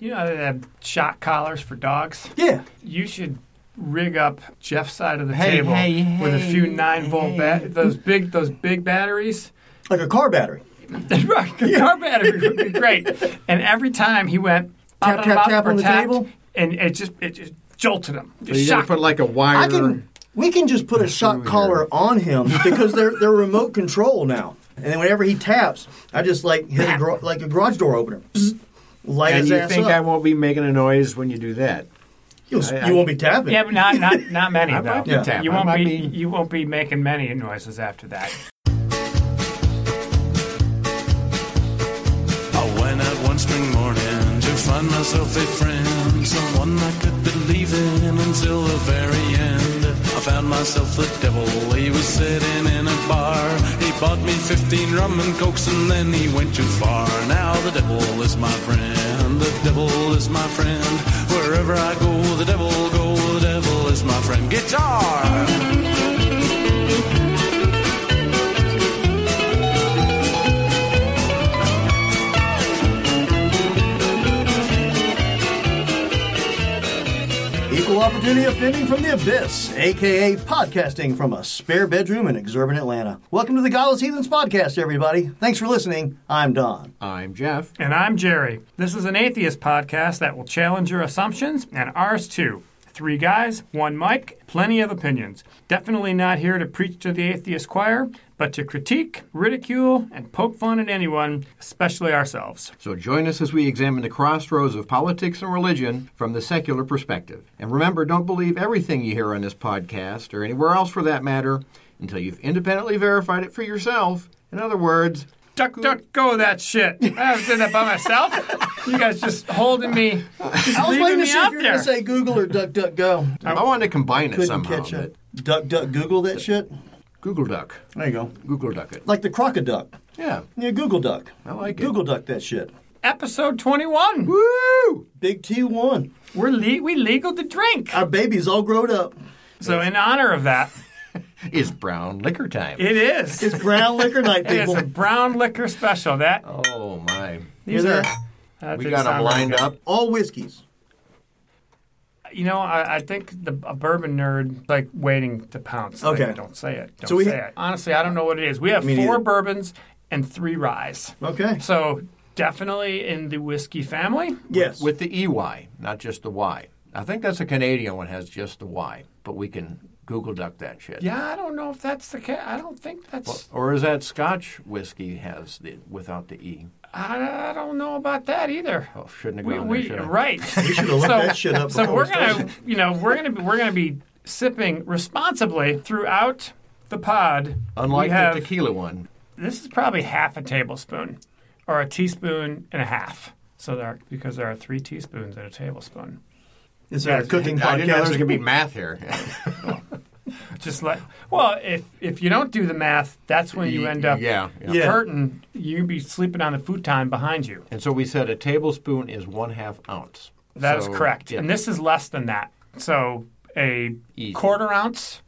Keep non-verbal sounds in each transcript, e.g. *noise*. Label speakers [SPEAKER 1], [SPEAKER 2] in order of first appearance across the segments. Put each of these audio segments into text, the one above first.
[SPEAKER 1] You know, they have shot collars for dogs.
[SPEAKER 2] Yeah.
[SPEAKER 1] You should rig up Jeff's side of the
[SPEAKER 3] Hey,
[SPEAKER 1] table
[SPEAKER 3] hey,
[SPEAKER 1] with a few
[SPEAKER 3] hey,
[SPEAKER 1] nine volt ba-
[SPEAKER 3] hey.
[SPEAKER 1] those big those big
[SPEAKER 2] *laughs*
[SPEAKER 1] batteries.
[SPEAKER 2] Like a car battery.
[SPEAKER 1] right, car battery would be great. And every time he went
[SPEAKER 2] Tap,
[SPEAKER 1] bop,
[SPEAKER 2] tap,
[SPEAKER 1] bop,
[SPEAKER 2] tap
[SPEAKER 1] or
[SPEAKER 2] on the
[SPEAKER 1] tapped,
[SPEAKER 2] table?
[SPEAKER 1] and it just it just jolted him.
[SPEAKER 4] So
[SPEAKER 1] Just
[SPEAKER 4] you got to
[SPEAKER 1] shocked
[SPEAKER 4] put
[SPEAKER 1] him.
[SPEAKER 4] like a wire.
[SPEAKER 2] I can. We can just put a shot collar on
[SPEAKER 4] *laughs*
[SPEAKER 2] him because they're they're remote control now. And then whenever he taps, I just like hit a gar- like a garage door opener. Psst, light
[SPEAKER 4] and
[SPEAKER 2] his
[SPEAKER 4] you
[SPEAKER 2] ass
[SPEAKER 4] think
[SPEAKER 2] up.
[SPEAKER 4] I won't be making a noise when you do that?
[SPEAKER 2] You'll-
[SPEAKER 4] I- I-
[SPEAKER 2] you won't be tapping.
[SPEAKER 1] Yeah, but not not not many
[SPEAKER 4] I
[SPEAKER 1] though.
[SPEAKER 4] might be
[SPEAKER 2] Yeah.
[SPEAKER 4] tapping.
[SPEAKER 1] You
[SPEAKER 4] I
[SPEAKER 1] won't
[SPEAKER 4] might
[SPEAKER 1] be, you won't be making many noises after that.
[SPEAKER 5] I went out one spring morning to find myself a friend, someone I could believe in until the very end. I found myself the devil, he was sitting in a bar. He bought me 15 rum and cokes and then he went too far. Now the devil is my friend, the devil is my friend. Wherever I go, the devil go, the devil is my friend. Guitar!
[SPEAKER 2] Equal opportunity offending from the abyss, aka podcasting from a spare bedroom in exurban Atlanta. Welcome to the Godless Heathens podcast, everybody. Thanks for listening. I'm Don.
[SPEAKER 4] I'm Jeff.
[SPEAKER 1] And I'm Jerry. This is an atheist podcast that will challenge your assumptions and ours too. Three guys, one mic, plenty of opinions. Definitely not here to preach to the atheist choir, but to critique, ridicule, and poke fun at anyone, especially ourselves.
[SPEAKER 4] So join us as we examine the crossroads of politics and religion from the secular perspective. And remember, don't believe everything you hear on this podcast or anywhere else for that matter until you've independently verified it for yourself. In other words,
[SPEAKER 1] Duck, duck, go with that shit. I was doing that by myself. You guys just holding me, just
[SPEAKER 2] *laughs* I was
[SPEAKER 1] leaving
[SPEAKER 2] waiting
[SPEAKER 1] me
[SPEAKER 2] to see
[SPEAKER 1] out
[SPEAKER 2] if you were
[SPEAKER 1] there.
[SPEAKER 2] going to say Google or
[SPEAKER 4] *laughs*
[SPEAKER 2] DuckDuckGo.
[SPEAKER 4] I, wanted to combine it
[SPEAKER 2] Couldn't
[SPEAKER 4] somehow.
[SPEAKER 2] catch it.
[SPEAKER 4] but
[SPEAKER 2] Duck Duck Google that shit.
[SPEAKER 4] Google Duck.
[SPEAKER 2] There you go.
[SPEAKER 4] Google Duck it.
[SPEAKER 2] Like the crocoduck.
[SPEAKER 4] Yeah.
[SPEAKER 2] Yeah, Google Duck.
[SPEAKER 4] I like it.
[SPEAKER 2] Google Duck that shit.
[SPEAKER 1] Episode twenty-one.
[SPEAKER 4] Woo!
[SPEAKER 2] Big T one.
[SPEAKER 1] We're le- we legal to drink.
[SPEAKER 2] Our baby's all grown up.
[SPEAKER 1] So in honor of that,
[SPEAKER 4] It's brown liquor time.
[SPEAKER 1] it is.
[SPEAKER 2] It's brown liquor
[SPEAKER 4] *laughs*
[SPEAKER 2] night,
[SPEAKER 1] It is
[SPEAKER 2] people.
[SPEAKER 1] a brown liquor special. That
[SPEAKER 4] oh, my.
[SPEAKER 1] these
[SPEAKER 2] Hear
[SPEAKER 1] are.
[SPEAKER 2] that?
[SPEAKER 1] that
[SPEAKER 4] We
[SPEAKER 1] didn't
[SPEAKER 4] got them
[SPEAKER 1] sound very
[SPEAKER 4] lined
[SPEAKER 1] good.
[SPEAKER 4] up.
[SPEAKER 2] All whiskeys.
[SPEAKER 1] You know, I, I think the a bourbon nerd like waiting to pounce. Like,
[SPEAKER 2] Okay.
[SPEAKER 1] don't say it. Don't
[SPEAKER 2] So we-
[SPEAKER 1] say it. Honestly, I don't know what it is. We have
[SPEAKER 2] Me
[SPEAKER 1] four
[SPEAKER 2] neither.
[SPEAKER 1] bourbons and three ryes.
[SPEAKER 2] Okay.
[SPEAKER 1] So definitely in the whiskey family.
[SPEAKER 2] Yes.
[SPEAKER 4] With the EY, not just the Y. I think that's a Canadian one has just the Y, but we can Google Duck that shit.
[SPEAKER 1] Yeah, I don't know if that's the case. I don't think that's.
[SPEAKER 4] Or is that Scotch whiskey has the without the E?
[SPEAKER 1] I, I don't know about that either.
[SPEAKER 4] Oh, shouldn't have
[SPEAKER 1] We,
[SPEAKER 4] gone
[SPEAKER 1] we
[SPEAKER 4] there. should I?
[SPEAKER 1] right. We
[SPEAKER 2] should have looked that shit up
[SPEAKER 1] So
[SPEAKER 2] before
[SPEAKER 1] we're
[SPEAKER 2] we
[SPEAKER 1] gonna, you know, we're gonna be, we're gonna be sipping responsibly throughout the pod.
[SPEAKER 4] Unlike
[SPEAKER 1] we have,
[SPEAKER 4] the tequila one.
[SPEAKER 1] This is probably half a tablespoon, or a teaspoon and a half. So there, are, because there are three teaspoons in a tablespoon.
[SPEAKER 2] It's our cooking
[SPEAKER 4] I didn't know there was
[SPEAKER 2] podcast.
[SPEAKER 4] going to be math here.
[SPEAKER 1] Just like, well, if if you don't do the math, that's *laughs* when
[SPEAKER 4] *laughs*
[SPEAKER 1] you end up
[SPEAKER 4] Yeah, yeah.
[SPEAKER 2] Yeah.
[SPEAKER 1] hurting. You'd be sleeping on the futon behind you.
[SPEAKER 4] And so we said a tablespoon is one half ounce.
[SPEAKER 1] That is
[SPEAKER 4] So,
[SPEAKER 1] correct.
[SPEAKER 4] yeah.
[SPEAKER 1] And this is less than that. So a
[SPEAKER 4] Easy.
[SPEAKER 1] quarter ounce,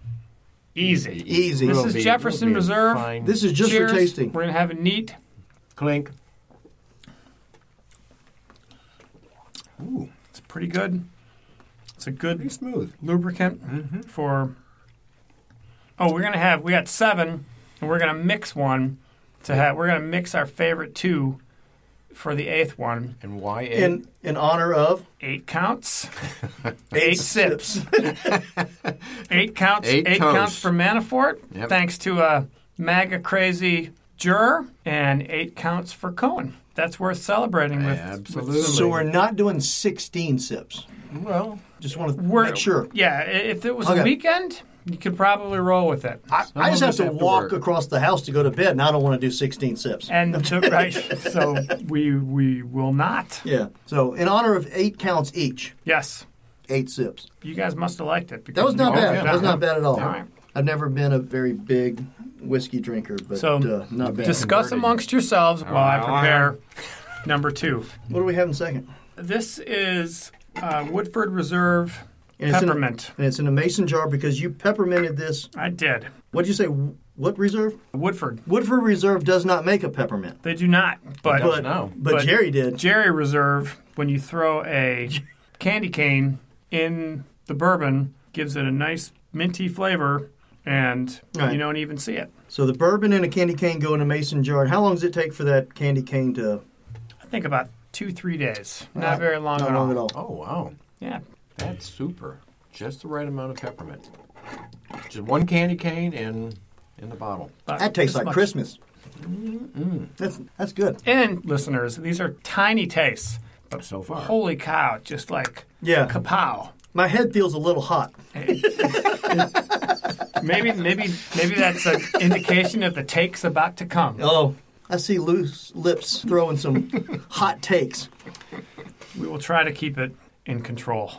[SPEAKER 1] easy.
[SPEAKER 2] Easy.
[SPEAKER 1] This
[SPEAKER 4] E- Will
[SPEAKER 1] is
[SPEAKER 4] be-
[SPEAKER 1] Jefferson
[SPEAKER 4] will be
[SPEAKER 1] Reserve.
[SPEAKER 4] fine.
[SPEAKER 2] This is just
[SPEAKER 1] Cheers.
[SPEAKER 2] for tasting.
[SPEAKER 1] We're gonna have a neat.
[SPEAKER 4] clink.
[SPEAKER 1] It's pretty good. It's a good
[SPEAKER 4] Pretty smooth.
[SPEAKER 1] lubricant
[SPEAKER 4] Mm-hmm.
[SPEAKER 1] for. Oh, we're gonna have we got seven, and we're gonna mix one to have. We're gonna mix our favorite two for the eighth one.
[SPEAKER 4] And why eight?
[SPEAKER 2] In in honor of
[SPEAKER 1] Eight
[SPEAKER 4] *laughs*
[SPEAKER 1] counts, eight sips, eight counts,
[SPEAKER 4] Eight
[SPEAKER 1] eight, counts
[SPEAKER 4] toasts.
[SPEAKER 1] for Manafort.
[SPEAKER 4] Yep.
[SPEAKER 1] Thanks to a MAGA crazy juror, and eight counts for Cohen. That's worth celebrating with.
[SPEAKER 4] Absolutely.
[SPEAKER 2] So we're not doing 16 sips.
[SPEAKER 4] well,
[SPEAKER 2] Just want to
[SPEAKER 1] We're-
[SPEAKER 2] make sure.
[SPEAKER 1] Yeah, i- if it was
[SPEAKER 2] Okay.
[SPEAKER 1] a weekend, you could probably roll with it.
[SPEAKER 2] I, I just
[SPEAKER 4] of
[SPEAKER 2] have
[SPEAKER 4] us
[SPEAKER 2] to
[SPEAKER 4] have to
[SPEAKER 2] walk
[SPEAKER 4] work.
[SPEAKER 2] across the house to go to bed, and I don't want to do 16 sips.
[SPEAKER 1] And so, right, so we we will not.
[SPEAKER 2] Yeah. So in honor of eight counts each,
[SPEAKER 1] Yes,
[SPEAKER 2] eight sips.
[SPEAKER 1] you guys must have liked it.
[SPEAKER 2] That
[SPEAKER 1] because
[SPEAKER 2] was not
[SPEAKER 1] you-
[SPEAKER 2] bad.
[SPEAKER 4] yeah.
[SPEAKER 2] That was not bad at all.
[SPEAKER 1] Oh, All right.
[SPEAKER 2] I've never been a very big whiskey drinker, but
[SPEAKER 1] So,
[SPEAKER 2] uh, not bad.
[SPEAKER 1] Discuss amongst yourselves while I
[SPEAKER 4] right.
[SPEAKER 1] prepare number two.
[SPEAKER 2] what do we have in second?
[SPEAKER 1] This is uh, Woodford Reserve
[SPEAKER 2] it's in a-
[SPEAKER 1] peppermint.
[SPEAKER 2] and it's in a mason jar because you pepperminted this.
[SPEAKER 1] I did.
[SPEAKER 2] What did you say? what reserve?
[SPEAKER 1] Woodford.
[SPEAKER 2] Woodford Reserve does not make a peppermint.
[SPEAKER 1] They do not, but
[SPEAKER 2] But,
[SPEAKER 4] know.
[SPEAKER 2] but
[SPEAKER 1] But-
[SPEAKER 2] Jerry did.
[SPEAKER 1] Jerry Reserve, when you throw a candy cane in the bourbon, gives it a nice minty flavor, and
[SPEAKER 2] Right.
[SPEAKER 1] you don't even see it.
[SPEAKER 2] So the bourbon and a candy cane go in a mason jar. And how long does it take for that candy cane to?
[SPEAKER 1] I think about two, three days. Not
[SPEAKER 2] Right.
[SPEAKER 1] very long,
[SPEAKER 2] Not
[SPEAKER 1] at,
[SPEAKER 2] long
[SPEAKER 1] all.
[SPEAKER 2] at all.
[SPEAKER 4] Oh, wow.
[SPEAKER 1] Yeah.
[SPEAKER 4] That's super. Just the right amount of peppermint. Just one candy cane and in the bottle.
[SPEAKER 1] about
[SPEAKER 2] That tastes
[SPEAKER 1] this
[SPEAKER 2] like
[SPEAKER 1] much.
[SPEAKER 2] Christmas. That's that's good.
[SPEAKER 1] And listeners, these are tiny tastes. But
[SPEAKER 4] So far.
[SPEAKER 1] Holy cow! Just like
[SPEAKER 2] Yeah.
[SPEAKER 1] kapow.
[SPEAKER 2] My head feels a little hot.
[SPEAKER 1] Maybe, maybe, maybe that's an indication of the take's about to come.
[SPEAKER 2] Oh, I see loose lips
[SPEAKER 1] *laughs*
[SPEAKER 2] throwing some hot takes.
[SPEAKER 1] We will try to keep it in control,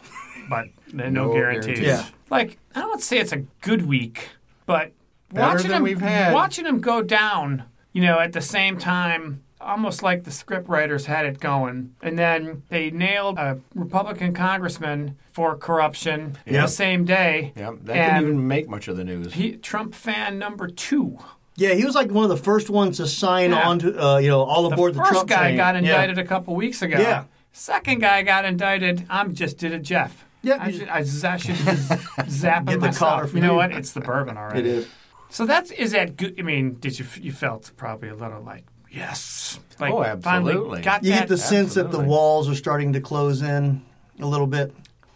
[SPEAKER 1] but there are no,
[SPEAKER 4] No
[SPEAKER 1] guarantees.
[SPEAKER 4] guarantees.
[SPEAKER 2] Yeah.
[SPEAKER 1] Like I don't say it's a good week, but
[SPEAKER 4] Better
[SPEAKER 1] watching
[SPEAKER 4] than
[SPEAKER 1] him
[SPEAKER 4] we've had.
[SPEAKER 1] watching him go down, you know, at the same time, almost like the script writers had it going, and then they nailed a Republican congressman for corruption
[SPEAKER 2] Yeah.
[SPEAKER 1] the same day.
[SPEAKER 4] Yeah, that
[SPEAKER 1] and
[SPEAKER 4] didn't even make much of the news.
[SPEAKER 1] he, Trump fan number two.
[SPEAKER 2] Yeah, he was like one of the first ones to sign
[SPEAKER 1] Yeah.
[SPEAKER 2] on to uh, you know all
[SPEAKER 1] The
[SPEAKER 2] aboard the,
[SPEAKER 1] first
[SPEAKER 2] Trump
[SPEAKER 1] guy
[SPEAKER 2] train.
[SPEAKER 1] got
[SPEAKER 2] Yeah.
[SPEAKER 1] indicted a couple weeks ago.
[SPEAKER 2] Yeah.
[SPEAKER 1] Second guy got indicted. I'm just did a Jeff.
[SPEAKER 2] Yeah,
[SPEAKER 1] I,
[SPEAKER 2] you
[SPEAKER 1] should, I, z- I should
[SPEAKER 2] *laughs*
[SPEAKER 1] just zap
[SPEAKER 2] Get
[SPEAKER 1] him
[SPEAKER 2] the collar
[SPEAKER 1] myself.
[SPEAKER 2] for
[SPEAKER 1] You know
[SPEAKER 2] you.
[SPEAKER 1] what? It's the bourbon already.
[SPEAKER 2] It is.
[SPEAKER 1] So that's is that good? I mean, did you you felt probably a little like yes, like
[SPEAKER 4] Oh,
[SPEAKER 1] finally
[SPEAKER 4] absolutely.
[SPEAKER 1] got
[SPEAKER 2] You
[SPEAKER 1] that.
[SPEAKER 2] get the sense that the
[SPEAKER 4] Absolutely.
[SPEAKER 2] walls are starting to close in a little bit.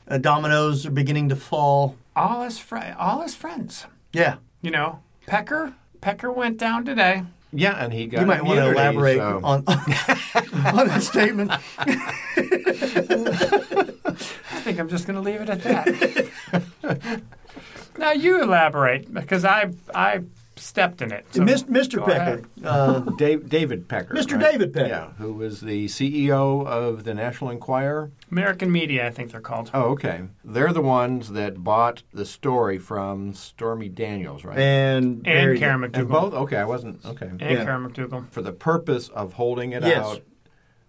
[SPEAKER 2] Uh, dominoes are beginning to fall.
[SPEAKER 1] all his fri- all his friends.
[SPEAKER 2] Yeah.
[SPEAKER 1] You know, Pecker Pecker went down today.
[SPEAKER 4] Yeah, and he got
[SPEAKER 2] You might want to
[SPEAKER 4] immunity,
[SPEAKER 2] elaborate
[SPEAKER 4] so-
[SPEAKER 2] on on that statement.
[SPEAKER 1] I think I'm just going to leave it at that.
[SPEAKER 2] *laughs*
[SPEAKER 1] now you elaborate because I I stepped in it. So
[SPEAKER 2] Mis- Mr.
[SPEAKER 1] go
[SPEAKER 2] Pecker,
[SPEAKER 1] ahead.
[SPEAKER 2] uh,
[SPEAKER 4] Dave, David Pecker.
[SPEAKER 2] Mr.
[SPEAKER 4] right?
[SPEAKER 2] David Pecker.
[SPEAKER 4] Yeah, who was the CEO of the National Enquirer.
[SPEAKER 1] American Media, I think they're called.
[SPEAKER 4] Oh, okay. They're the ones that bought the story from Stormy Daniels, right?
[SPEAKER 2] and
[SPEAKER 1] and
[SPEAKER 2] buried it.
[SPEAKER 1] Karen
[SPEAKER 4] And
[SPEAKER 1] McDougal.
[SPEAKER 4] both? Okay, I wasn't. Okay.
[SPEAKER 1] And
[SPEAKER 2] Yeah.
[SPEAKER 1] Karen McDougal.
[SPEAKER 4] For the purpose of holding it
[SPEAKER 2] Yes.
[SPEAKER 4] out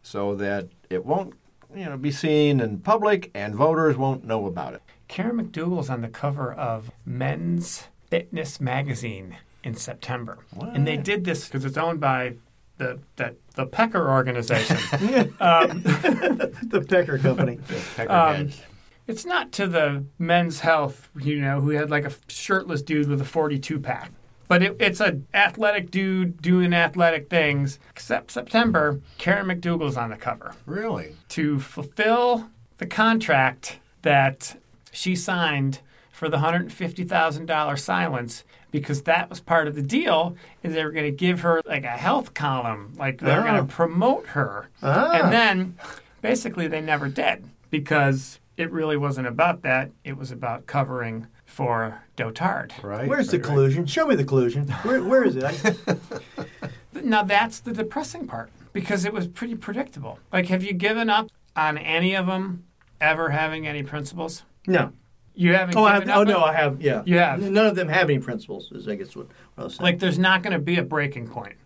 [SPEAKER 4] so that it won't you know, be seen in public and voters won't know about it.
[SPEAKER 1] Karen McDougal's on the cover of Men's Fitness magazine in September, and they did this because it's owned by the that the Pecker organization.
[SPEAKER 4] *laughs*
[SPEAKER 2] the Pecker Company.
[SPEAKER 4] Pecker
[SPEAKER 2] Um,
[SPEAKER 4] heads.
[SPEAKER 1] it's not to the Men's Health, you know, who had like a shirtless dude with a 42 pack, but it, it's a athletic dude doing athletic things. Except September, Karen McDougal's on the cover.
[SPEAKER 4] Really?
[SPEAKER 1] to fulfill the contract that she signed for the $150,000 silence because that was part of the deal is they were going to give her like a health column like they were
[SPEAKER 2] Ah.
[SPEAKER 1] going to promote her
[SPEAKER 2] Ah.
[SPEAKER 1] and then basically they never did because it really wasn't about that it was about covering for dotard
[SPEAKER 4] Right.
[SPEAKER 2] Where's the
[SPEAKER 4] right,
[SPEAKER 2] collusion? Show me the collusion. Where, where is it? I,
[SPEAKER 1] Now that's the depressing part because it was pretty predictable. Like, have you given up on any of them ever having any principles?
[SPEAKER 2] no.
[SPEAKER 1] You haven't.
[SPEAKER 2] Oh, I have,
[SPEAKER 1] given
[SPEAKER 2] oh
[SPEAKER 1] up
[SPEAKER 2] no,
[SPEAKER 1] on-
[SPEAKER 2] I have. Yeah.
[SPEAKER 1] You have.
[SPEAKER 2] N- None of them have any principles. Is I guess what I was saying.
[SPEAKER 1] Like, there's not going to be a breaking point.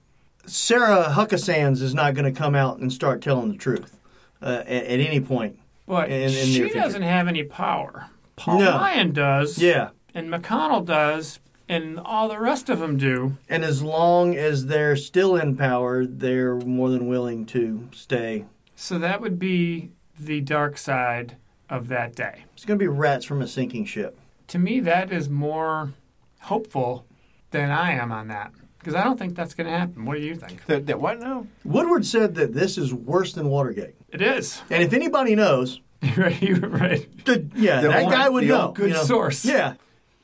[SPEAKER 2] Sarah Huckasands is not going to come out and start telling the truth uh, at, at any point.
[SPEAKER 1] But
[SPEAKER 2] In- in the near
[SPEAKER 1] she
[SPEAKER 2] future.
[SPEAKER 1] doesn't have any power. Paul
[SPEAKER 2] No.
[SPEAKER 1] Ryan does.
[SPEAKER 2] Yeah.
[SPEAKER 1] And McConnell does. And all the rest of them do.
[SPEAKER 2] And as long as they're still in power, they're more than willing to stay.
[SPEAKER 1] So that would be the dark side of that day.
[SPEAKER 2] It's going to be rats from a sinking ship.
[SPEAKER 1] To me, that is more hopeful than I am on that because I don't think that's going to happen. What do you think?
[SPEAKER 4] That, that what now?
[SPEAKER 2] Woodward said that this is worse than Watergate.
[SPEAKER 1] It is.
[SPEAKER 2] And if anybody knows,
[SPEAKER 1] *laughs* right, you're right.
[SPEAKER 2] the, yeah,
[SPEAKER 4] The
[SPEAKER 2] that
[SPEAKER 4] old-
[SPEAKER 2] guy would
[SPEAKER 4] the old
[SPEAKER 2] know.
[SPEAKER 1] good
[SPEAKER 2] you know.
[SPEAKER 1] source.
[SPEAKER 2] Yeah.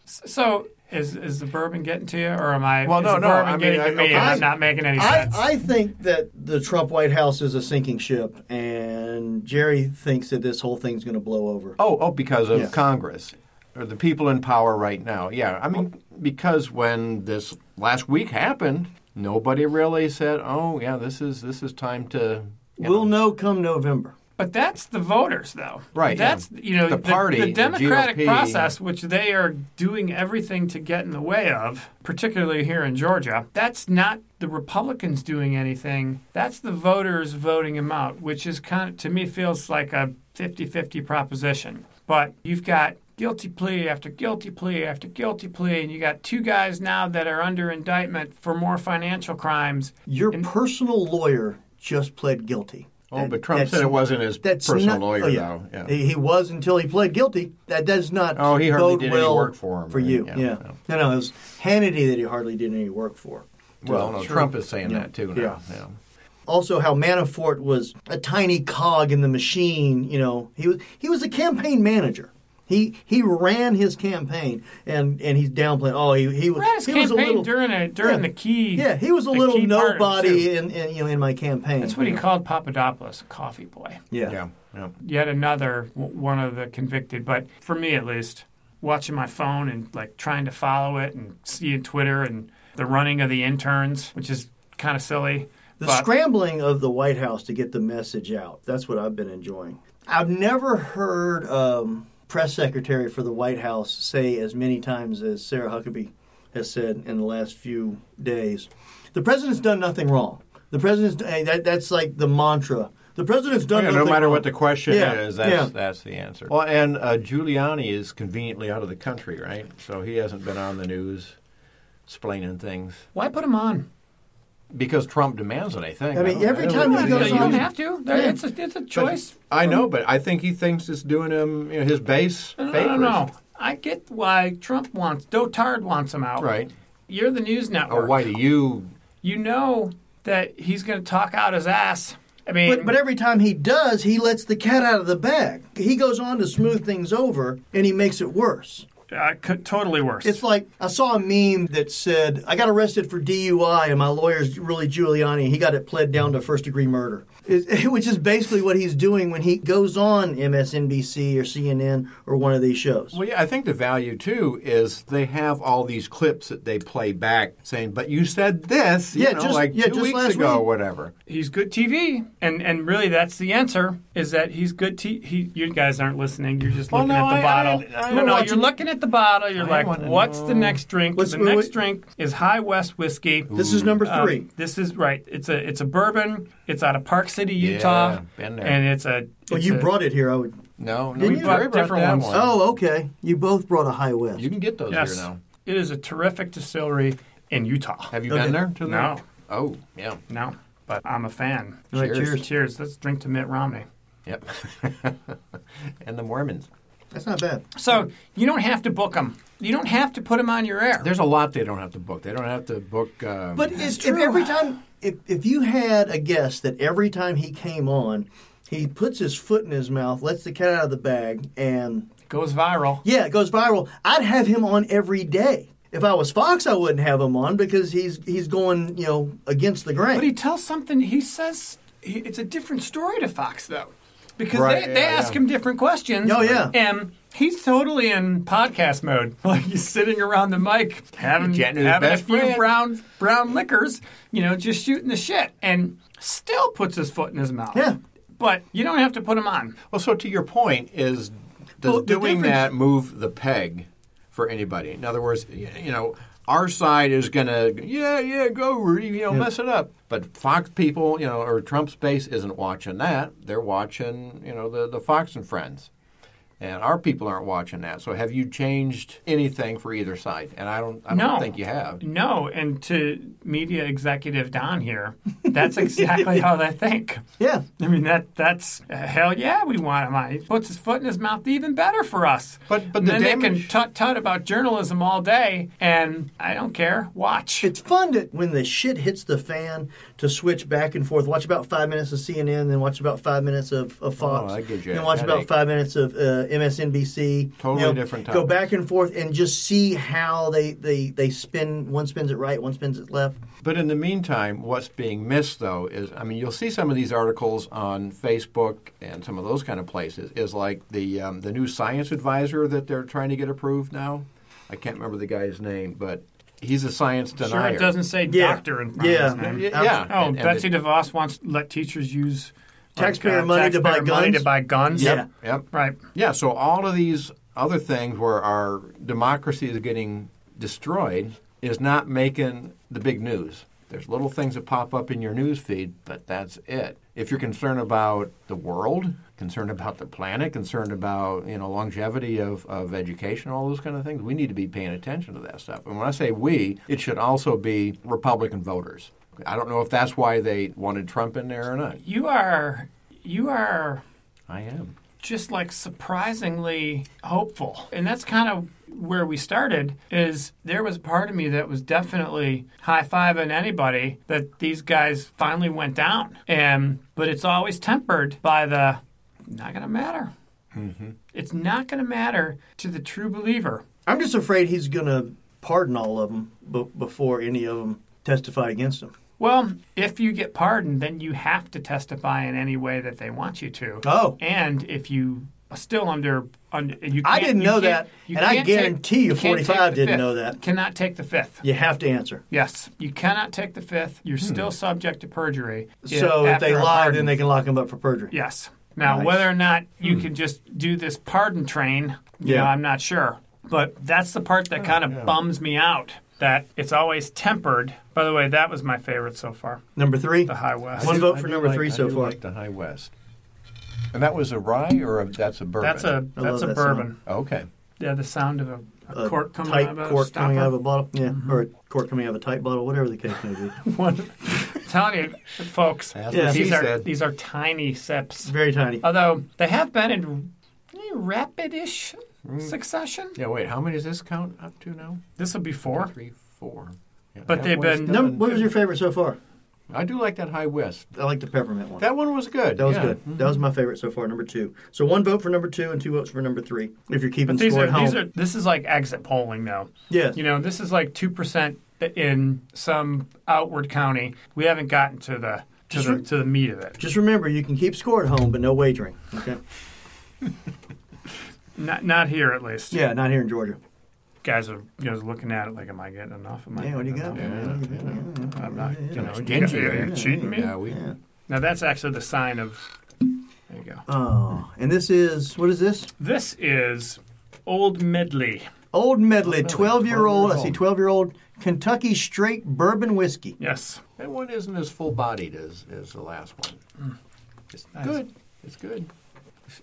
[SPEAKER 1] So is is the bourbon getting to you, or am I?
[SPEAKER 4] Well,
[SPEAKER 1] is
[SPEAKER 4] no,
[SPEAKER 1] the
[SPEAKER 4] no,
[SPEAKER 1] Bourbon
[SPEAKER 4] I mean,
[SPEAKER 1] getting
[SPEAKER 4] I-
[SPEAKER 1] to me, and
[SPEAKER 4] okay.
[SPEAKER 1] I'm not making any
[SPEAKER 2] I,
[SPEAKER 1] sense.
[SPEAKER 2] I think that the Trump White House is a sinking ship, and Jerry thinks that this whole thing's going to blow over.
[SPEAKER 4] Oh, oh, because of
[SPEAKER 2] Yeah.
[SPEAKER 4] Congress or the people in power right now. Yeah, I mean, because when this last week happened, nobody really said, "Oh, yeah, this is this is time to." you
[SPEAKER 2] we'll
[SPEAKER 4] know."
[SPEAKER 2] know come November.
[SPEAKER 1] But that's the voters, though.
[SPEAKER 4] Right, yeah.
[SPEAKER 1] That's you know
[SPEAKER 4] The party,
[SPEAKER 1] the,
[SPEAKER 4] the
[SPEAKER 1] democratic
[SPEAKER 4] GOP.
[SPEAKER 1] process, which they are doing everything to get in the way of, particularly here in Georgia. That's not the Republicans doing anything. That's the voters voting him out, which is kind of to me feels like a 50-50 proposition. But you've got guilty plea after guilty plea after guilty plea, and you got two guys now that are under indictment for more financial crimes.
[SPEAKER 2] Your personal lawyer just pled guilty.
[SPEAKER 4] Oh, but Trump
[SPEAKER 2] that's-
[SPEAKER 4] said it wasn't his
[SPEAKER 2] that's
[SPEAKER 4] personal
[SPEAKER 2] not-
[SPEAKER 4] lawyer,
[SPEAKER 2] oh, yeah.
[SPEAKER 4] though. Yeah.
[SPEAKER 2] He, he was until he pled guilty. That does not.
[SPEAKER 4] Oh, he hardly
[SPEAKER 2] bode
[SPEAKER 4] did any
[SPEAKER 2] well
[SPEAKER 4] work for him,
[SPEAKER 2] For
[SPEAKER 4] right?
[SPEAKER 2] you,
[SPEAKER 4] Yeah,
[SPEAKER 2] yeah.
[SPEAKER 4] yeah.
[SPEAKER 2] No, no, it was Hannity that he hardly did any work for.
[SPEAKER 4] well, no,
[SPEAKER 2] Sure.
[SPEAKER 4] Trump is saying
[SPEAKER 2] Yeah.
[SPEAKER 4] that too now.
[SPEAKER 2] Yeah.
[SPEAKER 4] yeah.
[SPEAKER 2] Also, how Manafort was a tiny cog in the machine. You know, he was he was a campaign manager. He he ran his campaign, and and he's downplaying. Oh, he he was
[SPEAKER 1] Ran his
[SPEAKER 2] he was a
[SPEAKER 1] campaign
[SPEAKER 2] little.
[SPEAKER 1] during a during
[SPEAKER 2] yeah.
[SPEAKER 1] the key.
[SPEAKER 2] yeah, he was a
[SPEAKER 1] the
[SPEAKER 2] little
[SPEAKER 1] key part of it, too.
[SPEAKER 2] nobody in, in you know in my campaign.
[SPEAKER 1] That's what he called Papadopoulos, a coffee boy.
[SPEAKER 2] Yeah.
[SPEAKER 4] Yeah. yeah.
[SPEAKER 1] Yet another w- one of the convicted, but for me at least, watching my phone and like trying to follow it and seeing Twitter and the running of the interns, which is kind of silly.
[SPEAKER 2] The
[SPEAKER 1] but-
[SPEAKER 2] scrambling of the White House to get the message out. That's what I've been enjoying. I've never heard um, press secretary for the White House say as many times as Sarah Huckabee has said in the last few days. The president's done nothing wrong. The president's eh, that, that's like the mantra. The president's done
[SPEAKER 4] Yeah, no
[SPEAKER 2] nothing
[SPEAKER 4] matter
[SPEAKER 2] wrong.
[SPEAKER 4] what the question
[SPEAKER 2] Yeah,
[SPEAKER 4] is, that's
[SPEAKER 2] yeah.
[SPEAKER 4] that's the answer. Well, and uh, Giuliani is conveniently out of the country, right? So he hasn't been on the news, explaining things
[SPEAKER 1] Why put him on?
[SPEAKER 4] because Trump demands it. I think.
[SPEAKER 2] I mean,
[SPEAKER 4] don't-
[SPEAKER 2] every
[SPEAKER 4] don't
[SPEAKER 2] time
[SPEAKER 4] really
[SPEAKER 1] You
[SPEAKER 2] he
[SPEAKER 4] think
[SPEAKER 2] goes
[SPEAKER 4] it's
[SPEAKER 1] don't
[SPEAKER 2] on-
[SPEAKER 1] have to. There-
[SPEAKER 2] Yeah.
[SPEAKER 1] It's a, it's a
[SPEAKER 4] But-
[SPEAKER 1] choice.
[SPEAKER 4] I know, but I think he thinks it's doing him you know, his base
[SPEAKER 1] No,
[SPEAKER 4] favors.
[SPEAKER 1] no, no, no. I get why Trump wants Dotard wants him out.
[SPEAKER 4] Right.
[SPEAKER 1] You're the news network.
[SPEAKER 4] Or why do you?
[SPEAKER 1] You know that he's going to talk out his ass. I mean,
[SPEAKER 2] But, but every time he does, he lets the cat out of the bag. He goes on to smooth things over, and he makes it worse.
[SPEAKER 1] uh, could, totally worse.
[SPEAKER 2] It's like I saw a meme that said I got arrested for DUI and my lawyer's really Giuliani. He got it pled down to first degree murder, It- *laughs* which is basically what he's doing when he goes on MSNBC or CNN or one of these shows.
[SPEAKER 4] Well, yeah, I think the value too is they have all these clips that they play back saying, "But you said this, you
[SPEAKER 2] Yeah,
[SPEAKER 4] know,
[SPEAKER 2] just-
[SPEAKER 4] like
[SPEAKER 2] yeah,
[SPEAKER 4] two
[SPEAKER 2] just
[SPEAKER 4] weeks
[SPEAKER 2] last
[SPEAKER 4] ago, or
[SPEAKER 2] week."
[SPEAKER 4] whatever."
[SPEAKER 1] he's good TV, and and really that's the answer is that he's good. T- he, you guys aren't listening. You're just
[SPEAKER 4] Well,
[SPEAKER 1] looking
[SPEAKER 4] no,
[SPEAKER 1] at the
[SPEAKER 4] I-
[SPEAKER 1] bottle.
[SPEAKER 4] I- I-
[SPEAKER 1] no,
[SPEAKER 4] we're
[SPEAKER 1] no,
[SPEAKER 4] watching-
[SPEAKER 1] you're looking at the bottle. You're
[SPEAKER 4] I
[SPEAKER 1] like,
[SPEAKER 4] wanna
[SPEAKER 1] what's
[SPEAKER 4] know.
[SPEAKER 1] the next drink?
[SPEAKER 2] Let's-
[SPEAKER 1] the
[SPEAKER 2] wait,
[SPEAKER 1] next
[SPEAKER 2] wait.
[SPEAKER 1] drink is High West whiskey.
[SPEAKER 2] This is number
[SPEAKER 1] Um,
[SPEAKER 2] three.
[SPEAKER 1] this is right. It's a it's a bourbon. It's out of Park City, Utah,
[SPEAKER 4] Yeah, been there.
[SPEAKER 1] and it's a.
[SPEAKER 2] well,
[SPEAKER 1] it's
[SPEAKER 2] Oh, you
[SPEAKER 1] a-
[SPEAKER 2] brought it here. I would.
[SPEAKER 4] No, no,
[SPEAKER 2] Didn't
[SPEAKER 4] we
[SPEAKER 2] you?
[SPEAKER 4] Jerry brought
[SPEAKER 1] Different
[SPEAKER 4] that
[SPEAKER 1] ones.
[SPEAKER 4] one.
[SPEAKER 2] Oh, okay. You both brought a High West.
[SPEAKER 4] you can get those
[SPEAKER 1] Yes,
[SPEAKER 4] here now.
[SPEAKER 1] it is a terrific distillery in Utah.
[SPEAKER 4] Have you
[SPEAKER 2] Okay.
[SPEAKER 4] been there? To the-
[SPEAKER 1] No.
[SPEAKER 4] Oh, yeah.
[SPEAKER 1] No, but I'm a fan.
[SPEAKER 2] All right,
[SPEAKER 4] Cheers.
[SPEAKER 2] cheers.
[SPEAKER 1] Cheers. Let's drink to Mitt Romney.
[SPEAKER 4] Yep. *laughs* and the Mormons.
[SPEAKER 2] That's not bad.
[SPEAKER 1] So you don't have to book them. You don't have to put them on your air.
[SPEAKER 4] There's a lot they don't have to book. They don't have to book. Um,
[SPEAKER 2] But if, if every time, if, if you had a guest that every time he came on, he puts his foot in his mouth, lets the cat out of the bag, and
[SPEAKER 1] goes viral.
[SPEAKER 2] Yeah, it goes viral. I'd have him on every day. If I was Fox, I wouldn't have him on because he's he's going you know against the grain.
[SPEAKER 1] But he tells something. He says he, it's a different story to Fox though, because
[SPEAKER 4] Right,
[SPEAKER 1] they,
[SPEAKER 4] yeah,
[SPEAKER 1] they ask
[SPEAKER 4] yeah.
[SPEAKER 1] him different questions.
[SPEAKER 2] Oh, yeah.
[SPEAKER 1] and he's totally in podcast mode. *laughs* Like he's sitting around the mic, having,
[SPEAKER 4] Getting his
[SPEAKER 1] having a
[SPEAKER 4] best
[SPEAKER 1] few
[SPEAKER 4] friend.
[SPEAKER 1] brown brown liquors, you know, just shooting the shit, and still puts his foot in his mouth.
[SPEAKER 2] Yeah.
[SPEAKER 1] but you don't have to put him on.
[SPEAKER 4] well, so to your point is, does
[SPEAKER 2] Well, the
[SPEAKER 4] doing
[SPEAKER 2] difference-
[SPEAKER 4] that move the peg for anybody? In other words, y- you know, our side is going to, yeah, yeah, go, Rudy, you know, mess it up. But Fox people, you know, or Trump's base isn't watching that. They're watching, you know, the, the Fox and Friends. And our people aren't watching that. So have you changed anything for either side? And I don't, I don't
[SPEAKER 1] No.
[SPEAKER 4] think you have.
[SPEAKER 1] No, and to media executive Don here,
[SPEAKER 4] *laughs*
[SPEAKER 1] that's exactly how they think.
[SPEAKER 2] yeah,
[SPEAKER 1] *laughs* I mean that that's uh, hell yeah we want him on. He puts his foot in his mouth even better for us.
[SPEAKER 4] But- but
[SPEAKER 1] And
[SPEAKER 4] the
[SPEAKER 1] then they can
[SPEAKER 4] damage-
[SPEAKER 1] tut tut about journalism all day, and I don't care. Watch.
[SPEAKER 2] it's fun to when the shit hits the fan to switch back and forth. Watch about five minutes of CNN, then watch about five minutes of, of Fox,
[SPEAKER 4] that gives Oh, you
[SPEAKER 2] then
[SPEAKER 4] a
[SPEAKER 2] watch
[SPEAKER 4] headache.
[SPEAKER 2] about five minutes of uh, MSNBC.
[SPEAKER 4] Totally different
[SPEAKER 2] Go
[SPEAKER 4] topics.
[SPEAKER 2] back and forth and just see how they they they spin. One spins it right, one spins it left.
[SPEAKER 4] But in the meantime, what's being missed though is I mean you'll see some of these articles on Facebook and some of those kind of places is like the um, the new science advisor that they're trying to get approved now. I can't remember the guy's name, but he's a science
[SPEAKER 1] sure,
[SPEAKER 4] denier.
[SPEAKER 1] it doesn't say
[SPEAKER 2] Yeah.
[SPEAKER 1] doctor in front
[SPEAKER 2] Yeah.
[SPEAKER 1] of his name.
[SPEAKER 4] Yeah, yeah.
[SPEAKER 1] Oh,
[SPEAKER 4] And- and
[SPEAKER 1] Betsy
[SPEAKER 4] it-
[SPEAKER 1] DeVos wants to let teachers use like, uh,
[SPEAKER 2] Taxpayer money to buy
[SPEAKER 1] taxpayer money
[SPEAKER 2] guns?
[SPEAKER 1] to buy guns.
[SPEAKER 2] Yep.
[SPEAKER 4] Yep.
[SPEAKER 1] Right.
[SPEAKER 4] Yeah. So all of these other things where our democracy is getting destroyed is not making the big news. There's little things that pop up in your news feed, but that's it. If you're concerned about the world, concerned about the planet, concerned about you know longevity of, of education, all those kind of things, we need to be paying attention to that stuff. And when I say we, it should also be Republican voters. I don't know if that's why they wanted Trump in there or not.
[SPEAKER 1] You are you are
[SPEAKER 4] I am.
[SPEAKER 1] just like surprisingly hopeful. And that's kind of where we started is there was a part of me that was definitely high-fiving anybody that these guys finally went down. And but it's always tempered by the not going to matter. It's not going to matter to the true believer.
[SPEAKER 2] I'm just afraid he's going to pardon all of them b- before any of them testify against him.
[SPEAKER 1] Well, if you get pardoned, then you have to testify in any way that they want you to.
[SPEAKER 2] Oh.
[SPEAKER 1] and if you are still under, under you
[SPEAKER 2] I
[SPEAKER 1] can't-
[SPEAKER 2] didn't
[SPEAKER 1] you
[SPEAKER 2] know
[SPEAKER 1] can't-
[SPEAKER 2] that,
[SPEAKER 1] you
[SPEAKER 2] and I
[SPEAKER 1] can't take-
[SPEAKER 2] guarantee you
[SPEAKER 1] can't take
[SPEAKER 2] 45
[SPEAKER 1] the
[SPEAKER 2] didn't
[SPEAKER 1] fifth.
[SPEAKER 2] know that.
[SPEAKER 1] Cannot take the fifth.
[SPEAKER 2] You have to answer.
[SPEAKER 1] Yes, you cannot take the fifth. You're still subject to perjury.
[SPEAKER 2] Hmm. so if they
[SPEAKER 1] after a
[SPEAKER 2] lie,
[SPEAKER 1] pardon.
[SPEAKER 2] then they can lock him up for perjury.
[SPEAKER 1] Yes. Now,
[SPEAKER 2] Nice. Hmm.
[SPEAKER 1] whether or not you can just do this pardon train, you
[SPEAKER 2] Yeah. Oh,
[SPEAKER 1] know, I'm not sure. But that's the part that kind of bums me out. That it's always tempered. By the way, that was my favorite so far.
[SPEAKER 2] Number three.
[SPEAKER 1] The High West.
[SPEAKER 2] One
[SPEAKER 4] I do-
[SPEAKER 2] vote
[SPEAKER 4] I
[SPEAKER 2] for
[SPEAKER 4] do
[SPEAKER 2] number
[SPEAKER 4] like-
[SPEAKER 2] three
[SPEAKER 4] I
[SPEAKER 2] so
[SPEAKER 4] do
[SPEAKER 2] far.
[SPEAKER 4] like the High West. And that was a rye or a, that's a bourbon?
[SPEAKER 1] That's a
[SPEAKER 2] I
[SPEAKER 1] that's
[SPEAKER 2] love
[SPEAKER 1] a
[SPEAKER 2] that
[SPEAKER 1] bourbon.
[SPEAKER 4] Okay.
[SPEAKER 1] Yeah, the sound of a, a
[SPEAKER 2] A
[SPEAKER 1] cork coming
[SPEAKER 2] tight
[SPEAKER 1] out of
[SPEAKER 2] cork
[SPEAKER 1] a
[SPEAKER 2] coming out of
[SPEAKER 1] stopper. Mm-hmm.
[SPEAKER 2] a bottle, yeah, or a cork coming out of a tight bottle, whatever the case may be.
[SPEAKER 1] One- I'm telling you, folks,
[SPEAKER 4] That's
[SPEAKER 2] Yeah.
[SPEAKER 4] what she
[SPEAKER 1] these are
[SPEAKER 4] said.
[SPEAKER 1] these are tiny sips.
[SPEAKER 2] It's very tiny.
[SPEAKER 1] Although they have been in rapid-ish succession.
[SPEAKER 4] Yeah, wait, how many does this count up to now?
[SPEAKER 1] This will be four.
[SPEAKER 4] Three, four. Yeah,
[SPEAKER 1] But
[SPEAKER 4] that
[SPEAKER 1] they've
[SPEAKER 4] one's
[SPEAKER 1] been-
[SPEAKER 4] done.
[SPEAKER 2] Num- what was your favorite so far?
[SPEAKER 4] I do like that High West.
[SPEAKER 2] I like the peppermint one. That,
[SPEAKER 4] That one was good.
[SPEAKER 2] was
[SPEAKER 4] yeah.
[SPEAKER 2] good. That was my favorite so far. Number two. So one vote for number two and two votes for number three. If you're keeping
[SPEAKER 1] But these
[SPEAKER 2] score
[SPEAKER 1] are
[SPEAKER 2] at home,
[SPEAKER 1] these are this is like exit polling though.
[SPEAKER 2] yes,
[SPEAKER 1] You know, this is like two percent in some outward county. We haven't gotten to the to
[SPEAKER 2] Just
[SPEAKER 1] the
[SPEAKER 2] re-
[SPEAKER 1] to the meat of it.
[SPEAKER 2] Just remember, you can keep score at home, but no wagering. Okay.
[SPEAKER 1] Not not here at least.
[SPEAKER 2] Yeah, not here in Georgia.
[SPEAKER 1] Guys are you know looking at it like, am I getting enough? Am I
[SPEAKER 2] Yeah, what do you
[SPEAKER 1] getting
[SPEAKER 2] got?
[SPEAKER 1] enough? I'm not. You know,
[SPEAKER 4] Stingy,
[SPEAKER 1] you, are
[SPEAKER 4] yeah.
[SPEAKER 1] cheating me.
[SPEAKER 4] Yeah, we,
[SPEAKER 2] Yeah.
[SPEAKER 1] Now that's actually the sign of. There you go.
[SPEAKER 2] Oh, and this is what is this?
[SPEAKER 1] This is Old Medley.
[SPEAKER 2] Old Medley,
[SPEAKER 4] Medley,
[SPEAKER 2] twelve-year-old. I see
[SPEAKER 4] 12-year-old.
[SPEAKER 2] twelve-year-old Kentucky straight bourbon whiskey.
[SPEAKER 1] Yes.
[SPEAKER 4] That one isn't as full bodied as, as the last one. It's
[SPEAKER 1] Mm. Nice.
[SPEAKER 4] good. It's good.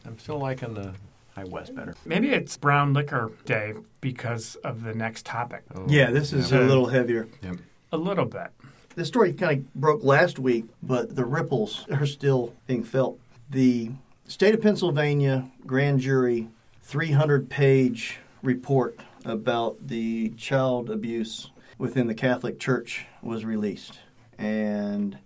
[SPEAKER 4] I'm still liking the High West better.
[SPEAKER 1] Maybe it's Brown Liquor Day because of the next topic.
[SPEAKER 4] Oh,
[SPEAKER 2] Yeah, this is a little heavier.
[SPEAKER 4] Yep.
[SPEAKER 1] A little bit.
[SPEAKER 2] This story kind of broke last week, but the ripples *laughs* are still being felt. The state of Pennsylvania grand jury 300 page report about the child abuse within the Catholic Church was released. And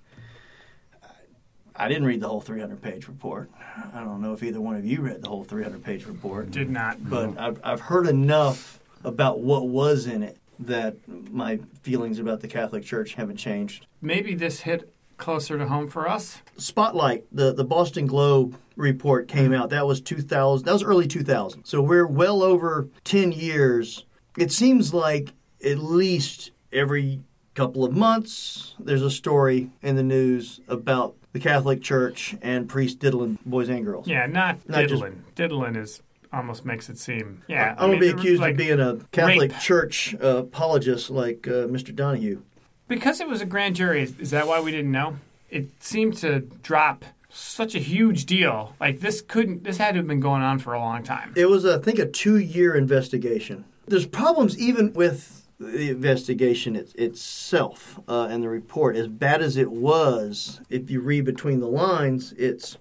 [SPEAKER 2] I didn't read the whole 300 page report. I don't know if either one of you read the whole 300 page report
[SPEAKER 1] Did not.
[SPEAKER 2] but I've, I've heard enough about what was in it that my feelings about the Catholic Church haven't changed.
[SPEAKER 1] Maybe this hit closer to home for us.
[SPEAKER 2] Spotlight, the, the Boston Globe report came out. That was 2000. That was early 2000. So we're well over 10 years. It seems like at least every couple of months there's a story in the news about the Catholic Church and priests diddling boys and girls.
[SPEAKER 1] Yeah, not,
[SPEAKER 2] Not just-
[SPEAKER 1] diddling. Diddling is almost makes it seem. Yeah.
[SPEAKER 2] I won't
[SPEAKER 1] mean,
[SPEAKER 2] be accused
[SPEAKER 1] like-
[SPEAKER 2] of being a Catholic
[SPEAKER 1] rape.
[SPEAKER 2] Church uh, apologist like uh, Mr. Donahue.
[SPEAKER 1] Because it was a grand jury, is, is that why we didn't know? It seemed to drop such a huge deal. Like this couldn't. This had to have been going on for a long time.
[SPEAKER 2] It was, I think, a two-year investigation. There's problems even with the investigation it, itself uh, and the report. As bad as it was, if you read between the lines, it's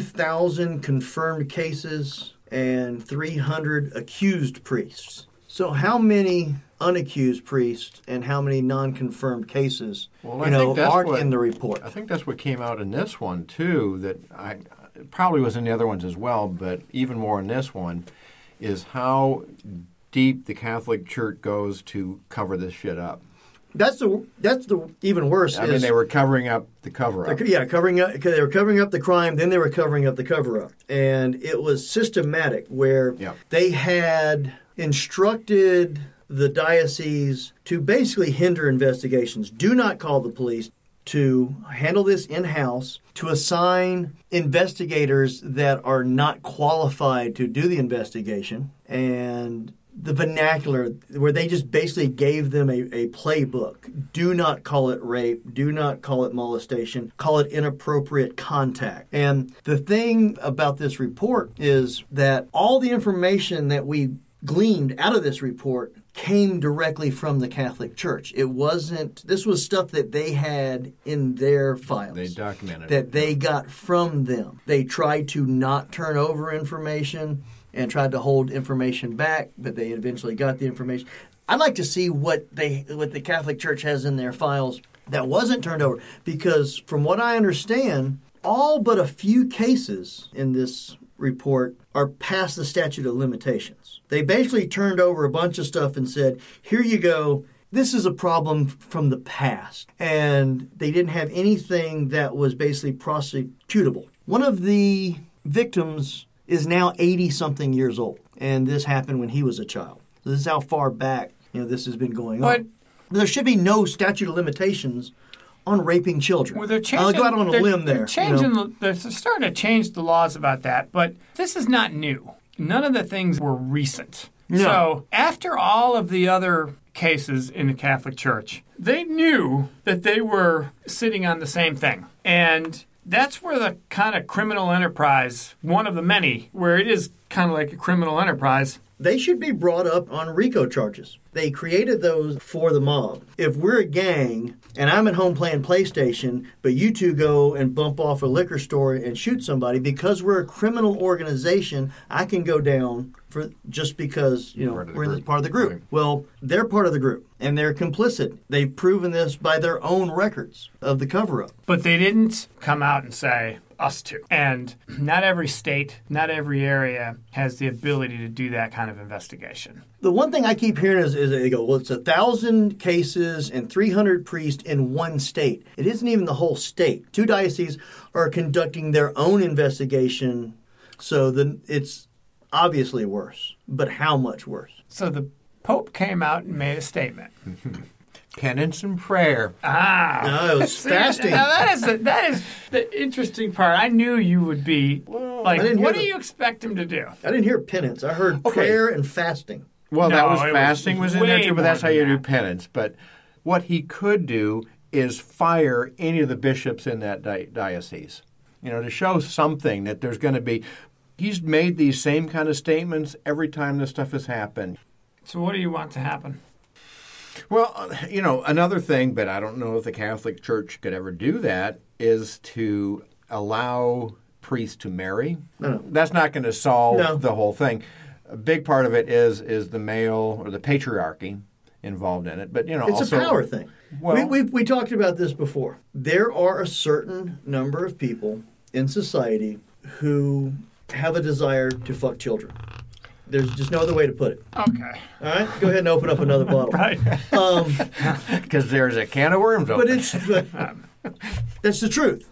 [SPEAKER 2] 1,000 confirmed cases and 300 accused priests. So how many unaccused priests and how many non-confirmed cases
[SPEAKER 4] Well, I
[SPEAKER 2] you know
[SPEAKER 4] think that's
[SPEAKER 2] aren't
[SPEAKER 4] what-
[SPEAKER 2] in the report?
[SPEAKER 4] I think that's what came out in this one too. That I it probably was in the other ones as well, but even more in this one is how deep the Catholic Church goes to cover this shit up.
[SPEAKER 2] That's the that's the even worse.
[SPEAKER 4] I
[SPEAKER 2] is,
[SPEAKER 4] mean, they were covering up the cover up.
[SPEAKER 2] They're- Yeah, covering up. 'cause They were covering up the crime, then they were covering up the cover up, and it was systematic. Where
[SPEAKER 4] Yeah.
[SPEAKER 2] they had instructed the diocese to basically hinder investigations. Do not call the police. To handle this in house, to assign investigators that are not qualified to do the investigation, and the vernacular where they just basically gave them a, a playbook. Do not call it rape. Do not call it molestation. Call it inappropriate contact. And the thing about this report is that all the information that we gleaned out of this report came directly from the Catholic Church. It wasn't, this was stuff that they had in their files.
[SPEAKER 4] They documented it.
[SPEAKER 2] That they got from them. They tried to not turn over information and tried to hold information back, but they eventually got the information. I'd like to see what they what the Catholic Church has in their files that wasn't turned over because from what I understand, all but a few cases in this report are past the statute of limitations. They basically turned over a bunch of stuff and said, "Here you go. This is a problem from the past." And they didn't have anything that was basically prosecutable. One of the victims is now 80 something years old. And this happened when he was a child. So this is how far back you know this has been going
[SPEAKER 1] But-
[SPEAKER 2] on. There should be no statute of limitations on raping children.
[SPEAKER 1] Well, they're changing.
[SPEAKER 2] I'll go out on a
[SPEAKER 1] they're-
[SPEAKER 2] limb there.
[SPEAKER 1] They're
[SPEAKER 2] you know.
[SPEAKER 1] changing. the- They're starting to change the laws about that, but this is not new. None of the things were recent. So after all of the other cases in the Catholic Church, they knew that they were sitting on the same thing, and that's where the kind of criminal enterprise, one of the many, where it is kind of like a criminal enterprise.
[SPEAKER 2] they should be brought up on RICO charges. They created those for the mob. If we're a gang and I'm at home playing PlayStation, but you two go and bump off a liquor store and shoot somebody because we're a criminal organization, I can go down for just because you know
[SPEAKER 4] Part of the
[SPEAKER 2] we're
[SPEAKER 4] group.
[SPEAKER 2] part of the group.
[SPEAKER 4] Right.
[SPEAKER 2] Well, they're part of the group and they're complicit. They've proven this by their own records of the cover-up.
[SPEAKER 1] But they didn't come out and say us too. And not every state, not every area has the ability to do that kind of investigation.
[SPEAKER 2] The one thing I keep hearing is, is they go, well, it's a thousand cases and 300 priests in one state. It isn't even the whole state. Two dioceses are conducting their own investigation, so the, it's obviously worse. But how much worse?
[SPEAKER 1] So the Pope came out and made a statement.
[SPEAKER 4] Penance and prayer.
[SPEAKER 1] Ah.
[SPEAKER 2] No, it
[SPEAKER 1] *laughs*
[SPEAKER 2] was
[SPEAKER 1] See,
[SPEAKER 2] fasting.
[SPEAKER 1] Now that is the, that is the interesting part. I knew you would be like,
[SPEAKER 2] I didn't
[SPEAKER 1] what do
[SPEAKER 2] hear the-
[SPEAKER 1] you expect him to do?
[SPEAKER 2] I didn't hear penance. I heard prayer and fasting.
[SPEAKER 4] Well, that
[SPEAKER 1] No,
[SPEAKER 4] was
[SPEAKER 1] it was
[SPEAKER 4] fasting was, in there
[SPEAKER 1] way
[SPEAKER 4] too, but that's how
[SPEAKER 1] more
[SPEAKER 4] you
[SPEAKER 1] than
[SPEAKER 4] do
[SPEAKER 1] that.
[SPEAKER 4] penance. But what he could do is fire any of the bishops in that di- diocese, you know, to show something that there's going to be. He's made these same kind of statements every time this stuff has happened.
[SPEAKER 1] So what do you want to happen?
[SPEAKER 4] Well, uh, you know, another thing, but I don't know if the Catholic Church could ever do that, is to allow priests to marry. That's not going to solve
[SPEAKER 2] No.
[SPEAKER 4] the whole thing. A big part of it is is the male or the patriarchy involved in it. But you know,
[SPEAKER 2] It's
[SPEAKER 4] also,
[SPEAKER 2] a power thing.
[SPEAKER 4] Well-
[SPEAKER 2] we, we, we talked about this before. There are a certain number of people in society who have a desire to fuck children. There's just no other way to put it.
[SPEAKER 1] Okay.
[SPEAKER 2] All right, go ahead and open up another
[SPEAKER 4] *laughs*
[SPEAKER 2] bottle.
[SPEAKER 1] Right.
[SPEAKER 2] Um,
[SPEAKER 4] because there's a can of worms open.
[SPEAKER 2] but it's but that's the truth.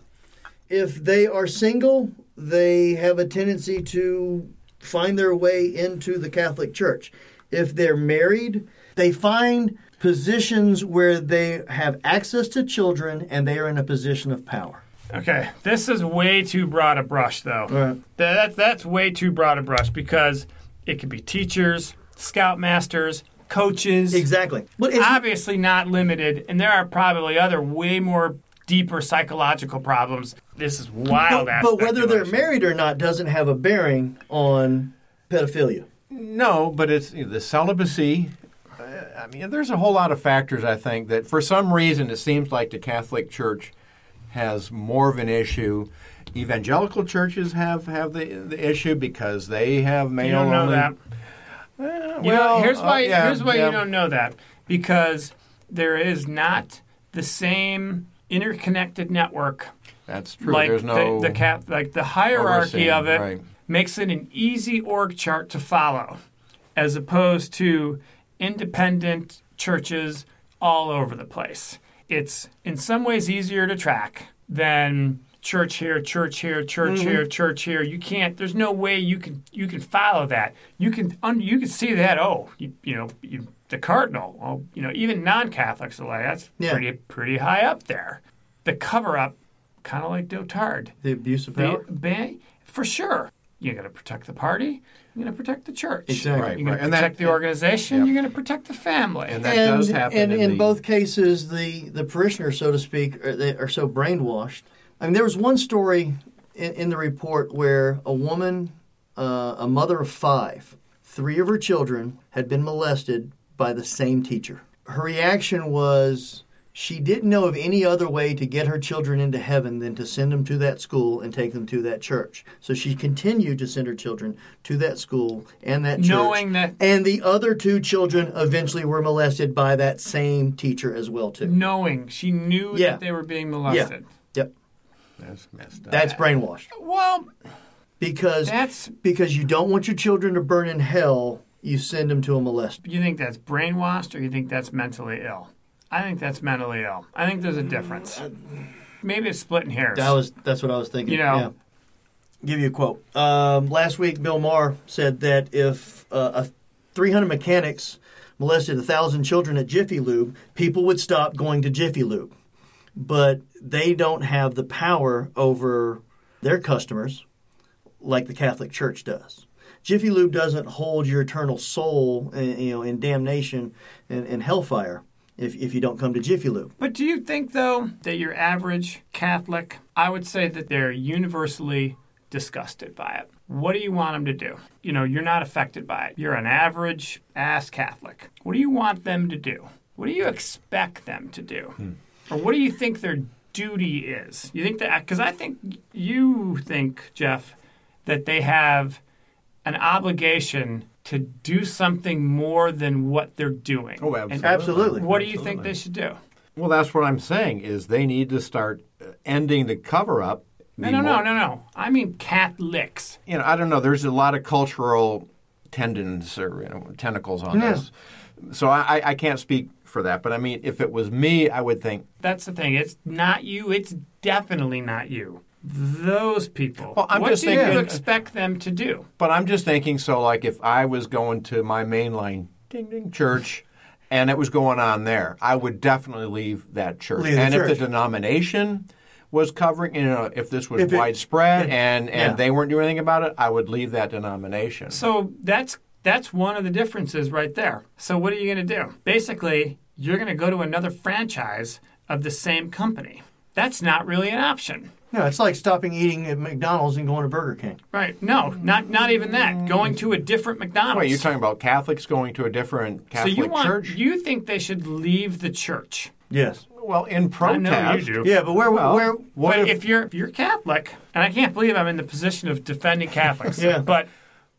[SPEAKER 2] If they are single, they have a tendency to find their way into the Catholic Church. If they're married, they find positions where they have access to children and they are in a position of power.
[SPEAKER 1] *laughs* Okay, this is way too broad a brush, though.
[SPEAKER 2] Right.
[SPEAKER 1] That, that- that's way too broad a brush because it could be teachers, scoutmasters, coaches.
[SPEAKER 2] Exactly. But it's,
[SPEAKER 1] Obviously, not limited, and there are probably other way more deeper psychological problems. This is wild.
[SPEAKER 2] but, but whether they're married or not doesn't have a bearing on pedophilia.
[SPEAKER 4] no, but it's you know, the celibacy. Uh, I mean, there's a whole lot of factors. I think that for some reason it seems like the Catholic Church has more of an issue. Evangelical churches have, have the, the issue because they have male
[SPEAKER 1] you don't know
[SPEAKER 4] only.
[SPEAKER 1] that.
[SPEAKER 4] Well,
[SPEAKER 1] You know, here's
[SPEAKER 4] uh,
[SPEAKER 1] why.
[SPEAKER 4] yeah,
[SPEAKER 1] here's why
[SPEAKER 4] yeah.
[SPEAKER 1] you don't know that because there is not the same interconnected network
[SPEAKER 4] That's true.
[SPEAKER 1] Like
[SPEAKER 4] There's no
[SPEAKER 1] the, the cap, like the hierarchy
[SPEAKER 4] overseeing,
[SPEAKER 1] of it
[SPEAKER 4] right.
[SPEAKER 1] makes it an easy org chart to follow, as opposed to independent churches all over the place. It's in some ways easier to track than church here, church here, church here, church here. You can't. There's no way you can you can follow that. You can un, you can see that. Oh, you, you know you, the cardinal. Oh, you know even non-Catholics are like that's
[SPEAKER 2] Yeah.
[SPEAKER 1] pretty pretty high up there. The cover up kind of like Dotard.
[SPEAKER 2] The abuse of
[SPEAKER 1] They,
[SPEAKER 2] power.
[SPEAKER 1] ba- for sure. You're going to protect the party. You're going to protect the church.
[SPEAKER 2] Exactly.
[SPEAKER 1] You're going
[SPEAKER 4] Right,
[SPEAKER 1] to
[SPEAKER 4] and that-
[SPEAKER 1] protect the organization.
[SPEAKER 4] Yep.
[SPEAKER 1] You're going to protect the family.
[SPEAKER 4] And that- does happen
[SPEAKER 2] And
[SPEAKER 4] in
[SPEAKER 2] in,
[SPEAKER 4] the-
[SPEAKER 2] both cases, the the parishioners, so to speak, are, they are so brainwashed. I mean, there was one story in, in the report where a woman, uh, a mother of five, three of her children had been molested by the same teacher. Her reaction was. She didn't know of any other way to get her children into heaven than to send them to that school and take them to that church. So she continued to send her children to that school and that church.
[SPEAKER 1] Knowing that-
[SPEAKER 2] And the other two children eventually were molested by that same teacher as well too.
[SPEAKER 1] knowing she knew
[SPEAKER 2] Yeah.
[SPEAKER 1] that they were being
[SPEAKER 2] Yeah.
[SPEAKER 1] molested.
[SPEAKER 2] Yep.
[SPEAKER 4] That's messed up.
[SPEAKER 2] That's brainwashed.
[SPEAKER 1] Well,
[SPEAKER 2] Because
[SPEAKER 1] that's
[SPEAKER 2] because you don't want your children to burn in hell, you send them to a molester.
[SPEAKER 1] you think that's brainwashed or you think that's mentally ill. I think that's mentally ill. I think there's a difference.
[SPEAKER 4] Mm, uh,
[SPEAKER 1] Maybe it's splitting hairs.
[SPEAKER 2] That was that's what I was thinking.
[SPEAKER 1] You know.
[SPEAKER 2] Yeah. Give you a quote. Um, last week, Bill Maher said that if uh, a 300 mechanics molested 1,000 children at Jiffy Lube, people would stop going to Jiffy Lube. But they don't have the power over their customers like the Catholic Church does. Jiffy Lube doesn't hold your eternal soul, in, you know, in damnation and, and hellfire if, if you don't come to Jiffy Lube.
[SPEAKER 1] But do you think, though, that your average Catholic, I would say that they're universally disgusted by it. What do you want them to do? You know, you're not affected by it. You're an average ass Catholic. What do you want them to do? What do you expect them to do?
[SPEAKER 4] Hmm.
[SPEAKER 1] Or what do you think their duty is? You think that, because I think you think, Jeff, that they have an obligation to do something more than what they're doing.
[SPEAKER 4] Oh,
[SPEAKER 1] And
[SPEAKER 4] absolutely.
[SPEAKER 2] Absolutely.
[SPEAKER 1] what do you think they should do?
[SPEAKER 4] Well, that's what I'm saying is they need to start uh, ending the cover up.
[SPEAKER 1] No, no, no, no, no. I mean Catholics.
[SPEAKER 4] You know, I don't know. There's a lot of cultural tendons or you know, tentacles on this, so I, I- I can't speak for that. But I mean, if it was me, I would think.
[SPEAKER 1] That's the thing. It's not you. It's definitely not you. Those people.
[SPEAKER 4] Well, I'm
[SPEAKER 1] what
[SPEAKER 4] just uh,
[SPEAKER 1] do
[SPEAKER 4] thinking-
[SPEAKER 1] you expect them to do?
[SPEAKER 4] But I'm just thinking. So, like, if I was going to my mainline ding ding church. And it was going on there. I would definitely leave that church.
[SPEAKER 2] Leave the
[SPEAKER 4] and if
[SPEAKER 2] church.
[SPEAKER 4] the denomination was covering, you know, if this was
[SPEAKER 2] If it-
[SPEAKER 4] widespread and,
[SPEAKER 2] Yeah.
[SPEAKER 4] and they weren't doing anything about it, I would leave that denomination.
[SPEAKER 1] So that's that's one of the differences right there. So what are you going to do? Basically, you're going to go to another franchise of the same company. That's not really an option.
[SPEAKER 2] No, it's like stopping eating at McDonald's and going to Burger King.
[SPEAKER 1] Right. No, not not even that. Going to a different McDonald's.
[SPEAKER 4] Wait, you're talking about Catholics going to a different
[SPEAKER 1] so
[SPEAKER 4] Catholic
[SPEAKER 1] you want
[SPEAKER 4] church?
[SPEAKER 1] you think they should leave the church?
[SPEAKER 2] Yes.
[SPEAKER 4] well, in
[SPEAKER 1] I
[SPEAKER 4] protest.
[SPEAKER 1] know you do.
[SPEAKER 2] Yeah, but where
[SPEAKER 4] Well,
[SPEAKER 2] where
[SPEAKER 4] what
[SPEAKER 1] but
[SPEAKER 4] if,
[SPEAKER 1] if, you're if you're Catholic, and I can't believe I'm in the position of defending Catholics,
[SPEAKER 2] *laughs* Yeah.
[SPEAKER 1] but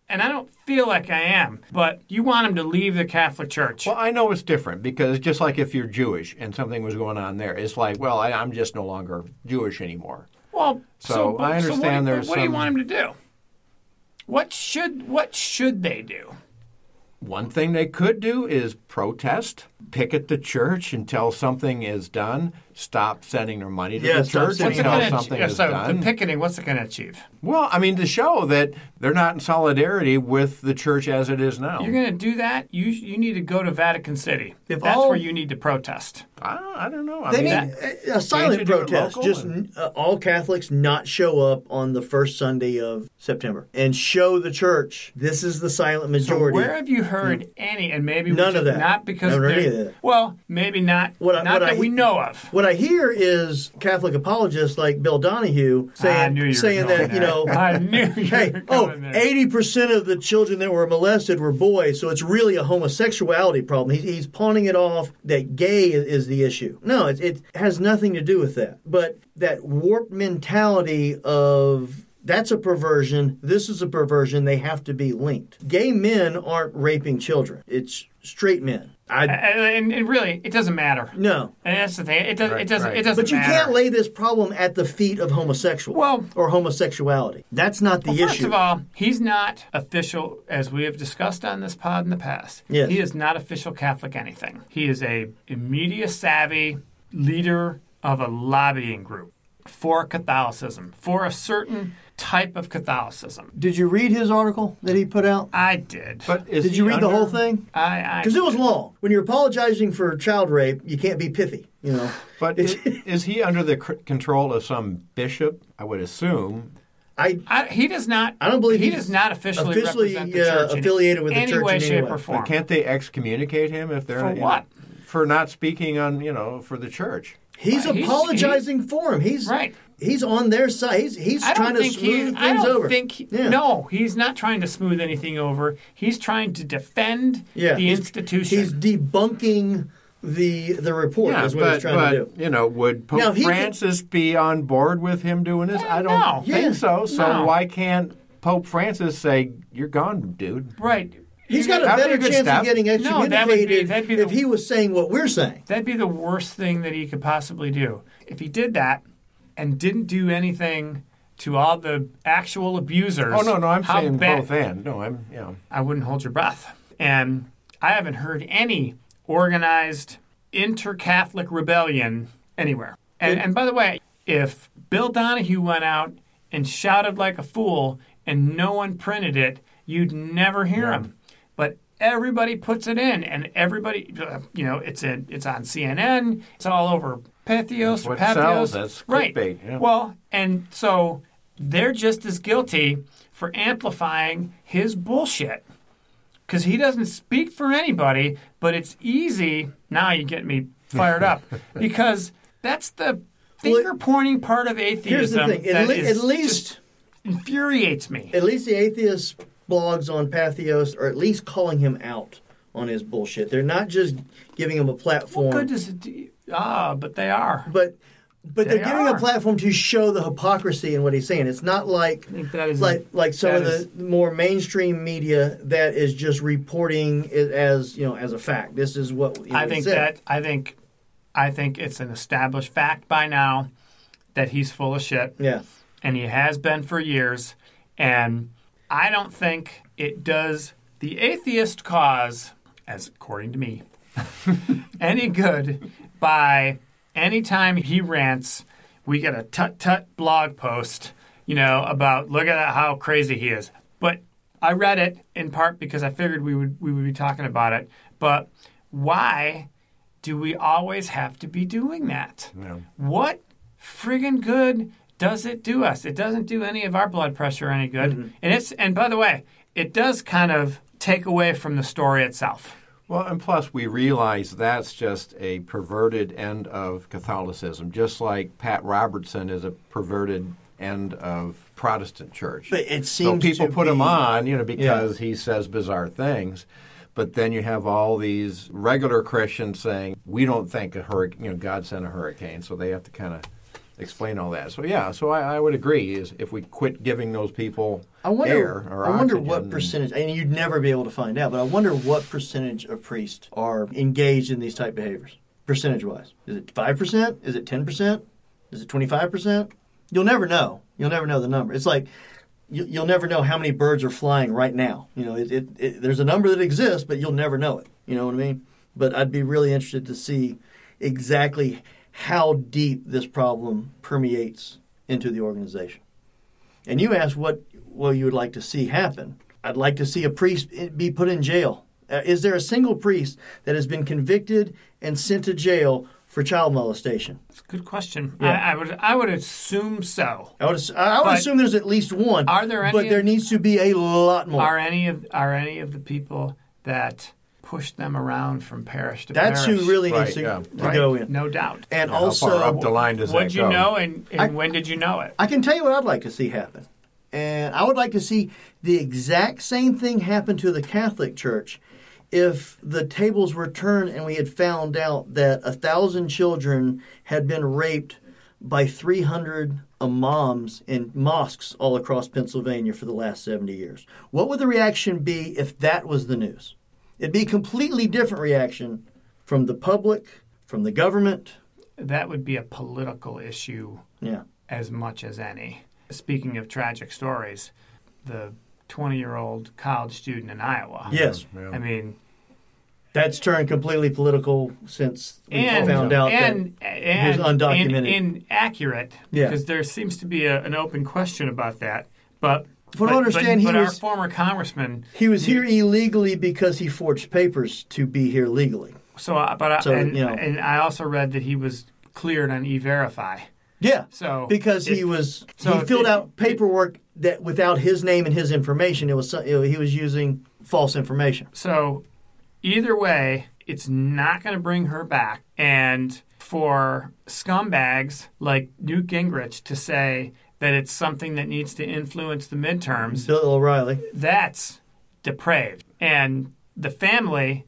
[SPEAKER 1] and I don't feel like I am, but you want them to leave the Catholic Church.
[SPEAKER 4] Well, I know it's different because just like if you're Jewish and something was going on there, it's like, well, I, I'm just no longer Jewish anymore.
[SPEAKER 1] Well,
[SPEAKER 4] So,
[SPEAKER 1] but- what
[SPEAKER 4] I
[SPEAKER 1] do
[SPEAKER 4] understand
[SPEAKER 1] you-
[SPEAKER 4] there's
[SPEAKER 1] what do you
[SPEAKER 4] some-
[SPEAKER 1] want them to do? What should what should they do?
[SPEAKER 4] One thing they could do is protest, picket the church until something is done. Stop sending their money to
[SPEAKER 2] Yeah,
[SPEAKER 4] the
[SPEAKER 2] stop
[SPEAKER 4] church
[SPEAKER 2] sending
[SPEAKER 1] it
[SPEAKER 4] until
[SPEAKER 1] gonna
[SPEAKER 4] something
[SPEAKER 1] achieve?
[SPEAKER 4] is
[SPEAKER 1] So
[SPEAKER 4] done.
[SPEAKER 1] the picketing, what's it going to achieve?
[SPEAKER 4] well, I mean to show that they're not in solidarity with the church as it is now.
[SPEAKER 1] You're going to do that? You you need to go to Vatican City.
[SPEAKER 2] If
[SPEAKER 1] That's
[SPEAKER 2] all-
[SPEAKER 1] where you need to protest.
[SPEAKER 4] I, don't, I don't know. I
[SPEAKER 2] They
[SPEAKER 4] mean,
[SPEAKER 2] need
[SPEAKER 4] that-
[SPEAKER 2] a, a silent
[SPEAKER 4] should do it
[SPEAKER 2] protest.
[SPEAKER 4] local
[SPEAKER 2] Just
[SPEAKER 4] and-
[SPEAKER 2] n- uh, all Catholics not show up on the first Sunday of September and show the church this is the silent majority.
[SPEAKER 1] Where have you heard any? And maybe we
[SPEAKER 2] Hmm. None of
[SPEAKER 1] should-
[SPEAKER 2] that.
[SPEAKER 1] Not because
[SPEAKER 2] Never heard
[SPEAKER 1] they're-
[SPEAKER 2] any of that.
[SPEAKER 1] well, maybe not.
[SPEAKER 2] What I-
[SPEAKER 1] not
[SPEAKER 2] what
[SPEAKER 1] that
[SPEAKER 2] I-
[SPEAKER 1] we know of.
[SPEAKER 2] what I hear is Catholic apologists like Bill Donahue
[SPEAKER 1] I
[SPEAKER 2] saying
[SPEAKER 1] knew you were
[SPEAKER 2] saying
[SPEAKER 1] going
[SPEAKER 2] that you
[SPEAKER 1] there. *laughs*
[SPEAKER 2] know.
[SPEAKER 1] I knew you
[SPEAKER 2] Hey,
[SPEAKER 1] were coming
[SPEAKER 2] oh,
[SPEAKER 1] there.
[SPEAKER 2] 80% of the children that were molested were boys, so it's really a homosexuality problem. He, he's pawning it off that gay is, is the issue. No, it, it has nothing to do with that. But that warped mentality of that's a perversion, this is a perversion, they have to be linked. Gay men aren't raping children, it's straight men. I,
[SPEAKER 1] And, and- and really, it doesn't matter.
[SPEAKER 2] no.
[SPEAKER 1] And that's the thing. It doesn't.
[SPEAKER 4] Right,
[SPEAKER 1] it doesn't. It
[SPEAKER 4] right.
[SPEAKER 1] doesn't.
[SPEAKER 2] But you
[SPEAKER 1] matter.
[SPEAKER 2] can't lay this problem at the feet of homosexual
[SPEAKER 1] Well-
[SPEAKER 2] or homosexuality. That's not the
[SPEAKER 1] First
[SPEAKER 2] issue.
[SPEAKER 1] of all, he's not official, as we have discussed on this pod in the past.
[SPEAKER 2] Yes.
[SPEAKER 1] He is not official Catholic anything. He is a media savvy leader of a lobbying group for Catholicism, for a certain type of Catholicism.
[SPEAKER 2] Did you read his article that he put out?
[SPEAKER 1] I did.
[SPEAKER 4] but is
[SPEAKER 2] Did you
[SPEAKER 4] he
[SPEAKER 2] read the
[SPEAKER 4] under-
[SPEAKER 2] whole thing?
[SPEAKER 1] I, I
[SPEAKER 2] Because it was long. When you're apologizing for child rape, you can't be pithy, you know. *laughs*
[SPEAKER 4] But is, is he under the c- control of some bishop? I would assume.
[SPEAKER 2] I
[SPEAKER 1] I, he does not.
[SPEAKER 2] I don't believe
[SPEAKER 1] he
[SPEAKER 2] he's
[SPEAKER 1] does not officially,
[SPEAKER 2] officially,
[SPEAKER 1] represent the
[SPEAKER 2] yeah,
[SPEAKER 1] church in
[SPEAKER 2] affiliated with the
[SPEAKER 1] any
[SPEAKER 2] church
[SPEAKER 1] way,
[SPEAKER 2] in any
[SPEAKER 1] shape,
[SPEAKER 2] way.
[SPEAKER 1] or
[SPEAKER 2] But
[SPEAKER 1] form.
[SPEAKER 4] Can't they excommunicate him if they're
[SPEAKER 1] For
[SPEAKER 4] you know,
[SPEAKER 1] what?
[SPEAKER 4] for not speaking on you know for the church?
[SPEAKER 2] he's
[SPEAKER 1] Right, he's-
[SPEAKER 2] apologizing for him. He's
[SPEAKER 1] Right.
[SPEAKER 2] He's on their side. He's he's
[SPEAKER 1] I don't
[SPEAKER 2] trying to
[SPEAKER 1] think he.
[SPEAKER 2] smooth
[SPEAKER 1] I
[SPEAKER 2] things
[SPEAKER 1] don't
[SPEAKER 2] over.
[SPEAKER 1] think. he-
[SPEAKER 2] Yeah.
[SPEAKER 1] No, he's not trying to smooth anything over. He's trying to defend
[SPEAKER 2] Yeah,
[SPEAKER 1] the
[SPEAKER 2] he's-
[SPEAKER 1] institution.
[SPEAKER 2] He's debunking the the report. is what
[SPEAKER 4] but,
[SPEAKER 2] he's trying
[SPEAKER 4] but
[SPEAKER 2] to do.
[SPEAKER 4] you know, would Pope
[SPEAKER 2] Now, he could-
[SPEAKER 4] Francis be on board with him doing this? I don't
[SPEAKER 1] no.
[SPEAKER 4] think
[SPEAKER 2] Yeah,
[SPEAKER 4] so. So
[SPEAKER 1] no.
[SPEAKER 4] why can't Pope Francis say you're gone, dude?
[SPEAKER 1] right.
[SPEAKER 2] He's got
[SPEAKER 4] That'd
[SPEAKER 2] a
[SPEAKER 4] be
[SPEAKER 2] better
[SPEAKER 4] a good
[SPEAKER 2] chance
[SPEAKER 4] step.
[SPEAKER 2] of getting
[SPEAKER 1] that would be-
[SPEAKER 2] excommunicated
[SPEAKER 1] that'd be
[SPEAKER 2] if
[SPEAKER 1] the-
[SPEAKER 2] he was saying what we're saying.
[SPEAKER 1] That'd be the worst thing that he could possibly do. If he did that and didn't do anything to all the actual abusers.
[SPEAKER 4] Oh no, no, I'm
[SPEAKER 1] how
[SPEAKER 4] saying
[SPEAKER 1] bad-
[SPEAKER 4] both and. No, I'm yeah.
[SPEAKER 1] I wouldn't hold your breath. And I haven't heard any organized inter Catholic rebellion anywhere. And, and by the way, if Bill Donahue went out and shouted like a fool and no one printed it, you'd never hear him. But everybody puts it in, and everybody, uh, you know, it's in, it's on CNN, it's all over Pathos,
[SPEAKER 4] That's what
[SPEAKER 1] Pathos,
[SPEAKER 4] sells, that's
[SPEAKER 1] right?
[SPEAKER 4] clickbait, yeah.
[SPEAKER 1] Well, and so they're just as guilty for amplifying his bullshit because he doesn't speak for anybody, but it's easy. Now you get me fired
[SPEAKER 2] *laughs*
[SPEAKER 1] up because that's the finger pointing part of
[SPEAKER 2] Here's
[SPEAKER 1] atheism
[SPEAKER 2] the thing. At,
[SPEAKER 1] that
[SPEAKER 2] le-
[SPEAKER 1] is-
[SPEAKER 2] at least
[SPEAKER 1] just infuriates me.
[SPEAKER 2] at least the atheist blogs on Pathos are at least calling him out on his bullshit. They're not just giving him a platform.
[SPEAKER 1] What good does it do? Ah, but they are.
[SPEAKER 2] but but
[SPEAKER 1] They
[SPEAKER 2] they're giving
[SPEAKER 1] are.
[SPEAKER 2] a platform to show the hypocrisy in what he's saying. It's not like
[SPEAKER 1] I think that is
[SPEAKER 2] like like some
[SPEAKER 1] that
[SPEAKER 2] of the more mainstream media that is just reporting it as you know as a fact. This is what you know,
[SPEAKER 1] I
[SPEAKER 2] he
[SPEAKER 1] think
[SPEAKER 2] said.
[SPEAKER 1] that I think I think it's an established fact by now that he's full of shit.
[SPEAKER 2] yeah.
[SPEAKER 1] and he has been for years. And I don't think it does the atheist cause, as according to me, any good by any time he rants, we get a tut tut blog post, you know, about look at how crazy he is. But I read it in part because I figured we would we would be talking about it. But why do we always have to be doing that? What friggin' good does it do us? It doesn't do any of our blood pressure any good. And it's and by the way, it does kind of take away from the story itself.
[SPEAKER 4] Well, and plus we realize that's just a perverted end of Catholicism, just like Pat Robertson is a perverted end of Protestant church.
[SPEAKER 2] But it
[SPEAKER 4] so
[SPEAKER 2] seems
[SPEAKER 4] people
[SPEAKER 2] to
[SPEAKER 4] put him
[SPEAKER 2] be-
[SPEAKER 4] on, you know, because he says bizarre things. But then you have all these regular Christians saying, "We don't think a hurricane, you know, God sent a hurricane," so they have to kind of explain all that. So yeah, so I, I would agree is if we quit giving those people
[SPEAKER 2] I wonder.
[SPEAKER 4] air or
[SPEAKER 2] I wonder
[SPEAKER 4] oxygen,
[SPEAKER 2] what percentage, and you'd never be able to find out. But I wonder what percentage of priests are engaged in these type behaviors, percentage wise. Is it five percent? Is it ten percent? Is it twenty five percent? You'll never know. You'll never know the number. It's like you, you'll never know how many birds are flying right now. You know, it, it, it, there's a number that exists, but you'll never know it. You know what I mean? But I'd be really interested to see exactly how deep this problem permeates into the organization and you asked what well you would like to see happen. I'd like to see a priest be put in jail. Uh, is there a single priest that has been convicted and sent to jail for child molestation?
[SPEAKER 1] It's a good question.
[SPEAKER 2] Yeah.
[SPEAKER 1] I, I would I would assume so.
[SPEAKER 2] I would, ass- I would
[SPEAKER 1] But-
[SPEAKER 2] assume there's at least one.
[SPEAKER 1] Are there any-
[SPEAKER 2] But there needs to be a lot more.
[SPEAKER 1] Are any of are any of the people that push them around from parish to
[SPEAKER 2] That's
[SPEAKER 1] parish?
[SPEAKER 2] who really
[SPEAKER 4] Right,
[SPEAKER 2] needs to,
[SPEAKER 4] yeah.
[SPEAKER 2] to
[SPEAKER 1] Right,
[SPEAKER 2] go in.
[SPEAKER 1] no doubt.
[SPEAKER 2] And
[SPEAKER 4] How far up the
[SPEAKER 2] also,
[SPEAKER 4] line does
[SPEAKER 1] What
[SPEAKER 4] that
[SPEAKER 1] did you
[SPEAKER 4] go?
[SPEAKER 1] know, and, and
[SPEAKER 2] I-
[SPEAKER 1] when did you know it?
[SPEAKER 2] I can tell you what I'd like to see happen. And I would like to see the exact same thing happen to the Catholic Church if the tables were turned and we had found out that a thousand children had been raped by 300 imams in mosques all across Pennsylvania for the last 70 years. What would the reaction be if that was the news? It'd be a completely different reaction from the public, from the government.
[SPEAKER 1] That would be a political issue
[SPEAKER 2] Yeah.
[SPEAKER 1] as much as any. Speaking of tragic stories, the 20 year old college student in Iowa.
[SPEAKER 2] Yes.
[SPEAKER 1] I mean,
[SPEAKER 2] That's turned completely political since we
[SPEAKER 1] and
[SPEAKER 2] found out
[SPEAKER 1] and and
[SPEAKER 2] was undocumented.
[SPEAKER 1] in- inaccurate
[SPEAKER 2] Yeah.
[SPEAKER 1] because there seems to be a, an open question about that. But
[SPEAKER 2] From what I
[SPEAKER 1] but- but-
[SPEAKER 2] understand, he
[SPEAKER 1] but our
[SPEAKER 2] was-
[SPEAKER 1] former congressman.
[SPEAKER 2] that he was here illegally because he forged papers to be here legally.
[SPEAKER 1] So, uh, but I
[SPEAKER 2] So,
[SPEAKER 1] and,
[SPEAKER 2] you know.
[SPEAKER 1] and I also read that he was cleared on E Verify.
[SPEAKER 2] Yeah.
[SPEAKER 1] So
[SPEAKER 2] because he
[SPEAKER 1] if-
[SPEAKER 2] was
[SPEAKER 1] so
[SPEAKER 2] he
[SPEAKER 1] if-
[SPEAKER 2] filled
[SPEAKER 1] if-
[SPEAKER 2] out paperwork that without his name and his information, it was so- it- he was using false information.
[SPEAKER 1] So either way, it's not going to bring her back. And for scumbags like Newt Gingrich to say that it's something that needs to influence the midterms,
[SPEAKER 2] Bill O'Reilly.
[SPEAKER 1] that's depraved. And the family,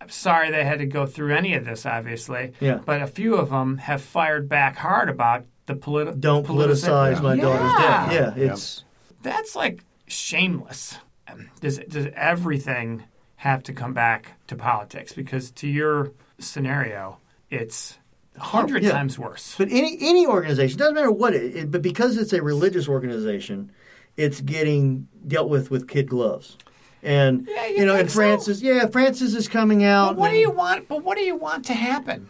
[SPEAKER 1] I'm sorry they had to go through any of this, obviously.
[SPEAKER 2] Yeah.
[SPEAKER 1] But a few of them have fired back hard about the political.
[SPEAKER 2] Don't politicize my daughter's
[SPEAKER 1] Yeah.
[SPEAKER 2] death. Yeah, it's
[SPEAKER 1] That's like shameless. Um, Does does everything have to come back to politics? Because to your scenario, it's a hundred
[SPEAKER 2] Yeah.
[SPEAKER 1] times worse.
[SPEAKER 2] but any any organization doesn't matter what it, it, but because it's a religious organization, it's getting dealt with with kid gloves. And
[SPEAKER 1] Yeah, you
[SPEAKER 2] you, know,
[SPEAKER 1] think
[SPEAKER 2] and
[SPEAKER 1] so?
[SPEAKER 2] Francis, yeah, Francis is coming
[SPEAKER 1] But
[SPEAKER 2] out.
[SPEAKER 1] what do
[SPEAKER 2] and-
[SPEAKER 1] you want? But what do you want to happen?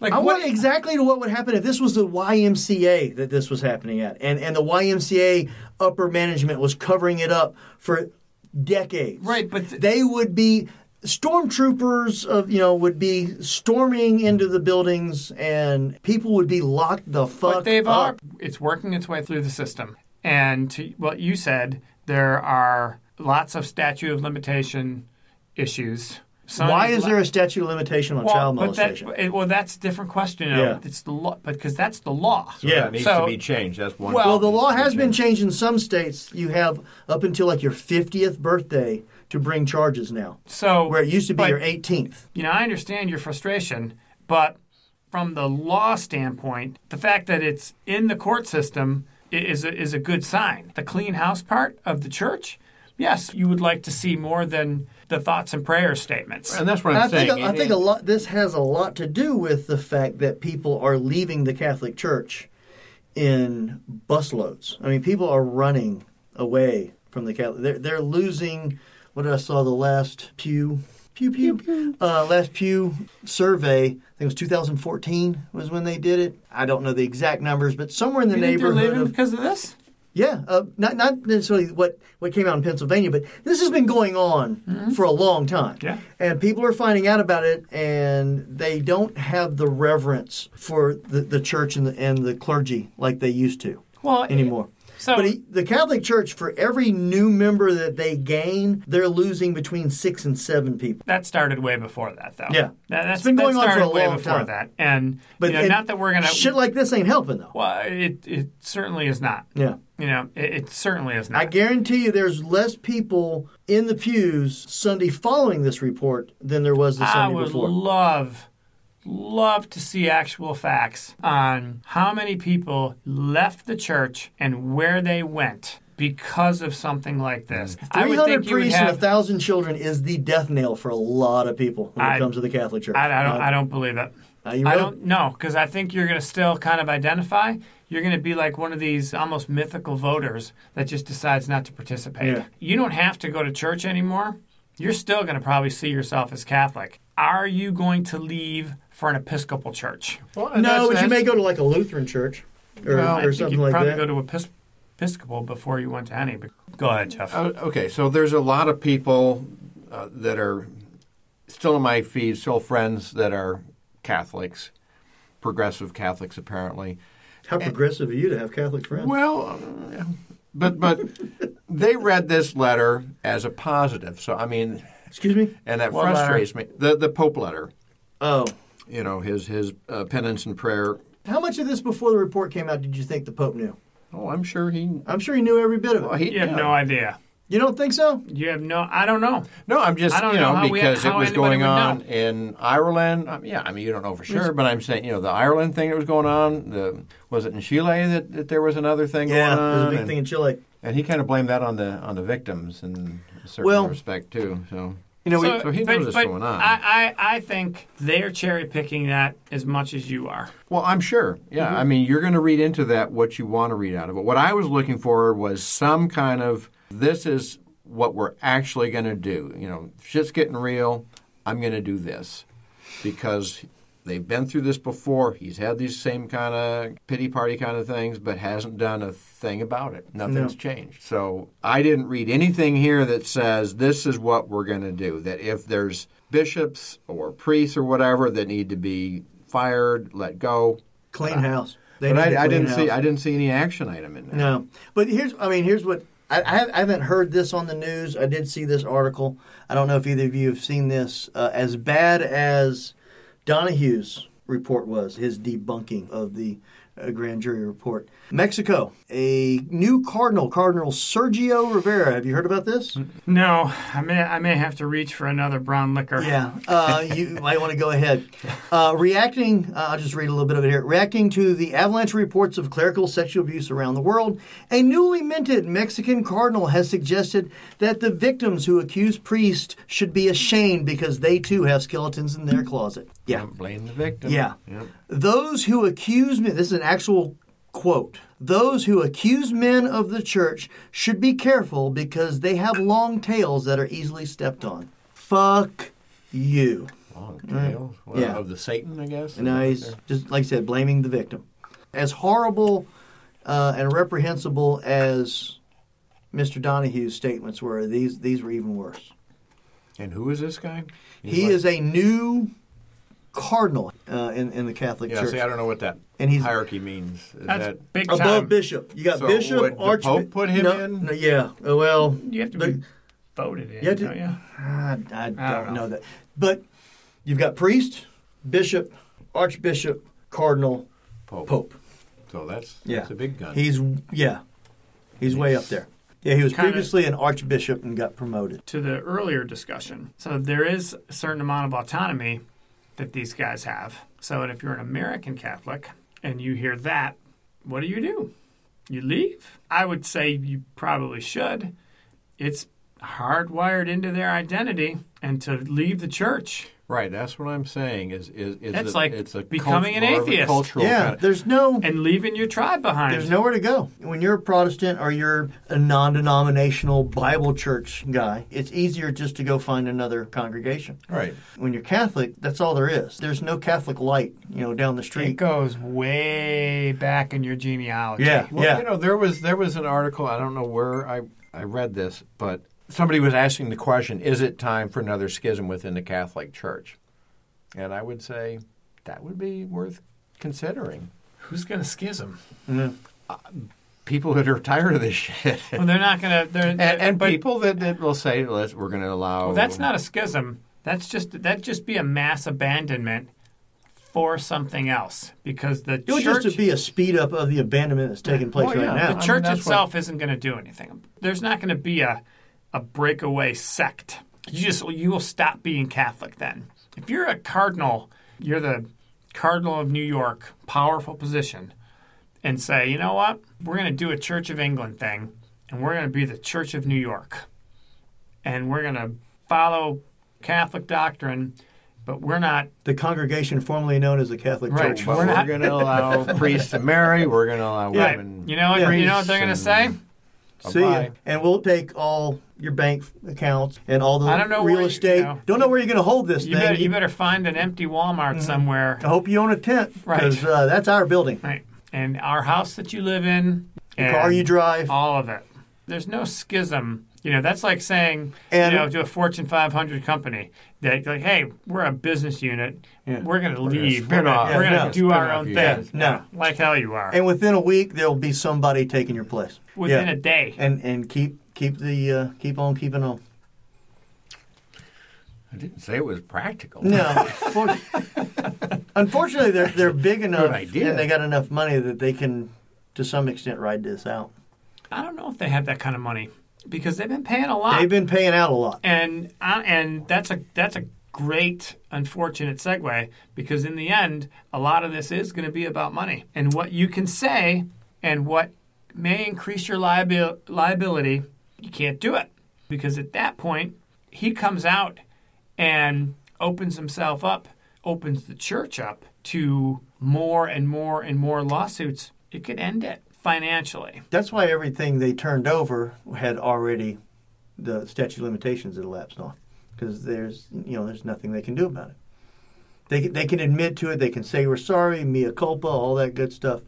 [SPEAKER 1] Like
[SPEAKER 2] I
[SPEAKER 1] what
[SPEAKER 2] want exactly to what would happen if this was the YMCA that this was happening at, and and the YMCA upper management was covering it up for decades.
[SPEAKER 1] Right, but th-
[SPEAKER 2] they would be stormtroopers of you know would be storming into the buildings, and people would be locked the fuck
[SPEAKER 1] But they've
[SPEAKER 2] up.
[SPEAKER 1] are, it's working its way through the system. And to what you said, there are lots of statute of limitation issues. Some-
[SPEAKER 2] Why is there a statute of limitation on
[SPEAKER 1] well,
[SPEAKER 2] child
[SPEAKER 1] but that-
[SPEAKER 2] molestation?
[SPEAKER 1] it- well, that's a different question. though.
[SPEAKER 2] Yeah.
[SPEAKER 1] It's the law, because that's the law.
[SPEAKER 4] So
[SPEAKER 2] Yeah.
[SPEAKER 4] that needs
[SPEAKER 1] So-
[SPEAKER 4] to be changed. That's one.
[SPEAKER 1] Well,
[SPEAKER 2] well, the law has been changed in some states. You have up until like your fiftieth birthday to bring charges now,
[SPEAKER 1] So
[SPEAKER 2] where it used to be
[SPEAKER 1] but,
[SPEAKER 2] your eighteenth.
[SPEAKER 1] You know, I understand your frustration, but from the law standpoint, the fact that it's in the court system i- is a, is a good sign. The clean house part of the church, yes, you would like to see more than the thoughts and prayer statements.
[SPEAKER 4] and that's what I'm
[SPEAKER 2] I
[SPEAKER 4] saying.
[SPEAKER 2] think, I think a lot. This has a lot to do with the fact that people are leaving the Catholic Church in busloads. I mean, people are running away from the Catholic. They're, they're losing. What did I saw the last pew pew pew, Uh, last pew survey? I think it was 2014 was when they did it. I don't know the exact numbers, but somewhere in the
[SPEAKER 1] You think they're
[SPEAKER 2] neighborhood
[SPEAKER 1] leaving
[SPEAKER 2] of
[SPEAKER 1] because of this?
[SPEAKER 2] yeah, uh, not not necessarily what, what came out in Pennsylvania, but this has been going on for a long time.
[SPEAKER 1] Mm-hmm. Yeah.
[SPEAKER 2] And people are finding out about it, and they don't have the reverence for the, the church and the, and the clergy like they used to
[SPEAKER 1] Well,
[SPEAKER 2] anymore.
[SPEAKER 1] So-
[SPEAKER 2] but he, the Catholic Church, for every new member that they gain, they're losing between six and seven people.
[SPEAKER 1] That started way before that, though.
[SPEAKER 2] Yeah.
[SPEAKER 1] That, that's
[SPEAKER 2] It's been going
[SPEAKER 1] that
[SPEAKER 2] on for
[SPEAKER 1] started
[SPEAKER 2] a
[SPEAKER 1] way
[SPEAKER 2] long
[SPEAKER 1] before
[SPEAKER 2] time.
[SPEAKER 1] that. And
[SPEAKER 2] But
[SPEAKER 1] you know,
[SPEAKER 2] it-
[SPEAKER 1] not that we're gonna
[SPEAKER 2] shit like this ain't helping though.
[SPEAKER 1] Well, it it certainly is not.
[SPEAKER 2] Yeah.
[SPEAKER 1] You know, it, it certainly is not.
[SPEAKER 2] I guarantee you, there's less people in the pews Sunday following this report than there was the
[SPEAKER 1] I
[SPEAKER 2] Sunday
[SPEAKER 1] would
[SPEAKER 2] before.
[SPEAKER 1] love, love to see actual facts on how many people left the church and where they went because of something like this. I would
[SPEAKER 2] 300
[SPEAKER 1] think you would
[SPEAKER 2] priests and
[SPEAKER 1] have.
[SPEAKER 2] and 1,000 children is the death nail for a lot of people when
[SPEAKER 1] I-
[SPEAKER 2] it comes to the Catholic Church.
[SPEAKER 1] I, I don't. I don't believe it.
[SPEAKER 2] Uh, you
[SPEAKER 1] I
[SPEAKER 2] really-
[SPEAKER 1] don't know because I think you're going to still kind of identify. You're going to be like one of these almost mythical voters that just decides not to participate.
[SPEAKER 2] Yeah.
[SPEAKER 1] You don't have to go to church anymore. You're still going to probably see yourself as Catholic. Are you going to leave for an Episcopal church?
[SPEAKER 2] no, but you may go to like a Lutheran church or,
[SPEAKER 4] Well,
[SPEAKER 2] or
[SPEAKER 1] I think
[SPEAKER 2] something
[SPEAKER 1] you'd
[SPEAKER 2] like
[SPEAKER 1] probably
[SPEAKER 2] that.
[SPEAKER 1] go to Epis- Episcopal before you went to any. But go ahead, Jeff.
[SPEAKER 4] Uh, okay, so there's a lot of people uh, that are still in my feed, still friends that are Catholics, progressive Catholics apparently.
[SPEAKER 2] How progressive of you to have Catholic friends.
[SPEAKER 4] Well, uh, but but they read this letter as a positive. So I mean,
[SPEAKER 2] Excuse me?
[SPEAKER 4] and that
[SPEAKER 1] What letter?
[SPEAKER 4] frustrates me. The the Pope letter,
[SPEAKER 2] Oh.
[SPEAKER 4] you know, his his uh, penance and prayer.
[SPEAKER 2] How much of this before the report came out did you think the Pope knew?
[SPEAKER 4] Oh, I'm sure he.
[SPEAKER 2] I'm sure he knew every bit of
[SPEAKER 4] Well,
[SPEAKER 2] it.
[SPEAKER 4] he
[SPEAKER 1] you have
[SPEAKER 4] yeah.
[SPEAKER 1] no idea.
[SPEAKER 2] You don't think so?
[SPEAKER 1] You have no. I don't know.
[SPEAKER 4] No, I'm just
[SPEAKER 1] I don't
[SPEAKER 4] you
[SPEAKER 1] know
[SPEAKER 4] know,
[SPEAKER 1] how we-
[SPEAKER 4] because
[SPEAKER 1] how
[SPEAKER 4] it was
[SPEAKER 1] anybody
[SPEAKER 4] going
[SPEAKER 1] would
[SPEAKER 4] on
[SPEAKER 1] know.
[SPEAKER 4] in Ireland. Um, yeah, I mean you don't know for sure, but I'm saying you know the Ireland thing that was going on. The was it in Chile that, that there was another thing going on,
[SPEAKER 2] there's a big
[SPEAKER 4] and,
[SPEAKER 2] thing in Chile.
[SPEAKER 4] and he kind of blamed that on the on the victims in a certain
[SPEAKER 2] Well-
[SPEAKER 4] respect too. So
[SPEAKER 2] You know,
[SPEAKER 4] So- he knows what's going on.
[SPEAKER 1] I, I, I think they're cherry picking that as much as you are.
[SPEAKER 4] well, I'm sure. Yeah, I mean you're going to read into that what you want to read out of it. What I was looking for was some kind of this is what we're actually going to do. You know, shit's getting real. I'm going to do this. because they've been through this before. He's had these same kind of pity party kind of things, but hasn't done a thing about it. Nothing's changed. So I didn't read anything here that says this is what we're going to do. That if there's bishops or priests or whatever that need to be fired, let go,
[SPEAKER 1] Uh,
[SPEAKER 2] Clean house. They
[SPEAKER 4] but
[SPEAKER 2] need to
[SPEAKER 4] I, I didn't
[SPEAKER 2] clean
[SPEAKER 4] see
[SPEAKER 2] house.
[SPEAKER 4] I didn't see any action item in there.
[SPEAKER 2] No, but here's I mean here's what I, I have- I haven't heard this on the news. I did see this article. I don't know if either of you have seen this. Uh, as bad as Donahue's report was, his debunking of the uh, grand jury report, Mexico, a new cardinal, Cardinal Sergio Rivera. Have you heard about this?
[SPEAKER 1] No, I may I may have to reach for another brown liquor.
[SPEAKER 2] Yeah, uh, you might want to go ahead. Uh, reacting, uh, I'll just read a little bit of it here. Reacting to the avalanche reports of clerical sexual abuse around the world, a newly minted Mexican cardinal has suggested that the victims who accuse priests should be ashamed because they too have skeletons in their closet. Yeah.
[SPEAKER 4] Don't blame the victim.
[SPEAKER 2] Yeah.
[SPEAKER 4] Yep.
[SPEAKER 2] Those who accuse me, this is an actual quote. Those who accuse men of the church should be careful because they have long tails that are easily stepped on. Fuck you.
[SPEAKER 4] Long tail. Oh, Well,
[SPEAKER 2] Mm. Yeah.
[SPEAKER 4] Of the Satan, I guess.
[SPEAKER 2] Now he's just like I said, blaming the victim. As horrible uh, and reprehensible as Mr. Donahue's statements were, these these were even worse.
[SPEAKER 4] And who is this guy? He's
[SPEAKER 2] He
[SPEAKER 4] like-
[SPEAKER 2] is a new cardinal uh, in in the Catholic
[SPEAKER 4] Yeah.
[SPEAKER 2] Church.
[SPEAKER 4] See, I don't know what that
[SPEAKER 2] And he's-
[SPEAKER 4] hierarchy means. Is
[SPEAKER 1] That's
[SPEAKER 4] that
[SPEAKER 1] big time.
[SPEAKER 2] Above bishop, you got
[SPEAKER 4] So what,
[SPEAKER 2] bishop,
[SPEAKER 4] the
[SPEAKER 2] archbishop.
[SPEAKER 4] Pope put him
[SPEAKER 2] no,
[SPEAKER 4] in?
[SPEAKER 2] no, yeah. Uh, Well,
[SPEAKER 1] You have to
[SPEAKER 2] the-
[SPEAKER 1] be voted in,
[SPEAKER 2] You have to-
[SPEAKER 1] don't you?
[SPEAKER 2] I, I, don't,
[SPEAKER 1] know.
[SPEAKER 2] know. that, but you've got priest, bishop, archbishop, cardinal,
[SPEAKER 4] Pope.
[SPEAKER 2] pope.
[SPEAKER 4] So that's
[SPEAKER 2] Yeah.
[SPEAKER 4] that's a big gun.
[SPEAKER 2] He's yeah, he's way up there. Yeah, he was
[SPEAKER 1] Kinda-
[SPEAKER 2] previously an archbishop and got promoted.
[SPEAKER 1] To the earlier discussion, so there is a certain amount of autonomy that these guys have. So, and if you're an American Catholic and you hear that, what do you do? You leave? I would say you probably should. It's hardwired into their identity, and to leave the church,
[SPEAKER 4] right. That's what I'm saying. Is is, is
[SPEAKER 1] It's
[SPEAKER 4] it-
[SPEAKER 1] like
[SPEAKER 4] it's a
[SPEAKER 1] becoming
[SPEAKER 4] cult-
[SPEAKER 1] an
[SPEAKER 4] more of a
[SPEAKER 1] atheist.
[SPEAKER 4] Cultural
[SPEAKER 2] Yeah,
[SPEAKER 4] kind of-
[SPEAKER 2] there's no
[SPEAKER 1] and leaving your tribe behind.
[SPEAKER 2] there's nowhere to go when you're a Protestant or you're a non-denominational Bible church guy. It's easier just to go find another congregation.
[SPEAKER 4] right.
[SPEAKER 2] When you're Catholic, that's all there is. There's no Catholic light, you know, down the
[SPEAKER 1] it
[SPEAKER 2] street.
[SPEAKER 1] goes way back in your genealogy.
[SPEAKER 2] Yeah,
[SPEAKER 4] Well,
[SPEAKER 2] yeah.
[SPEAKER 4] you know, there was there was an article. I don't know where I I read this, but somebody was asking the question: Is it time for another schism within the Catholic Church? And I would say that would be worth considering.
[SPEAKER 1] Who's gonna schism?
[SPEAKER 4] People that are tired of this *laughs* shit,
[SPEAKER 1] Well, they're not gonna. They're,
[SPEAKER 4] and, and people that, that will say, "Let's we're going to allow."
[SPEAKER 1] Well, that's not a schism. That's just that just be a mass abandonment for something else because the
[SPEAKER 2] It would
[SPEAKER 1] church,
[SPEAKER 2] just be a speed up of the abandonment that's taking place
[SPEAKER 4] Well,
[SPEAKER 2] right now.
[SPEAKER 4] yeah, the
[SPEAKER 1] the
[SPEAKER 4] I mean,
[SPEAKER 1] church
[SPEAKER 4] that's what-
[SPEAKER 1] itself isn't going to do anything. There's not going to be a a breakaway sect. You just you will stop being Catholic then. If you're a cardinal, you're the cardinal of New York, powerful position, and say, you know what, we're going to do a Church of England thing, and we're going to be the Church of New York. and we're going to follow Catholic doctrine, but we're not.
[SPEAKER 2] The congregation formerly known as the Catholic
[SPEAKER 1] Right.
[SPEAKER 2] Church.
[SPEAKER 4] But
[SPEAKER 1] We're
[SPEAKER 4] we're,
[SPEAKER 1] not-
[SPEAKER 4] going
[SPEAKER 1] *laughs*
[SPEAKER 4] to allow priests to marry. We're going to allow
[SPEAKER 2] Yeah.
[SPEAKER 4] women.
[SPEAKER 1] You know what?
[SPEAKER 2] Yeah.
[SPEAKER 1] You know what they're going to say?
[SPEAKER 2] See ya.
[SPEAKER 4] Bye-bye.
[SPEAKER 2] And we'll take all your bank accounts and all the
[SPEAKER 1] I don't know
[SPEAKER 2] real
[SPEAKER 1] where you-
[SPEAKER 2] estate.
[SPEAKER 1] you know.
[SPEAKER 2] Don't know where you're going to hold this
[SPEAKER 1] You
[SPEAKER 2] thing.
[SPEAKER 1] better, you better find an empty Walmart
[SPEAKER 4] Mm-hmm.
[SPEAKER 1] somewhere,
[SPEAKER 2] I hope you own a tent
[SPEAKER 1] Right.
[SPEAKER 2] because uh, that's our building.
[SPEAKER 1] right? And our house that you live in,
[SPEAKER 2] The
[SPEAKER 1] and
[SPEAKER 2] car you drive.
[SPEAKER 1] all of it. There's no schism. You know, that's like saying,
[SPEAKER 2] And-
[SPEAKER 1] you know, to a Fortune 500 company that, like, hey, we're a business unit.
[SPEAKER 2] Yeah.
[SPEAKER 1] We're going to
[SPEAKER 4] gonna
[SPEAKER 1] leave.
[SPEAKER 4] spin
[SPEAKER 1] We're
[SPEAKER 4] off.
[SPEAKER 1] going
[SPEAKER 2] Yeah,
[SPEAKER 1] to
[SPEAKER 2] no.
[SPEAKER 1] do our
[SPEAKER 4] Spin off
[SPEAKER 1] own
[SPEAKER 4] you
[SPEAKER 1] thing.
[SPEAKER 4] guys.
[SPEAKER 2] No.
[SPEAKER 1] Like how you are.
[SPEAKER 2] And within a week, there'll be somebody taking your place.
[SPEAKER 1] Within
[SPEAKER 2] Yeah.
[SPEAKER 1] a day.
[SPEAKER 2] And and keep keep the uh, keep on keeping on.
[SPEAKER 4] I didn't say it was practical.
[SPEAKER 2] No, For- *laughs* unfortunately, they're they're big enough
[SPEAKER 4] idea.
[SPEAKER 2] and they got enough money that they can, to some extent, ride this out.
[SPEAKER 1] I don't know if they have that kind of money because they've been paying a lot.
[SPEAKER 2] They've been paying out a lot.
[SPEAKER 1] and uh, and that's a that's a great unfortunate segue because in the end a lot of this is going to be about money and what you can say and what may increase your liabil- liability you can't do it because at that point he comes out and opens himself up opens the church up to more and more and more lawsuits it could end it financially
[SPEAKER 2] That's why everything they turned over had already the statute of limitations had elapsed on, because there's you know there's nothing they can do about it. They can- they can admit to it, they can say we're sorry, mea culpa, all that good stuff,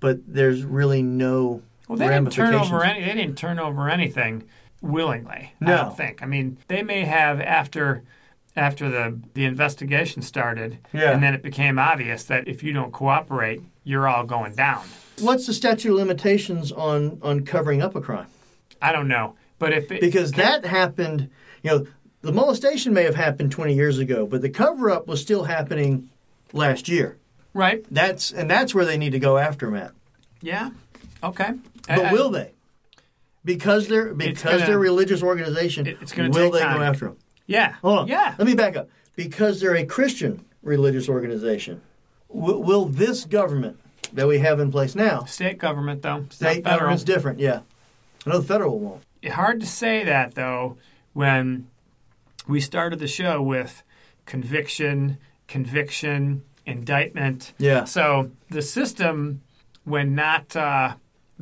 [SPEAKER 2] but there's really no
[SPEAKER 1] Well, they didn't
[SPEAKER 2] ramifications.
[SPEAKER 1] turn over any. They didn't turn over anything willingly. I
[SPEAKER 2] No.
[SPEAKER 1] don't think. I mean, they may have after after the, the investigation started.
[SPEAKER 2] Yeah.
[SPEAKER 1] And then it became obvious that if you don't cooperate, you're all going down.
[SPEAKER 2] What's the statute of limitations on on covering up a crime?
[SPEAKER 1] I don't know. But if it,
[SPEAKER 2] Because that happened, you know, the molestation may have happened 20 years ago, but the cover up was still happening last year.
[SPEAKER 1] right,
[SPEAKER 2] That's and that's where they need to go after Matt.
[SPEAKER 1] yeah, okay. Uh,
[SPEAKER 2] But
[SPEAKER 1] I- I-
[SPEAKER 2] will they? Because they're because
[SPEAKER 1] gonna-
[SPEAKER 2] they're a religious organization,
[SPEAKER 1] It- it's gonna
[SPEAKER 2] will
[SPEAKER 1] take
[SPEAKER 2] they
[SPEAKER 1] time.
[SPEAKER 2] go after them?
[SPEAKER 1] yeah,
[SPEAKER 2] Hold on.
[SPEAKER 1] yeah,
[SPEAKER 2] Let me back up. Because they're a Christian religious organization, will, will this government that we have in place now,
[SPEAKER 1] state government though, It's not
[SPEAKER 2] state
[SPEAKER 1] federal.
[SPEAKER 2] government's different, yeah. I know the federal won't.
[SPEAKER 1] hard to say that though when we started the show with conviction, conviction, indictment.
[SPEAKER 2] Yeah.
[SPEAKER 1] So the system, when not uh,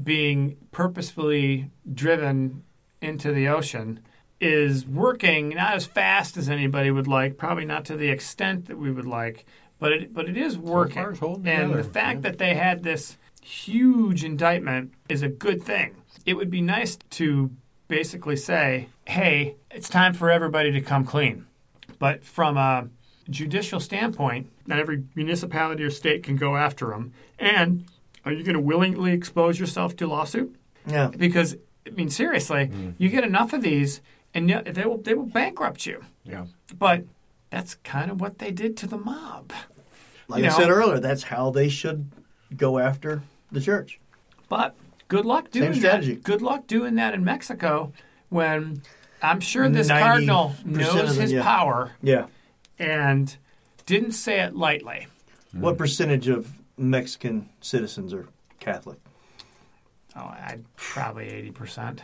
[SPEAKER 1] being purposefully driven into the ocean, is working not as fast as anybody would like, probably not to the extent that we would like, but it, but it is working.
[SPEAKER 4] far, it's holding
[SPEAKER 1] and the
[SPEAKER 4] together.
[SPEAKER 1] fact that they had this huge indictment is a good thing. It would be nice to basically say, hey, it's time for everybody to come clean. But from a judicial standpoint, not every municipality or state can go after them. And are you going to willingly expose yourself to lawsuit?
[SPEAKER 2] Yeah.
[SPEAKER 1] Because I mean, seriously,
[SPEAKER 4] Hmm.
[SPEAKER 1] you get enough of these, and you- they will they will bankrupt you.
[SPEAKER 4] Yeah.
[SPEAKER 1] But that's kind of what they did to the mob.
[SPEAKER 2] Like
[SPEAKER 1] You
[SPEAKER 2] I
[SPEAKER 1] know.
[SPEAKER 2] said earlier, that's how they should go after the church.
[SPEAKER 1] But good luck doing
[SPEAKER 2] strategy.
[SPEAKER 1] that. Good luck doing that in Mexico when I'm sure this
[SPEAKER 2] 90%
[SPEAKER 1] cardinal
[SPEAKER 2] of
[SPEAKER 1] knows
[SPEAKER 2] them,
[SPEAKER 1] his
[SPEAKER 2] yeah.
[SPEAKER 1] power
[SPEAKER 2] Yeah.
[SPEAKER 1] and didn't say it lightly.
[SPEAKER 2] What percentage of Mexican citizens are Catholic?
[SPEAKER 1] Oh, I probably eighty percent.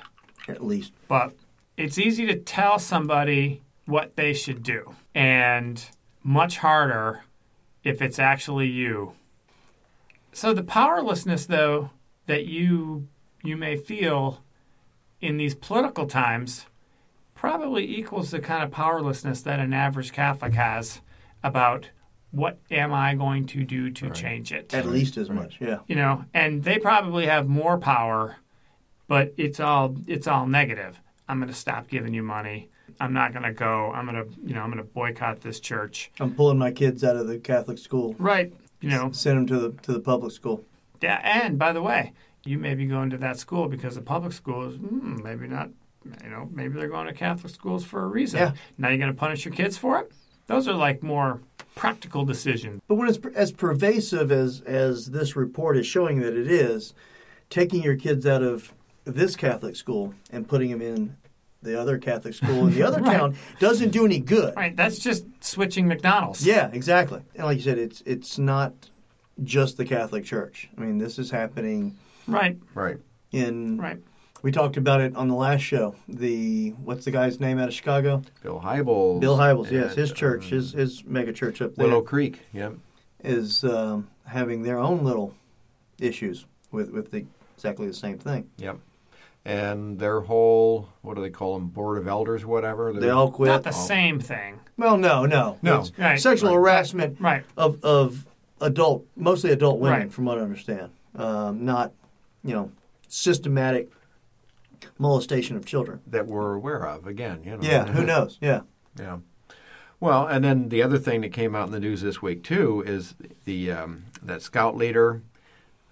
[SPEAKER 2] At least.
[SPEAKER 1] But it's easy to tell somebody what they should do, and much harder if it's actually you. So the powerlessness, though, that you you may feel in these political times, probably equals the kind of powerlessness that an average Catholic has about what am I going to do to change it
[SPEAKER 2] At least as much. Yeah.
[SPEAKER 1] you know and they probably have more power but it's all it's all negative i'm going to stop giving you money i'm not going to go i'm going to you know i'm going to boycott this church
[SPEAKER 2] I'm pulling my kids out of the Catholic school,
[SPEAKER 1] right you know
[SPEAKER 2] send them to the to the public school.
[SPEAKER 1] yeah and by the way you may be going to that school because the public school is mm, maybe not you know maybe they're going to catholic schools for a reason
[SPEAKER 2] Yeah.
[SPEAKER 1] now you're going to punish your kids for it those are like more practical decisions
[SPEAKER 2] But when it's per- as pervasive as as this report is showing that it is, taking your kids out of this Catholic school and putting them in the other Catholic
[SPEAKER 1] *laughs*
[SPEAKER 2] school in the other
[SPEAKER 1] Right.
[SPEAKER 2] town doesn't do any good.
[SPEAKER 1] right that's just switching mcdonald's
[SPEAKER 2] Yeah, exactly. And like you said, it's it's not just the Catholic Church. I mean, this is happening
[SPEAKER 1] right
[SPEAKER 4] Right.
[SPEAKER 2] in.
[SPEAKER 1] right
[SPEAKER 2] We talked about it on the last show. The what's the guy's name out of Chicago?
[SPEAKER 4] Bill Hybels.
[SPEAKER 2] Bill Hybels. Yes,
[SPEAKER 4] and,
[SPEAKER 2] his church,
[SPEAKER 4] um,
[SPEAKER 2] his his mega church up there, is
[SPEAKER 4] Willow Creek. Yep.
[SPEAKER 2] um, having their own little issues with with the, exactly the same thing.
[SPEAKER 4] Yep. And their whole what do they call them? Board of Elders, whatever.
[SPEAKER 2] They all quit.
[SPEAKER 1] not the same thing
[SPEAKER 2] well, no, no,
[SPEAKER 4] No.
[SPEAKER 2] It's
[SPEAKER 1] Right.
[SPEAKER 2] Sexual
[SPEAKER 4] Right.
[SPEAKER 2] harassment
[SPEAKER 1] right
[SPEAKER 2] of of adult, mostly adult women,
[SPEAKER 1] Right.
[SPEAKER 2] from what I understand. Um, not, you know, systematic molestation of children.
[SPEAKER 4] that we're aware of. Again, you know.
[SPEAKER 2] Yeah,
[SPEAKER 1] *laughs*
[SPEAKER 4] *laughs*
[SPEAKER 2] who knows? Yeah,
[SPEAKER 4] Yeah. Well, and then the other thing that came out in the news this week too is the um, that scout leader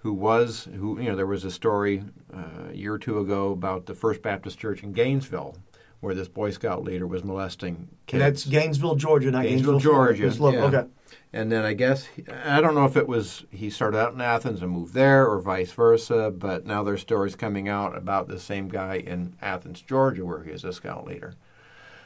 [SPEAKER 4] who was who you know there was a story uh, a year or two ago about the First Baptist Church in Gainesville where this Boy Scout leader was molesting kids.
[SPEAKER 2] that's Gainesville, Georgia, not Gainesville,
[SPEAKER 4] Gainesville,
[SPEAKER 2] Florida.
[SPEAKER 4] Georgia.
[SPEAKER 2] It's local.
[SPEAKER 4] Yeah.
[SPEAKER 2] Okay.
[SPEAKER 4] And then I guess I don't know if it was he started out in Athens and moved there, or vice versa. But now there's stories coming out about the same guy in Athens, Georgia, where he is a scout leader.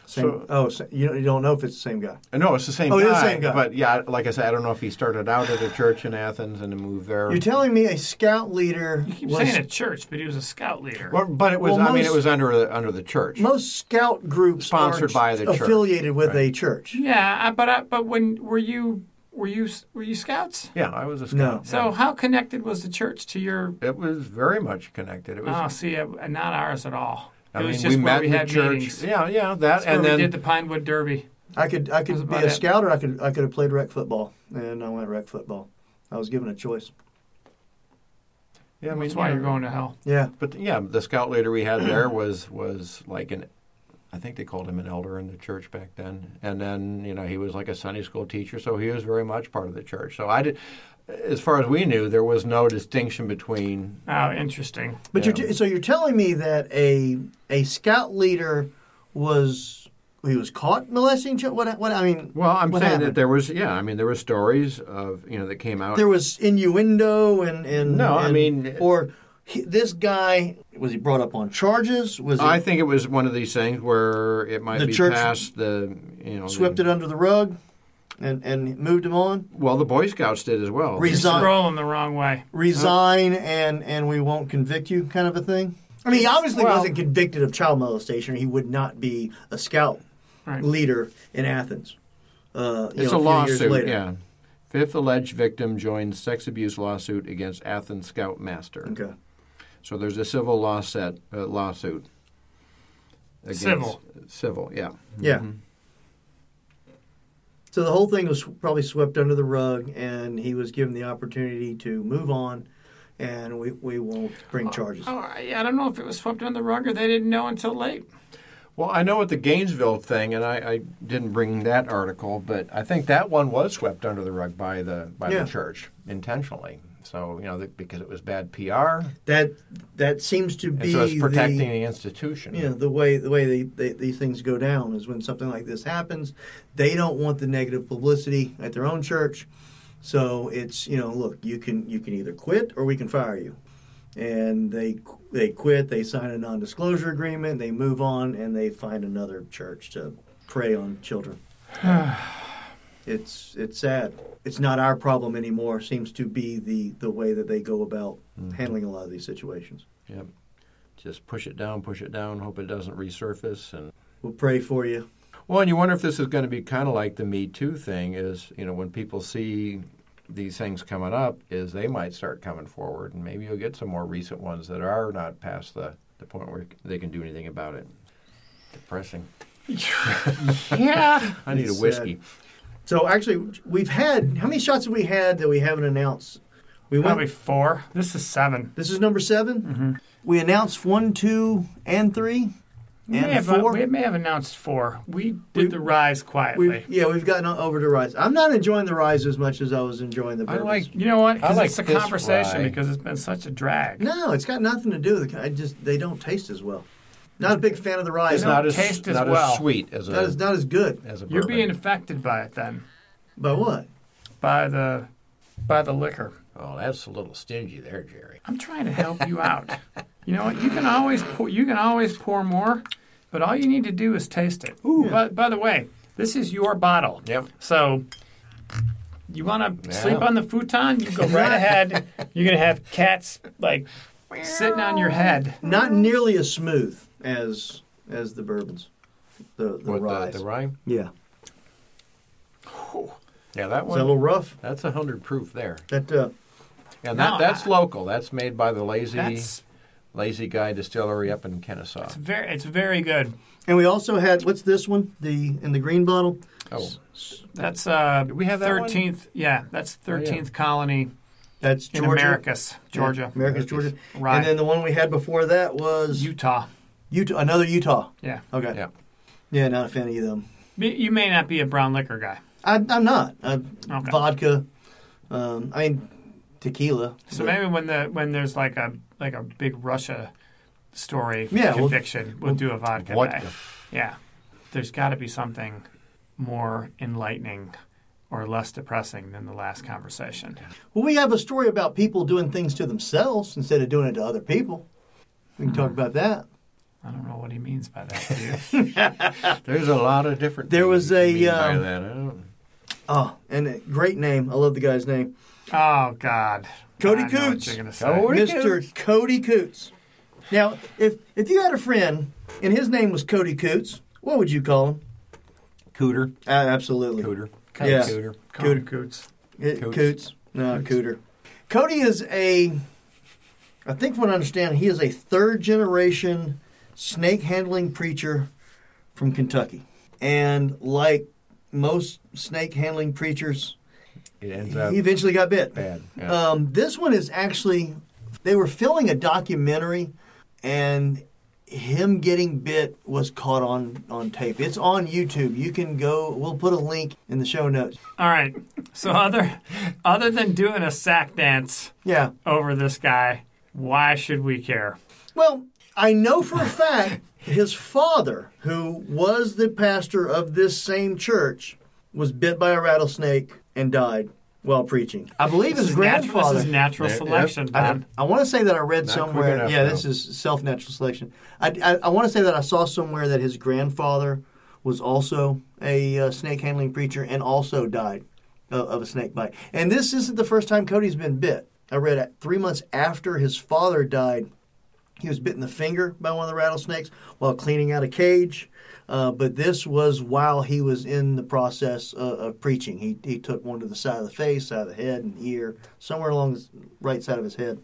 [SPEAKER 2] Same,
[SPEAKER 4] So-
[SPEAKER 2] oh, so you, don't- you don't know if it's the same guy.
[SPEAKER 4] Uh, No, it's the same
[SPEAKER 2] Oh, it
[SPEAKER 4] guy.
[SPEAKER 2] is the same guy.
[SPEAKER 4] But yeah, like I said, I don't know if he started out at a church in Athens and then moved there.
[SPEAKER 2] You're telling me a scout leader
[SPEAKER 1] You keep
[SPEAKER 2] was
[SPEAKER 1] saying a church, but he was a scout leader.
[SPEAKER 4] Well, but it was.
[SPEAKER 2] Well,
[SPEAKER 4] I mean, it
[SPEAKER 2] most-
[SPEAKER 4] was under the under the church.
[SPEAKER 2] most scout groups
[SPEAKER 4] Sponsored
[SPEAKER 2] are
[SPEAKER 4] by the church.
[SPEAKER 2] affiliated with a church.
[SPEAKER 1] yeah, I- but I, but when were you were you were you scouts?
[SPEAKER 4] yeah, I was a
[SPEAKER 2] No.
[SPEAKER 4] scout.
[SPEAKER 1] So how connected was the church to your?
[SPEAKER 4] it was very much connected. It was.
[SPEAKER 1] Oh, see, uh, not ours at all.
[SPEAKER 4] I
[SPEAKER 1] it was
[SPEAKER 4] mean,
[SPEAKER 1] just
[SPEAKER 4] we
[SPEAKER 1] where
[SPEAKER 4] met
[SPEAKER 1] we
[SPEAKER 4] in the
[SPEAKER 1] had
[SPEAKER 4] church.
[SPEAKER 1] meetings.
[SPEAKER 4] Yeah, yeah, that,
[SPEAKER 1] That's
[SPEAKER 4] and
[SPEAKER 1] where
[SPEAKER 4] then
[SPEAKER 1] we did the Pinewood Derby.
[SPEAKER 2] I could I
[SPEAKER 1] That's
[SPEAKER 2] could be
[SPEAKER 1] about
[SPEAKER 2] a
[SPEAKER 1] it.
[SPEAKER 2] scout or I could I could have played rec football and I went rec football. I was given a choice.
[SPEAKER 4] yeah, I mean,
[SPEAKER 1] That's why
[SPEAKER 4] yeah.
[SPEAKER 1] you're going to hell.
[SPEAKER 2] Yeah,
[SPEAKER 4] But yeah, the scout leader we had there was was like an I think they called him an elder in the church back then. And then, you know, he was like a Sunday school teacher, so he was very much part of the church. So I did, as far as we knew, there was no distinction between.
[SPEAKER 1] Oh, interesting.
[SPEAKER 2] But you're t- so you're telling me that a a scout leader was he was caught molesting children? What, what I mean?
[SPEAKER 4] Well, I'm
[SPEAKER 2] what
[SPEAKER 4] saying that
[SPEAKER 2] happened?
[SPEAKER 4] there was, yeah, I mean, there were stories of, you know, that came out.
[SPEAKER 2] there was innuendo and and
[SPEAKER 4] No, I
[SPEAKER 2] and-
[SPEAKER 4] mean-
[SPEAKER 2] or he, this guy was he brought up on charges? Was he
[SPEAKER 4] I think it was one of these things where it might
[SPEAKER 2] The
[SPEAKER 4] be
[SPEAKER 2] church
[SPEAKER 4] past the, you know,
[SPEAKER 2] swept
[SPEAKER 4] the,
[SPEAKER 2] it under the rug and and moved him on?
[SPEAKER 4] Well, the Boy Scouts did as well.
[SPEAKER 1] It's
[SPEAKER 2] Resign.
[SPEAKER 1] rolling the wrong way.
[SPEAKER 2] resign and and we won't convict you kind of a thing i mean he obviously
[SPEAKER 1] Well-
[SPEAKER 2] wasn't convicted of child molestation he would not be a scout
[SPEAKER 1] Right.
[SPEAKER 2] leader in athens uh, you
[SPEAKER 4] It's
[SPEAKER 2] know,
[SPEAKER 4] a
[SPEAKER 2] few years
[SPEAKER 4] lawsuit,
[SPEAKER 2] later.
[SPEAKER 4] yeah. Fifth alleged victim joins sex abuse lawsuit against Athens Scout Master.
[SPEAKER 2] okay
[SPEAKER 4] So there's a civil law set, uh, lawsuit. against-
[SPEAKER 1] Civil.
[SPEAKER 4] Civil, yeah.
[SPEAKER 2] yeah
[SPEAKER 4] Mm-hmm.
[SPEAKER 2] so the whole thing was probably swept under the rug and he was given the opportunity to move on and we, we won't
[SPEAKER 4] Uh,
[SPEAKER 2] bring charges
[SPEAKER 1] Oh, I, I don't know if it was swept under the rug or they didn't know until late.
[SPEAKER 4] Well, I know at the Gainesville thing, and I, I didn't bring that article, but I think that one was swept under the rug by the by
[SPEAKER 2] Yeah.
[SPEAKER 4] the church intentionally. So you know that because it was bad PR,
[SPEAKER 2] that that seems to
[SPEAKER 4] and
[SPEAKER 2] be
[SPEAKER 4] so it's protecting
[SPEAKER 2] the-
[SPEAKER 4] the, institution.
[SPEAKER 2] you know the way the way they, they, these things go down is when something like this happens they don't want the negative publicity at their own church so it's you know look you can you can either quit or we can fire you and they they quit they sign a non-disclosure agreement they move on and they find another church to prey on children *sighs* it's it's sad it's not our problem anymore seems to be the the way that they go about handling a lot of these situations
[SPEAKER 4] Yep. Just push it down, push it down. Hope it doesn't resurface. And
[SPEAKER 2] we'll pray for you
[SPEAKER 4] well, and you wonder if this is going to be kind of like the Me Too thing. Is you know when people see these things coming up, is they might start coming forward, and maybe you'll get some more recent ones that are not past the the point where they can do anything about it. Depressing.
[SPEAKER 1] *laughs*
[SPEAKER 4] *laughs*
[SPEAKER 1] Yeah.
[SPEAKER 4] I need a
[SPEAKER 2] It's, uh,
[SPEAKER 4] whiskey.
[SPEAKER 2] So actually, we've had how many shots have we had that we haven't announced? We went.
[SPEAKER 1] Probably four. This is seven.
[SPEAKER 2] this is number 7
[SPEAKER 4] Mm-hmm.
[SPEAKER 2] We announced one, two, and three,
[SPEAKER 1] We may,
[SPEAKER 2] and
[SPEAKER 1] have, uh,
[SPEAKER 2] four.
[SPEAKER 1] we may have announced four. We did the rise quietly.
[SPEAKER 2] We've- yeah, we've gotten over to rise. I'm not enjoying the rise as much as I was enjoying the.
[SPEAKER 4] I
[SPEAKER 2] bourbons.
[SPEAKER 4] like-
[SPEAKER 1] you know what?
[SPEAKER 4] I
[SPEAKER 1] Because
[SPEAKER 4] like
[SPEAKER 1] it's a
[SPEAKER 4] this
[SPEAKER 1] conversation
[SPEAKER 4] rye.
[SPEAKER 1] because it's been such a drag.
[SPEAKER 2] No, it's got nothing to do with. it. I just they don't taste as well. Not a big fan of the rise.
[SPEAKER 4] It's
[SPEAKER 1] don't
[SPEAKER 4] not as
[SPEAKER 1] taste as
[SPEAKER 4] not
[SPEAKER 1] well.
[SPEAKER 4] as sweet as a
[SPEAKER 2] not as not as good.
[SPEAKER 4] as a
[SPEAKER 1] You're
[SPEAKER 4] bourbon.
[SPEAKER 1] being affected by it then,
[SPEAKER 2] By what?
[SPEAKER 1] by the by the liquor.
[SPEAKER 4] oh, that's a little stingy there, Jerry.
[SPEAKER 1] I'm trying to help you
[SPEAKER 4] *laughs*
[SPEAKER 1] out. You know what? You can always pour, you can always pour more, but all you need to do is taste it. Ooh. But by the way, this is your bottle.
[SPEAKER 4] Yep.
[SPEAKER 1] So you want to sleep
[SPEAKER 4] Yeah.
[SPEAKER 1] on the futon? You go
[SPEAKER 4] *laughs*
[SPEAKER 1] right ahead. You're gonna have cats like sitting on your head.
[SPEAKER 2] Not nearly as smooth as as the bourbons. The the
[SPEAKER 4] With
[SPEAKER 2] rise.
[SPEAKER 4] the, the rye.
[SPEAKER 2] yeah,
[SPEAKER 4] Yeah, that
[SPEAKER 2] it's a
[SPEAKER 4] one.
[SPEAKER 2] little rough.
[SPEAKER 4] that's a hundred proof there.
[SPEAKER 2] That uh,
[SPEAKER 4] And
[SPEAKER 1] No,
[SPEAKER 4] that, that's
[SPEAKER 1] I-
[SPEAKER 4] local. That's made by the Lazy
[SPEAKER 1] That's
[SPEAKER 4] Lazy Guy Distillery up in Kennesaw.
[SPEAKER 1] it's very it's very good.
[SPEAKER 2] And we also had what's this one? The in the green bottle.
[SPEAKER 4] Oh,
[SPEAKER 1] That's uh
[SPEAKER 4] we have that one?
[SPEAKER 1] 13th. Yeah, that's 13th colony
[SPEAKER 2] That's
[SPEAKER 1] in
[SPEAKER 2] Oh, Georgia,
[SPEAKER 1] Americus, Georgia,
[SPEAKER 2] Yeah, America's Georgia.
[SPEAKER 1] Right.
[SPEAKER 2] And then the one we had before that was
[SPEAKER 1] Utah.
[SPEAKER 2] Utah. Another Utah.
[SPEAKER 1] Yeah.
[SPEAKER 2] Okay.
[SPEAKER 4] yeah.
[SPEAKER 2] Yeah, not a fan of them.
[SPEAKER 1] Me- You may not be a brown liquor guy.
[SPEAKER 2] I, I'm not. I,
[SPEAKER 1] Okay.
[SPEAKER 2] Vodka. Um, I mean, tequila.
[SPEAKER 1] So
[SPEAKER 2] But-
[SPEAKER 1] maybe when the when there's like a like a big Russia story
[SPEAKER 2] Yeah, well-
[SPEAKER 1] conviction, we'll, do a vodka
[SPEAKER 4] What
[SPEAKER 1] night.
[SPEAKER 4] the-
[SPEAKER 1] Yeah, there's got to be something more enlightening or less depressing than the last conversation.
[SPEAKER 2] Well, we have a story about people doing things to themselves instead of doing it to other people. We can
[SPEAKER 1] Mm.
[SPEAKER 2] talk about that.
[SPEAKER 1] I don't know what he means by that.
[SPEAKER 2] *laughs*
[SPEAKER 1] do you?
[SPEAKER 4] There's a lot of different.
[SPEAKER 2] There was
[SPEAKER 4] things you
[SPEAKER 2] a,
[SPEAKER 4] mean by
[SPEAKER 2] um,
[SPEAKER 4] that. I don't-
[SPEAKER 2] Oh, and a great name. I love the guy's name.
[SPEAKER 1] oh God,
[SPEAKER 2] Cody
[SPEAKER 1] I know what
[SPEAKER 2] Coots.
[SPEAKER 1] you're gonna say.
[SPEAKER 4] Cody-
[SPEAKER 2] Mr. Cody Coots. Now, if if you had a friend and his name was Cody Coots, what would you call him?
[SPEAKER 4] Cooter.
[SPEAKER 2] Uh, absolutely,
[SPEAKER 4] Cooter.
[SPEAKER 2] Yeah.
[SPEAKER 4] Cooter.
[SPEAKER 1] Cody
[SPEAKER 2] Cooter.
[SPEAKER 1] Coots.
[SPEAKER 2] It-
[SPEAKER 4] Coots.
[SPEAKER 2] Coots. No, Cooter. Cody is a. I think from what I understand, he is a third generation snake handling preacher from Kentucky, and like most snake handling preachers,
[SPEAKER 4] It ends up
[SPEAKER 2] he eventually got bit.
[SPEAKER 4] bad. Uh, Yeah.
[SPEAKER 2] Um, this one is actually, they were filming a documentary, and him getting bit was caught on on tape. It's on YouTube. You can go. We'll put a link in the show notes.
[SPEAKER 1] All right. So other other than doing a sack dance
[SPEAKER 2] Yeah.
[SPEAKER 1] over this guy, why should we care?
[SPEAKER 2] Well, I know for a *laughs* fact his father, who was the pastor of this same church, was bit by a rattlesnake and died while preaching. I believe his
[SPEAKER 1] Natu-
[SPEAKER 2] grandfather.
[SPEAKER 1] this is natural
[SPEAKER 4] Yeah, yeah.
[SPEAKER 1] selection,
[SPEAKER 2] I,
[SPEAKER 1] Don.
[SPEAKER 2] I want to say that I read
[SPEAKER 4] Not quick
[SPEAKER 2] somewhere.
[SPEAKER 4] enough,
[SPEAKER 2] Yeah,
[SPEAKER 4] no.
[SPEAKER 2] this is self natural selection. I, I, I want to say that I saw somewhere that his grandfather was also a uh, snake handling preacher and also died of, of a snake bite. And this isn't the first time Cody's been bit. I read it three months after his father died. He was bitten the finger by one of the rattlesnakes while cleaning out a cage. Uh, but this was while he was in the process of, of preaching. He, he took one to the side of the face, side of the head, and ear, somewhere along the right side of his head.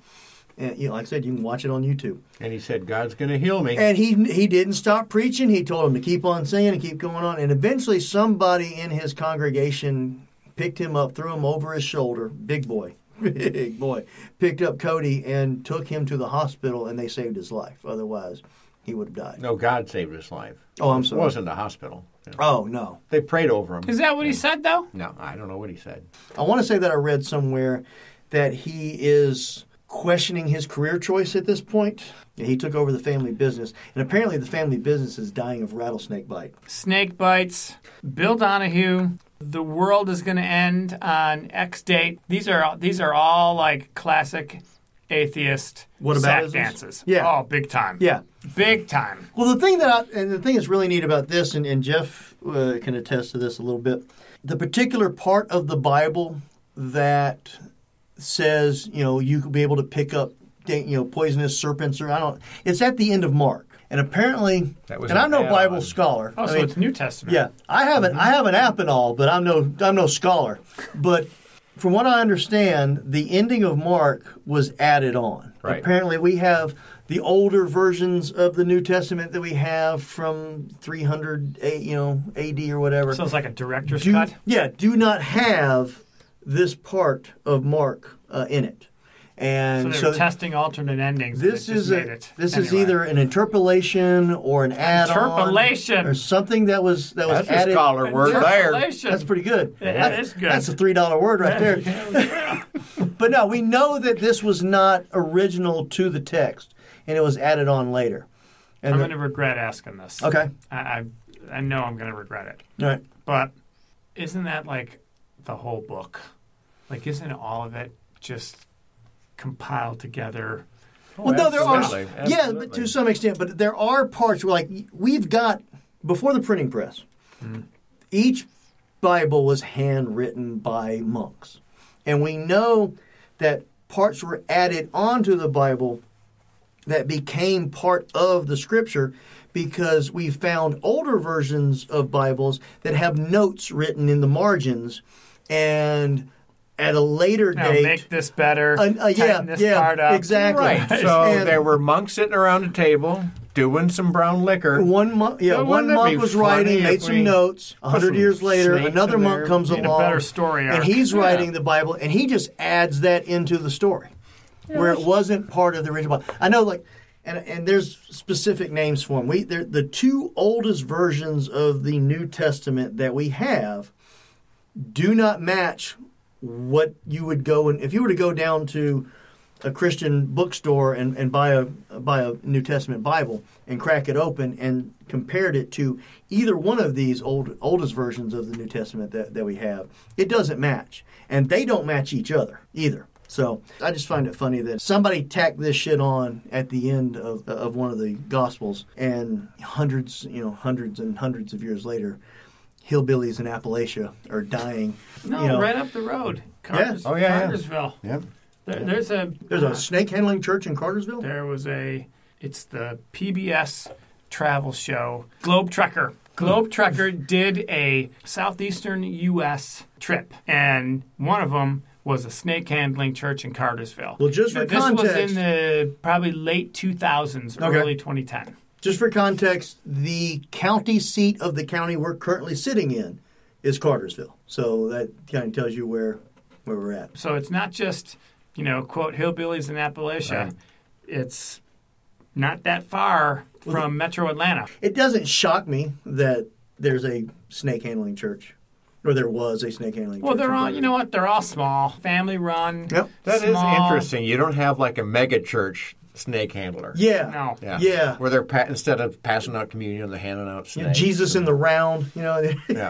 [SPEAKER 2] And you know, like I said, you can watch it on YouTube.
[SPEAKER 4] And he said, God's going to heal me.
[SPEAKER 2] And he he didn't stop preaching. He told him to keep on singing and keep going on. And eventually, somebody in his congregation picked him up, threw him over his shoulder. Big boy, *laughs* big boy, picked up Cody and took him to the hospital, and they saved his life. Otherwise, he would have died.
[SPEAKER 4] No, God saved his life.
[SPEAKER 2] Oh, I'm
[SPEAKER 4] It
[SPEAKER 2] sorry.
[SPEAKER 4] wasn't a hospital. Yeah.
[SPEAKER 2] Oh no,
[SPEAKER 4] They prayed over him.
[SPEAKER 1] Is that what he said though?
[SPEAKER 4] No, I don't know what he said.
[SPEAKER 2] I want to say that I read somewhere that he is questioning his career choice at this point. And he took over the family business, and apparently, the family business is dying of rattlesnake bite.
[SPEAKER 1] Snake bites. Bill Donahue. The world is going to end on X date. These are these are all like classic atheist
[SPEAKER 2] What
[SPEAKER 1] sack
[SPEAKER 2] aboutisms?
[SPEAKER 1] dances.
[SPEAKER 2] Yeah.
[SPEAKER 1] Oh, big time.
[SPEAKER 2] Yeah.
[SPEAKER 1] Big time.
[SPEAKER 2] Well, the thing that I, and the thing that's really neat about this, and, and Jeff uh, can attest to this a little bit, the particular part of the Bible that says you know you could be able to pick up da- you know poisonous serpents or I don't, it's at the end of Mark, and apparently,
[SPEAKER 4] That was
[SPEAKER 2] and
[SPEAKER 4] an
[SPEAKER 2] I'm no
[SPEAKER 4] add-on.
[SPEAKER 2] Bible scholar.
[SPEAKER 1] Oh,
[SPEAKER 2] I
[SPEAKER 1] so
[SPEAKER 2] mean,
[SPEAKER 1] it's New Testament.
[SPEAKER 2] yeah, I haven't
[SPEAKER 1] Mm-hmm.
[SPEAKER 2] I haven't app and all, but I'm no I'm no scholar. But from what I understand, the ending of Mark was added on.
[SPEAKER 4] Right.
[SPEAKER 2] Apparently, we have the older versions of the New Testament that we have from 300 A- you know AD or whatever.
[SPEAKER 1] Sounds like a director's
[SPEAKER 2] do,
[SPEAKER 1] cut.
[SPEAKER 2] yeah, do not have this part of Mark uh, in it.
[SPEAKER 1] So
[SPEAKER 2] And
[SPEAKER 1] they're
[SPEAKER 2] so,
[SPEAKER 1] testing alternate endings. and
[SPEAKER 2] this
[SPEAKER 1] it just
[SPEAKER 2] is
[SPEAKER 1] made
[SPEAKER 2] a,
[SPEAKER 1] it.
[SPEAKER 2] this is
[SPEAKER 1] Anyway.
[SPEAKER 2] either an interpolation or an add-on
[SPEAKER 1] Interpolation.
[SPEAKER 2] or something that was that was
[SPEAKER 4] That's a
[SPEAKER 2] added
[SPEAKER 4] *laughs* scholar word there.
[SPEAKER 1] Interpolation.
[SPEAKER 2] that's pretty good.
[SPEAKER 1] Yeah,
[SPEAKER 2] that's,
[SPEAKER 1] that's good.
[SPEAKER 2] That's a three dollar word right there. *laughs* but no, we know that this was not original to the text, and it was added on later. And
[SPEAKER 1] I'm
[SPEAKER 2] the-
[SPEAKER 1] going to regret asking this.
[SPEAKER 2] okay,
[SPEAKER 1] I, I, I know I'm going to regret it.
[SPEAKER 2] all right.
[SPEAKER 1] But isn't that like the whole book? Like, isn't all of it just compiled together?
[SPEAKER 2] Well, no, there are
[SPEAKER 4] Oh, absolutely,
[SPEAKER 2] yeah, but to
[SPEAKER 4] absolutely.
[SPEAKER 2] some extent, but there are parts where like we've got before the printing press,
[SPEAKER 4] Hmm.
[SPEAKER 2] each Bible was handwritten by monks, and we know that parts were added onto the Bible that became part of the scripture because we found older versions of Bibles that have notes written in the margins and at a later
[SPEAKER 1] Now,
[SPEAKER 2] date
[SPEAKER 1] make this better.
[SPEAKER 2] Uh, uh, yeah,
[SPEAKER 1] tighten this
[SPEAKER 2] yeah,
[SPEAKER 1] part up.
[SPEAKER 2] exactly.
[SPEAKER 4] Right. So
[SPEAKER 2] And-
[SPEAKER 4] there were monks sitting around a table doing some brown liquor.
[SPEAKER 2] One monk, yeah,
[SPEAKER 4] Wouldn't
[SPEAKER 2] one
[SPEAKER 4] it be
[SPEAKER 2] monk was
[SPEAKER 4] funny
[SPEAKER 2] writing,
[SPEAKER 4] if
[SPEAKER 2] made
[SPEAKER 4] we
[SPEAKER 2] some notes. A hundred
[SPEAKER 4] some
[SPEAKER 2] years later,
[SPEAKER 4] snakes
[SPEAKER 2] another
[SPEAKER 4] in
[SPEAKER 2] monk
[SPEAKER 4] there?
[SPEAKER 2] comes
[SPEAKER 4] Made
[SPEAKER 1] a
[SPEAKER 2] along,
[SPEAKER 1] better story arc.
[SPEAKER 2] and he's
[SPEAKER 4] Yeah.
[SPEAKER 2] writing the Bible, and he just adds that into the story, where it wasn't part of the original Bible. I know, like, and and there's specific names for them. We they're the two oldest versions of the New Testament that we have do not match what you would go and if you were to go down to a Christian bookstore and, and buy a buy a New Testament Bible and crack it open and compared it to either one of these old oldest versions of the New Testament that, that we have, it doesn't match. And they don't match each other either. So I just find it funny that somebody tacked this shit on at the end of, of one of the gospels and hundreds, you know, hundreds and hundreds of years later, hillbillies in Appalachia are dying.
[SPEAKER 1] No,
[SPEAKER 2] you know.
[SPEAKER 1] right up the road. Carters,
[SPEAKER 4] Oh, yeah, yeah.
[SPEAKER 1] Cartersville.
[SPEAKER 4] Yep.
[SPEAKER 1] There, there's a
[SPEAKER 2] There's a snake handling church in Cartersville.
[SPEAKER 1] There was a, it's the PBS travel show, Globe Trekker.
[SPEAKER 2] Hmm.
[SPEAKER 1] Globe Trekker did a southeastern U.S. trip, and one of them was a snake handling church in Cartersville.
[SPEAKER 2] Well, just for
[SPEAKER 1] Now, this was
[SPEAKER 2] context-
[SPEAKER 1] in the probably late 2000s,
[SPEAKER 2] Okay.
[SPEAKER 1] early 2010.
[SPEAKER 2] Just for context, the county seat of the county we're currently sitting in is Cartersville. So that kind of tells you where where we're at.
[SPEAKER 1] So it's not just, you know, quote, hillbillies in Appalachia. It's not that far from Metro Atlanta.
[SPEAKER 2] It doesn't shock me that there's a snake handling church, or there was a snake handling.
[SPEAKER 1] Well,
[SPEAKER 2] church
[SPEAKER 1] they're
[SPEAKER 2] in
[SPEAKER 1] all you know what they're all small, family run.
[SPEAKER 2] Yep.
[SPEAKER 4] That is
[SPEAKER 1] small.
[SPEAKER 4] interesting. You don't have like a mega church snake handler.
[SPEAKER 2] Yeah.
[SPEAKER 1] No.
[SPEAKER 2] Yeah.
[SPEAKER 4] Where they're pa- instead of passing out communion, they're handing out
[SPEAKER 2] You
[SPEAKER 4] snakes.
[SPEAKER 2] know, Jesus in the round. You know, *laughs*
[SPEAKER 4] Yeah. yeah.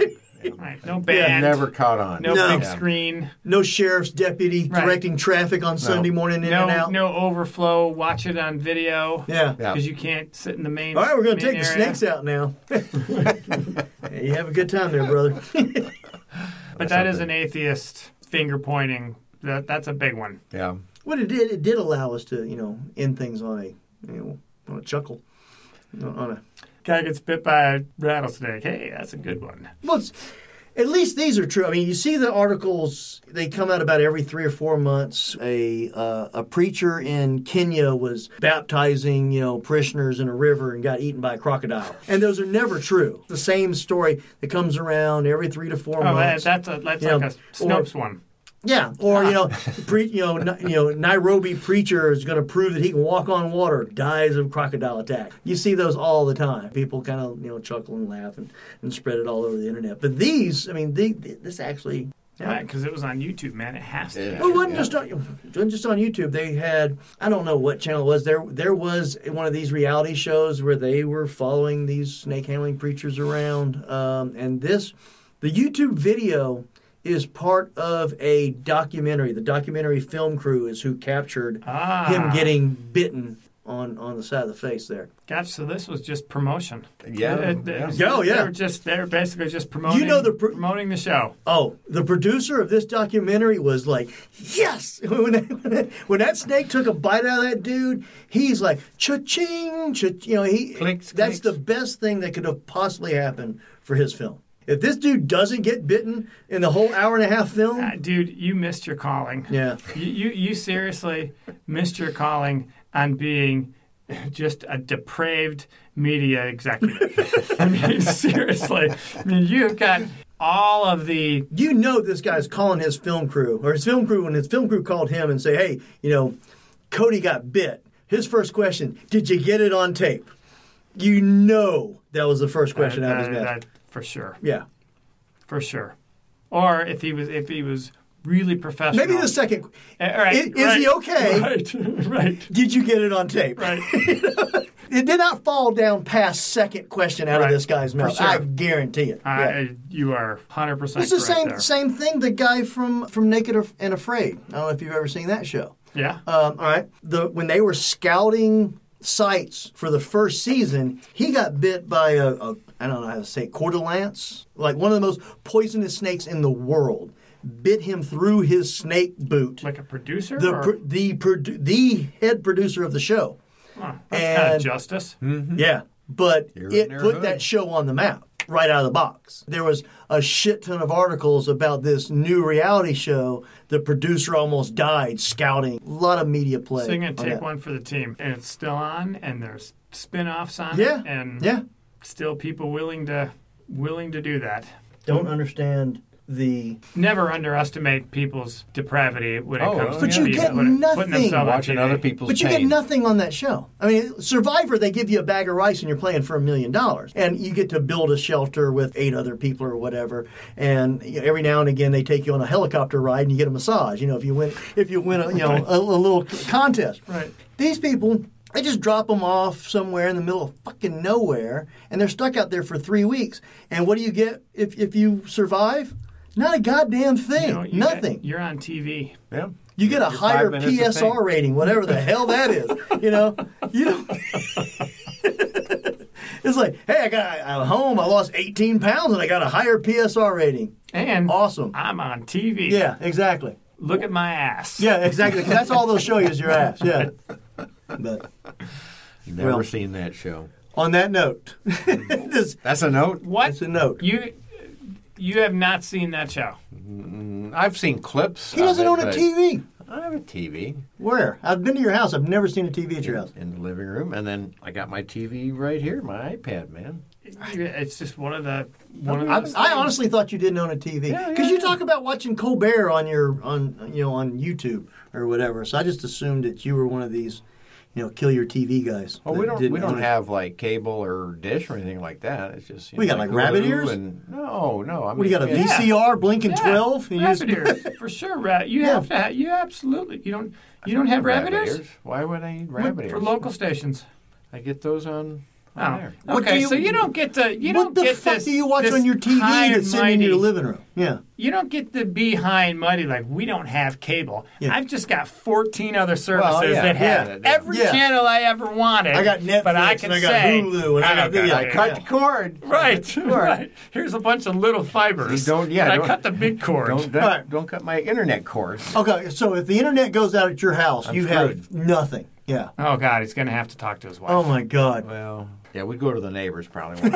[SPEAKER 1] Right, no
[SPEAKER 4] Yeah,
[SPEAKER 1] band,
[SPEAKER 4] never caught on.
[SPEAKER 1] no,
[SPEAKER 2] No.
[SPEAKER 1] big
[SPEAKER 4] Yeah.
[SPEAKER 1] screen,
[SPEAKER 2] no sheriff's deputy
[SPEAKER 1] Right.
[SPEAKER 2] directing traffic on Sunday morning in and
[SPEAKER 1] no
[SPEAKER 2] out.
[SPEAKER 1] no overflow. Watch it on video
[SPEAKER 2] Yeah.
[SPEAKER 4] Yeah.
[SPEAKER 1] because you can't sit in the main.
[SPEAKER 2] All right, we're going
[SPEAKER 1] main
[SPEAKER 2] to take the
[SPEAKER 1] area.
[SPEAKER 2] snakes out now. *laughs* Hey, you have a good time there, brother. *laughs*
[SPEAKER 1] But that is an
[SPEAKER 4] something.
[SPEAKER 1] atheist finger pointing. That that's a big one.
[SPEAKER 4] Yeah.
[SPEAKER 2] what it did, it did allow us to, you know, end things on a, you know, on a chuckle. You know, On a
[SPEAKER 1] Guy gets bit by a rattlesnake. Hey, that's a good one.
[SPEAKER 2] well, it's, at least these are true. I mean, you see the articles; they come out about every three or four months. A uh, a preacher in Kenya was baptizing, you know, parishioners in a river and got eaten by a crocodile. And those are never true. The same story that comes around every three to four
[SPEAKER 1] Oh, that,
[SPEAKER 2] months.
[SPEAKER 1] that's a that's
[SPEAKER 2] Yeah.
[SPEAKER 1] like a Snopes one.
[SPEAKER 2] Yeah, or you know, pre, you know, Ni- you know, Nairobi preacher is going to prove that he can walk on water, dies of crocodile attack. You see those all the time. People kind of you know chuckle and laugh and, and spread it all over the internet. But these, I mean, the, the- this actually.
[SPEAKER 1] Right, 'cause because it was on YouTube, man. It has to.
[SPEAKER 4] Yeah.
[SPEAKER 1] be.
[SPEAKER 2] Well, Oh, it wasn't just on, it wasn't just on YouTube. They had I don't know what channel it was. There there was one of these reality shows where they were following these snake handling preachers around, um, and this the YouTube video is part of a documentary. The documentary film crew is who captured
[SPEAKER 1] Ah.
[SPEAKER 2] him getting bitten on on the side of the face there.
[SPEAKER 1] Gotcha. So this was just promotion.
[SPEAKER 4] Yeah,
[SPEAKER 1] It- it-
[SPEAKER 4] yeah.
[SPEAKER 1] it-
[SPEAKER 2] Yeah, yeah.
[SPEAKER 1] They were just they were basically just promoting.
[SPEAKER 2] You know the pr-
[SPEAKER 1] promoting the show.
[SPEAKER 2] Oh, the producer of this documentary was like, yes! *laughs* When that, when that snake took a bite out of that dude, he's like, cha-ching! Cha-, you know, he,
[SPEAKER 4] Clinks,
[SPEAKER 2] that's
[SPEAKER 4] clinks.
[SPEAKER 2] the best thing that could have possibly happened for his film. If this dude doesn't get bitten in the whole hour and a half film,
[SPEAKER 1] Ah, dude, you missed your calling.
[SPEAKER 2] yeah.
[SPEAKER 1] You, you you seriously missed your calling on being just a depraved media executive. I mean, *laughs* seriously. I mean, you've got all of the
[SPEAKER 2] You know this guy's calling his film crew, or his film crew, when his film crew called him and say, hey, you know, Cody got bit. His first question, did you get it on tape? You know that was the first question out of his
[SPEAKER 1] uh,
[SPEAKER 2] mouth.
[SPEAKER 1] that- for sure,
[SPEAKER 2] Yeah.
[SPEAKER 1] for sure. Or if he was if he was really professional.
[SPEAKER 2] Maybe the second.
[SPEAKER 1] Uh, all right,
[SPEAKER 2] I- is
[SPEAKER 1] right,
[SPEAKER 2] he
[SPEAKER 1] *laughs*
[SPEAKER 2] okay?
[SPEAKER 1] Right, right,
[SPEAKER 2] Did you get it on tape?
[SPEAKER 1] right.
[SPEAKER 2] It did not fall down past second question out
[SPEAKER 1] Right.
[SPEAKER 2] of this guy's mouth.
[SPEAKER 1] sure.
[SPEAKER 2] I guarantee it.
[SPEAKER 1] I,
[SPEAKER 2] Yeah.
[SPEAKER 1] You are 100%
[SPEAKER 2] It's the
[SPEAKER 1] correct
[SPEAKER 2] same
[SPEAKER 1] there.
[SPEAKER 2] same thing. The guy from from Naked and Afraid. I don't know if you've ever seen that show.
[SPEAKER 1] Yeah.
[SPEAKER 2] Um, all right. The when they were scouting sites for the first season, he got bit by a, a I don't know how to say it, Coeur d'Alance, like one of the most poisonous snakes in the world. Bit him through his snake boot.
[SPEAKER 1] like a producer?
[SPEAKER 2] the
[SPEAKER 1] or,
[SPEAKER 2] pro- the produ- the head producer of the show.
[SPEAKER 1] Huh, that's kind of
[SPEAKER 2] and-
[SPEAKER 1] justice.
[SPEAKER 2] *laughs* Yeah, but
[SPEAKER 4] You're in
[SPEAKER 2] it
[SPEAKER 4] their
[SPEAKER 2] put
[SPEAKER 4] hood.
[SPEAKER 2] that show on the map right out of the box. There was a shit ton of articles about this new reality show. The producer almost died scouting. A lot of media play.
[SPEAKER 1] So you're going
[SPEAKER 2] on
[SPEAKER 1] to take
[SPEAKER 2] that.
[SPEAKER 1] one for the team. And it's still on, and there's spin offs on
[SPEAKER 2] Yeah.
[SPEAKER 1] it, and
[SPEAKER 2] yeah.
[SPEAKER 1] still people willing to willing to do that.
[SPEAKER 2] Don't understand the.
[SPEAKER 1] Never underestimate people's depravity when it
[SPEAKER 4] Oh,
[SPEAKER 1] comes
[SPEAKER 4] oh,
[SPEAKER 1] to
[SPEAKER 4] But you
[SPEAKER 1] media,
[SPEAKER 2] get
[SPEAKER 1] when it- putting
[SPEAKER 2] nothing.
[SPEAKER 1] themselves on
[SPEAKER 4] Watching
[SPEAKER 1] TV.
[SPEAKER 4] other people's
[SPEAKER 2] But you get
[SPEAKER 4] pain.
[SPEAKER 2] nothing on that show. I mean, Survivor, they give you a bag of rice and you're playing for a million dollars. And you get to build a shelter with eight other people or whatever. And you know, every now and again, they take you on a helicopter ride and you get a massage. You know, if you win, if you win, a, you know, a, a little contest.
[SPEAKER 1] Right.
[SPEAKER 2] These people, they just drop them off somewhere in the middle of fucking nowhere, and they're stuck out there for three weeks. And what do you get if if you survive? Not a goddamn thing.
[SPEAKER 1] You know, you get-
[SPEAKER 2] Nothing.
[SPEAKER 1] you're on TV.
[SPEAKER 4] Yeah.
[SPEAKER 2] You get a
[SPEAKER 4] Your five
[SPEAKER 2] higher
[SPEAKER 4] minutes of
[SPEAKER 2] PSR
[SPEAKER 4] fame.
[SPEAKER 2] rating, whatever the hell that is. You know, you don't. *laughs* it's like, hey, I got I'm home. I lost 18 pounds, and I got a higher PSR rating.
[SPEAKER 1] And
[SPEAKER 2] Awesome.
[SPEAKER 1] I'm on TV.
[SPEAKER 2] Yeah, exactly.
[SPEAKER 1] Look at my ass.
[SPEAKER 2] Yeah, exactly. 'Cause That's all they'll show you is your ass. Yeah. But
[SPEAKER 4] Never
[SPEAKER 2] Well-
[SPEAKER 4] seen that show.
[SPEAKER 2] on that note, *laughs* this,
[SPEAKER 4] That's a note.
[SPEAKER 1] What?
[SPEAKER 2] that's a note.
[SPEAKER 1] You you have not seen that show.
[SPEAKER 4] I've seen clips.
[SPEAKER 2] He doesn't own a TV.
[SPEAKER 4] I have a TV
[SPEAKER 2] Where? I've been to your house. I've never seen a TV at your house.
[SPEAKER 4] in the living room, and then I got my TV right here, my iPad, man.
[SPEAKER 1] It's just one of the one of
[SPEAKER 2] I,
[SPEAKER 1] those.
[SPEAKER 2] I honestly thought you didn't own a TV because
[SPEAKER 4] Yeah, yeah,
[SPEAKER 2] you
[SPEAKER 4] yeah.
[SPEAKER 2] talk about watching Colbert on your on you know on YouTube or whatever. So I just assumed that you were one of these you know, kill your TV guys.
[SPEAKER 4] Oh, we
[SPEAKER 2] that
[SPEAKER 4] don't
[SPEAKER 2] didn't
[SPEAKER 4] we don't
[SPEAKER 2] own it.
[SPEAKER 4] have like cable or dish or anything like that. It's just you
[SPEAKER 2] We
[SPEAKER 4] know,
[SPEAKER 2] got, like, rabbit
[SPEAKER 4] Hulu
[SPEAKER 2] ears?
[SPEAKER 4] And, no, no. I mean,
[SPEAKER 2] What do you got a
[SPEAKER 4] yeah.
[SPEAKER 1] V-
[SPEAKER 2] VCR blinking
[SPEAKER 1] Yeah,
[SPEAKER 2] twelve? And you just-
[SPEAKER 1] rabbit
[SPEAKER 2] *laughs*
[SPEAKER 1] ears, for sure. Rat, you have to. Have, you absolutely. You don't. You don't have rabbit ears
[SPEAKER 4] Why would I need
[SPEAKER 1] What-
[SPEAKER 4] rabbit ears?
[SPEAKER 1] for local stations.
[SPEAKER 4] I get those on. on
[SPEAKER 1] Oh,
[SPEAKER 4] there.
[SPEAKER 2] What
[SPEAKER 1] okay.
[SPEAKER 2] do you-
[SPEAKER 1] so you don't get the you
[SPEAKER 2] what
[SPEAKER 1] don't
[SPEAKER 2] the
[SPEAKER 1] get
[SPEAKER 2] fuck
[SPEAKER 1] this,
[SPEAKER 2] do you watch
[SPEAKER 1] this
[SPEAKER 2] on your TV
[SPEAKER 1] high and
[SPEAKER 2] that's sitting in your
[SPEAKER 1] mighty-
[SPEAKER 2] living room? Yeah.
[SPEAKER 1] You don't get the be high and mighty like we don't have cable.
[SPEAKER 2] Yeah.
[SPEAKER 1] I've just got 14 other services
[SPEAKER 4] yeah,
[SPEAKER 1] that have
[SPEAKER 4] yeah.
[SPEAKER 1] every
[SPEAKER 2] Yeah.
[SPEAKER 1] channel I ever wanted.
[SPEAKER 2] I got Netflix
[SPEAKER 1] but I can
[SPEAKER 2] and I got
[SPEAKER 1] say,
[SPEAKER 2] Hulu and I got-
[SPEAKER 1] don't
[SPEAKER 2] yeah, I
[SPEAKER 1] it.
[SPEAKER 2] cut-
[SPEAKER 4] Cut the cord.
[SPEAKER 1] *laughs*
[SPEAKER 4] *laughs*
[SPEAKER 1] Right, right. Here's a bunch of little fibers.
[SPEAKER 4] You don't- yeah,
[SPEAKER 1] but I
[SPEAKER 4] don't-
[SPEAKER 1] cut the big cord.
[SPEAKER 4] Don't
[SPEAKER 2] All
[SPEAKER 4] don't,
[SPEAKER 2] right.
[SPEAKER 4] don't cut my internet cord.
[SPEAKER 2] Okay, so if the internet goes out at your house, you have nothing. Yeah.
[SPEAKER 1] Oh God, he's gonna have to talk to his wife.
[SPEAKER 2] Oh my God.
[SPEAKER 4] Well, yeah, we'd go to the neighbors probably.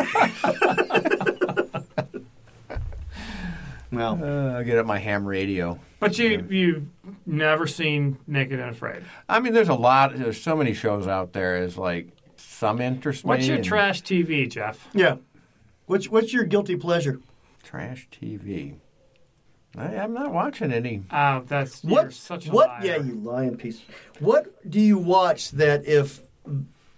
[SPEAKER 2] Well,
[SPEAKER 4] *laughs* uh, get up my ham radio.
[SPEAKER 1] But you you've never seen Naked and Afraid.
[SPEAKER 4] I mean, there's a lot. There's so many shows out there. Is like some interest.
[SPEAKER 1] What's
[SPEAKER 4] me
[SPEAKER 1] your
[SPEAKER 4] and
[SPEAKER 1] trash TV, Jeff?
[SPEAKER 2] yeah. What's what's your guilty pleasure?
[SPEAKER 4] Trash TV. I, I'm not watching any.
[SPEAKER 1] Uh, that's
[SPEAKER 2] What?
[SPEAKER 1] you're such a
[SPEAKER 2] what?
[SPEAKER 1] liar.
[SPEAKER 2] Yeah, you lying piece. What do you watch that if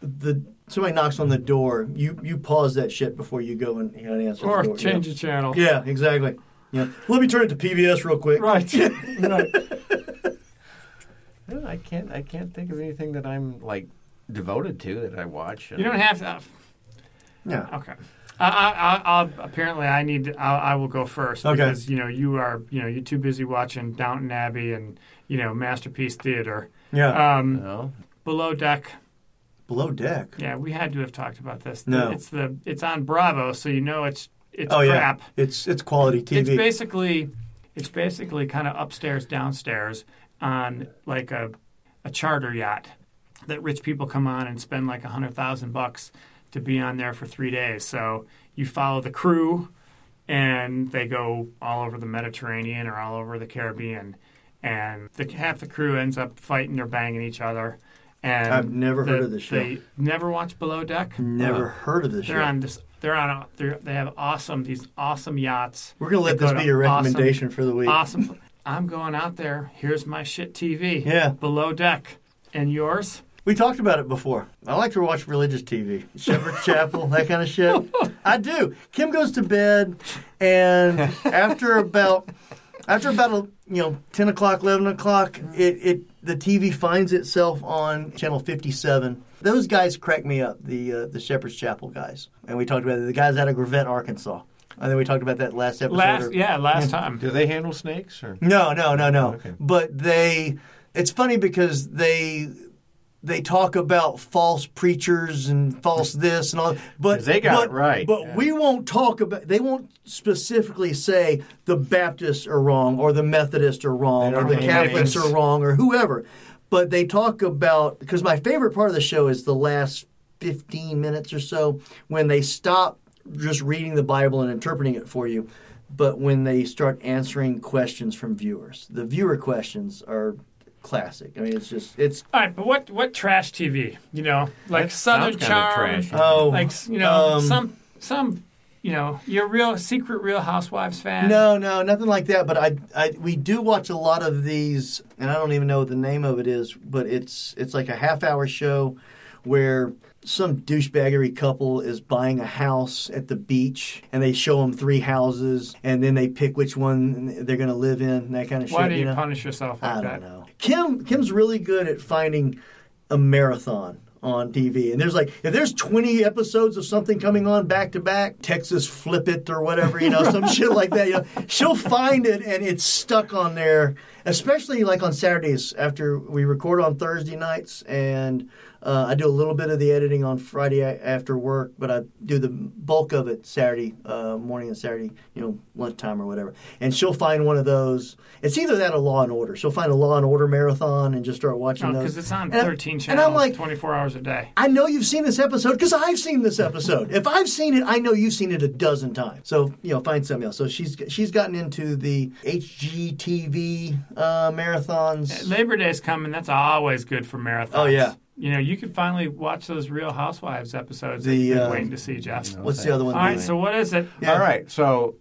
[SPEAKER 2] the somebody knocks on the door, you you pause that shit before you go and, you know, and answer
[SPEAKER 1] or
[SPEAKER 2] the door?
[SPEAKER 1] change
[SPEAKER 2] yeah.
[SPEAKER 1] the channel.
[SPEAKER 2] Yeah, exactly. Yeah. Let me turn it to PBS real quick. *laughs*
[SPEAKER 1] Right. right.
[SPEAKER 4] No, I can't. I can't think of anything that I'm like devoted to that I watch.
[SPEAKER 1] You don't have to. uh,
[SPEAKER 2] Yeah.
[SPEAKER 1] Okay. I, I, I, I'll, apparently, I need. To, I, I will go first
[SPEAKER 2] Okay.
[SPEAKER 1] because you know you are you know you're too busy watching Downton Abbey and you know Masterpiece Theater.
[SPEAKER 2] Yeah.
[SPEAKER 1] Um,
[SPEAKER 4] No.
[SPEAKER 1] Below Deck.
[SPEAKER 2] Below deck.
[SPEAKER 1] Yeah, we had to have talked about this.
[SPEAKER 2] No.
[SPEAKER 1] It's the it's on Bravo, so you know it's it's
[SPEAKER 2] oh
[SPEAKER 1] crap.
[SPEAKER 2] yeah. It's it's quality TV.
[SPEAKER 1] It's basically it's basically kind of upstairs downstairs on like a a charter yacht that rich people come on and spend like a hundred thousand bucks to be on there for three days. So you follow the crew and they go all over the Mediterranean or all over the Caribbean and the half the crew ends up fighting or banging each other. And
[SPEAKER 2] I've never heard
[SPEAKER 1] the-
[SPEAKER 2] of this show.
[SPEAKER 1] They never watch Below Deck. Uh,
[SPEAKER 2] Never heard of this
[SPEAKER 1] They're
[SPEAKER 2] show.
[SPEAKER 1] on this. They're on. a- They're, they have awesome these awesome yachts.
[SPEAKER 2] We're gonna let
[SPEAKER 1] They
[SPEAKER 2] this
[SPEAKER 1] go
[SPEAKER 2] be
[SPEAKER 1] to
[SPEAKER 2] your
[SPEAKER 1] awesome-
[SPEAKER 2] recommendation for the week.
[SPEAKER 1] Awesome. I'm going out there. Here's my shit TV.
[SPEAKER 2] Yeah.
[SPEAKER 1] Below deck. And yours?
[SPEAKER 2] We talked about it before. I like to watch religious TV, Shepherd's Chapel, that kind of shit. I do. Kim goes to bed, and after about after about uh, you know ten o'clock, eleven o'clock, it, it the TV finds itself on channel fifty seven. Those guys crack me up, the uh, the Shepherd's Chapel guys, and we talked about it. The guys out of Gravette, Arkansas, and then we talked about that last episode.
[SPEAKER 1] Last.
[SPEAKER 2] or-
[SPEAKER 1] Yeah. Last time.
[SPEAKER 4] Do they handle snakes or?
[SPEAKER 2] no, no, no, no.
[SPEAKER 4] Okay.
[SPEAKER 2] But they it's funny because they they talk about false preachers and false this and all but
[SPEAKER 4] 'Cause they got
[SPEAKER 2] but-
[SPEAKER 4] it right,
[SPEAKER 2] But
[SPEAKER 4] yeah.
[SPEAKER 2] we won't talk about they won't specifically say the Baptists are wrong or the Methodists are wrong
[SPEAKER 4] They
[SPEAKER 2] or
[SPEAKER 4] don't
[SPEAKER 2] the
[SPEAKER 4] name
[SPEAKER 1] names.
[SPEAKER 2] Catholics are wrong or whoever. But they talk about because my favorite part of the show is the last 15 minutes or so when they stop just reading the Bible and interpreting it for you, but when they start answering questions from viewers. The viewer questions are classic. I mean, it's just it's
[SPEAKER 1] All right. But what what trash TV? You know, like
[SPEAKER 4] That
[SPEAKER 1] Southern
[SPEAKER 4] sounds kinda
[SPEAKER 1] Charm.
[SPEAKER 4] trash.
[SPEAKER 2] oh
[SPEAKER 1] Like you know
[SPEAKER 2] um,
[SPEAKER 1] some some you know your real secret Real Housewives fan.
[SPEAKER 2] No, no, nothing like that. But I, I, we do watch a lot of these, and I don't even know what the name of it is. But it's it's like a half hour show where some douchebaggery couple is buying a house at the beach, and they show them three houses, and then they pick which one they're going to live in, and that kind of
[SPEAKER 1] Why
[SPEAKER 2] shit.
[SPEAKER 1] do
[SPEAKER 2] you
[SPEAKER 1] you
[SPEAKER 2] know?
[SPEAKER 1] punish yourself like
[SPEAKER 2] I
[SPEAKER 1] that?
[SPEAKER 2] don't know. Kim Kim's really good at finding a marathon on TV. And there's like if there's 20 episodes of something coming on back to back, Texas Flip It or whatever, you
[SPEAKER 1] *laughs*
[SPEAKER 2] know, some shit like that, you know, she'll find it and it's stuck on there, especially like on Saturdays after we record on Thursday nights and uh, I do a little bit of the editing on Friday a- after work, but I do the bulk of it Saturday uh, morning and Saturday, you know, lunchtime or whatever. And she'll find one of those. It's either that or Law and Order. She'll find a Law and Order marathon and just start watching
[SPEAKER 1] Because Oh, it's
[SPEAKER 2] those.
[SPEAKER 1] on
[SPEAKER 2] And I-
[SPEAKER 1] 13
[SPEAKER 2] And
[SPEAKER 1] channels,
[SPEAKER 2] I'm like,
[SPEAKER 1] 24 hours a day.
[SPEAKER 2] I know you've seen this episode because I've seen this episode. if I've seen it, I know you've seen it a dozen times. So you know, find something else. So she's she's gotten into the HGTV uh, marathons.
[SPEAKER 1] Labor Day's coming. That's always good for marathons.
[SPEAKER 2] Oh, yeah.
[SPEAKER 1] You know, you can finally watch those Real Housewives episodes that
[SPEAKER 2] The,
[SPEAKER 1] you've been
[SPEAKER 2] uh,
[SPEAKER 1] waiting to see, Jeff.
[SPEAKER 2] What's the other one?
[SPEAKER 1] All right, so what is it?
[SPEAKER 2] Yeah.
[SPEAKER 4] All right, so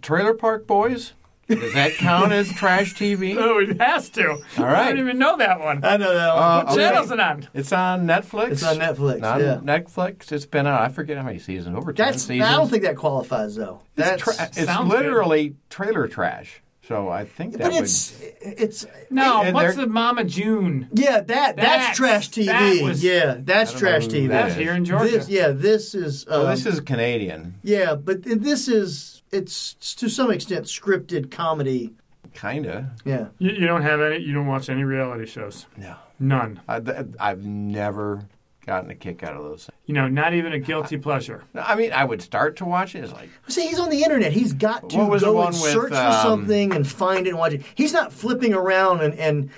[SPEAKER 4] Trailer Park Boys. Does that count as trash TV?
[SPEAKER 1] Oh, it has to. All
[SPEAKER 4] right.
[SPEAKER 1] I didn't even know that one.
[SPEAKER 2] I know that one.
[SPEAKER 4] Uh,
[SPEAKER 1] what
[SPEAKER 4] okay.
[SPEAKER 1] channel's it on?
[SPEAKER 4] It's on Netflix.
[SPEAKER 2] It's on Netflix,
[SPEAKER 4] On
[SPEAKER 2] yeah.
[SPEAKER 4] Netflix. It's been on. I forget how many seasons. Over ten
[SPEAKER 2] That's.
[SPEAKER 4] seasons.
[SPEAKER 2] I don't think that qualifies though. That's.
[SPEAKER 4] it's, tra- uh, it's
[SPEAKER 1] Sounds
[SPEAKER 4] literally trailer trash. So I think that
[SPEAKER 2] but
[SPEAKER 4] would.
[SPEAKER 2] it's. It's.
[SPEAKER 1] No,
[SPEAKER 4] And
[SPEAKER 1] what's
[SPEAKER 4] they're-
[SPEAKER 1] the Mama June?
[SPEAKER 2] Yeah, that
[SPEAKER 1] That's-
[SPEAKER 2] that's trash TV.
[SPEAKER 1] that was-
[SPEAKER 2] yeah, that's
[SPEAKER 4] I don't
[SPEAKER 2] trash
[SPEAKER 4] know who
[SPEAKER 2] TV.
[SPEAKER 4] that
[SPEAKER 1] That's
[SPEAKER 4] is.
[SPEAKER 1] here in Georgia.
[SPEAKER 2] This, yeah, this is. Um,
[SPEAKER 4] Well, this is Canadian,
[SPEAKER 2] Yeah, but th- this is it's to some extent scripted comedy.
[SPEAKER 4] kinda.
[SPEAKER 2] Yeah,
[SPEAKER 1] You, you don't have any. You don't watch any reality shows.
[SPEAKER 4] No,
[SPEAKER 1] None.
[SPEAKER 4] I, th- I've never gotten a kick out of those.
[SPEAKER 1] You know, not even a guilty pleasure.
[SPEAKER 4] No, I mean, I would start to watch it. It's like,
[SPEAKER 2] see, he's on the internet. He's got to
[SPEAKER 4] What was the
[SPEAKER 2] go
[SPEAKER 4] one
[SPEAKER 2] and
[SPEAKER 4] with,
[SPEAKER 2] search for
[SPEAKER 4] um,
[SPEAKER 2] something and find it and watch it. He's not flipping around and and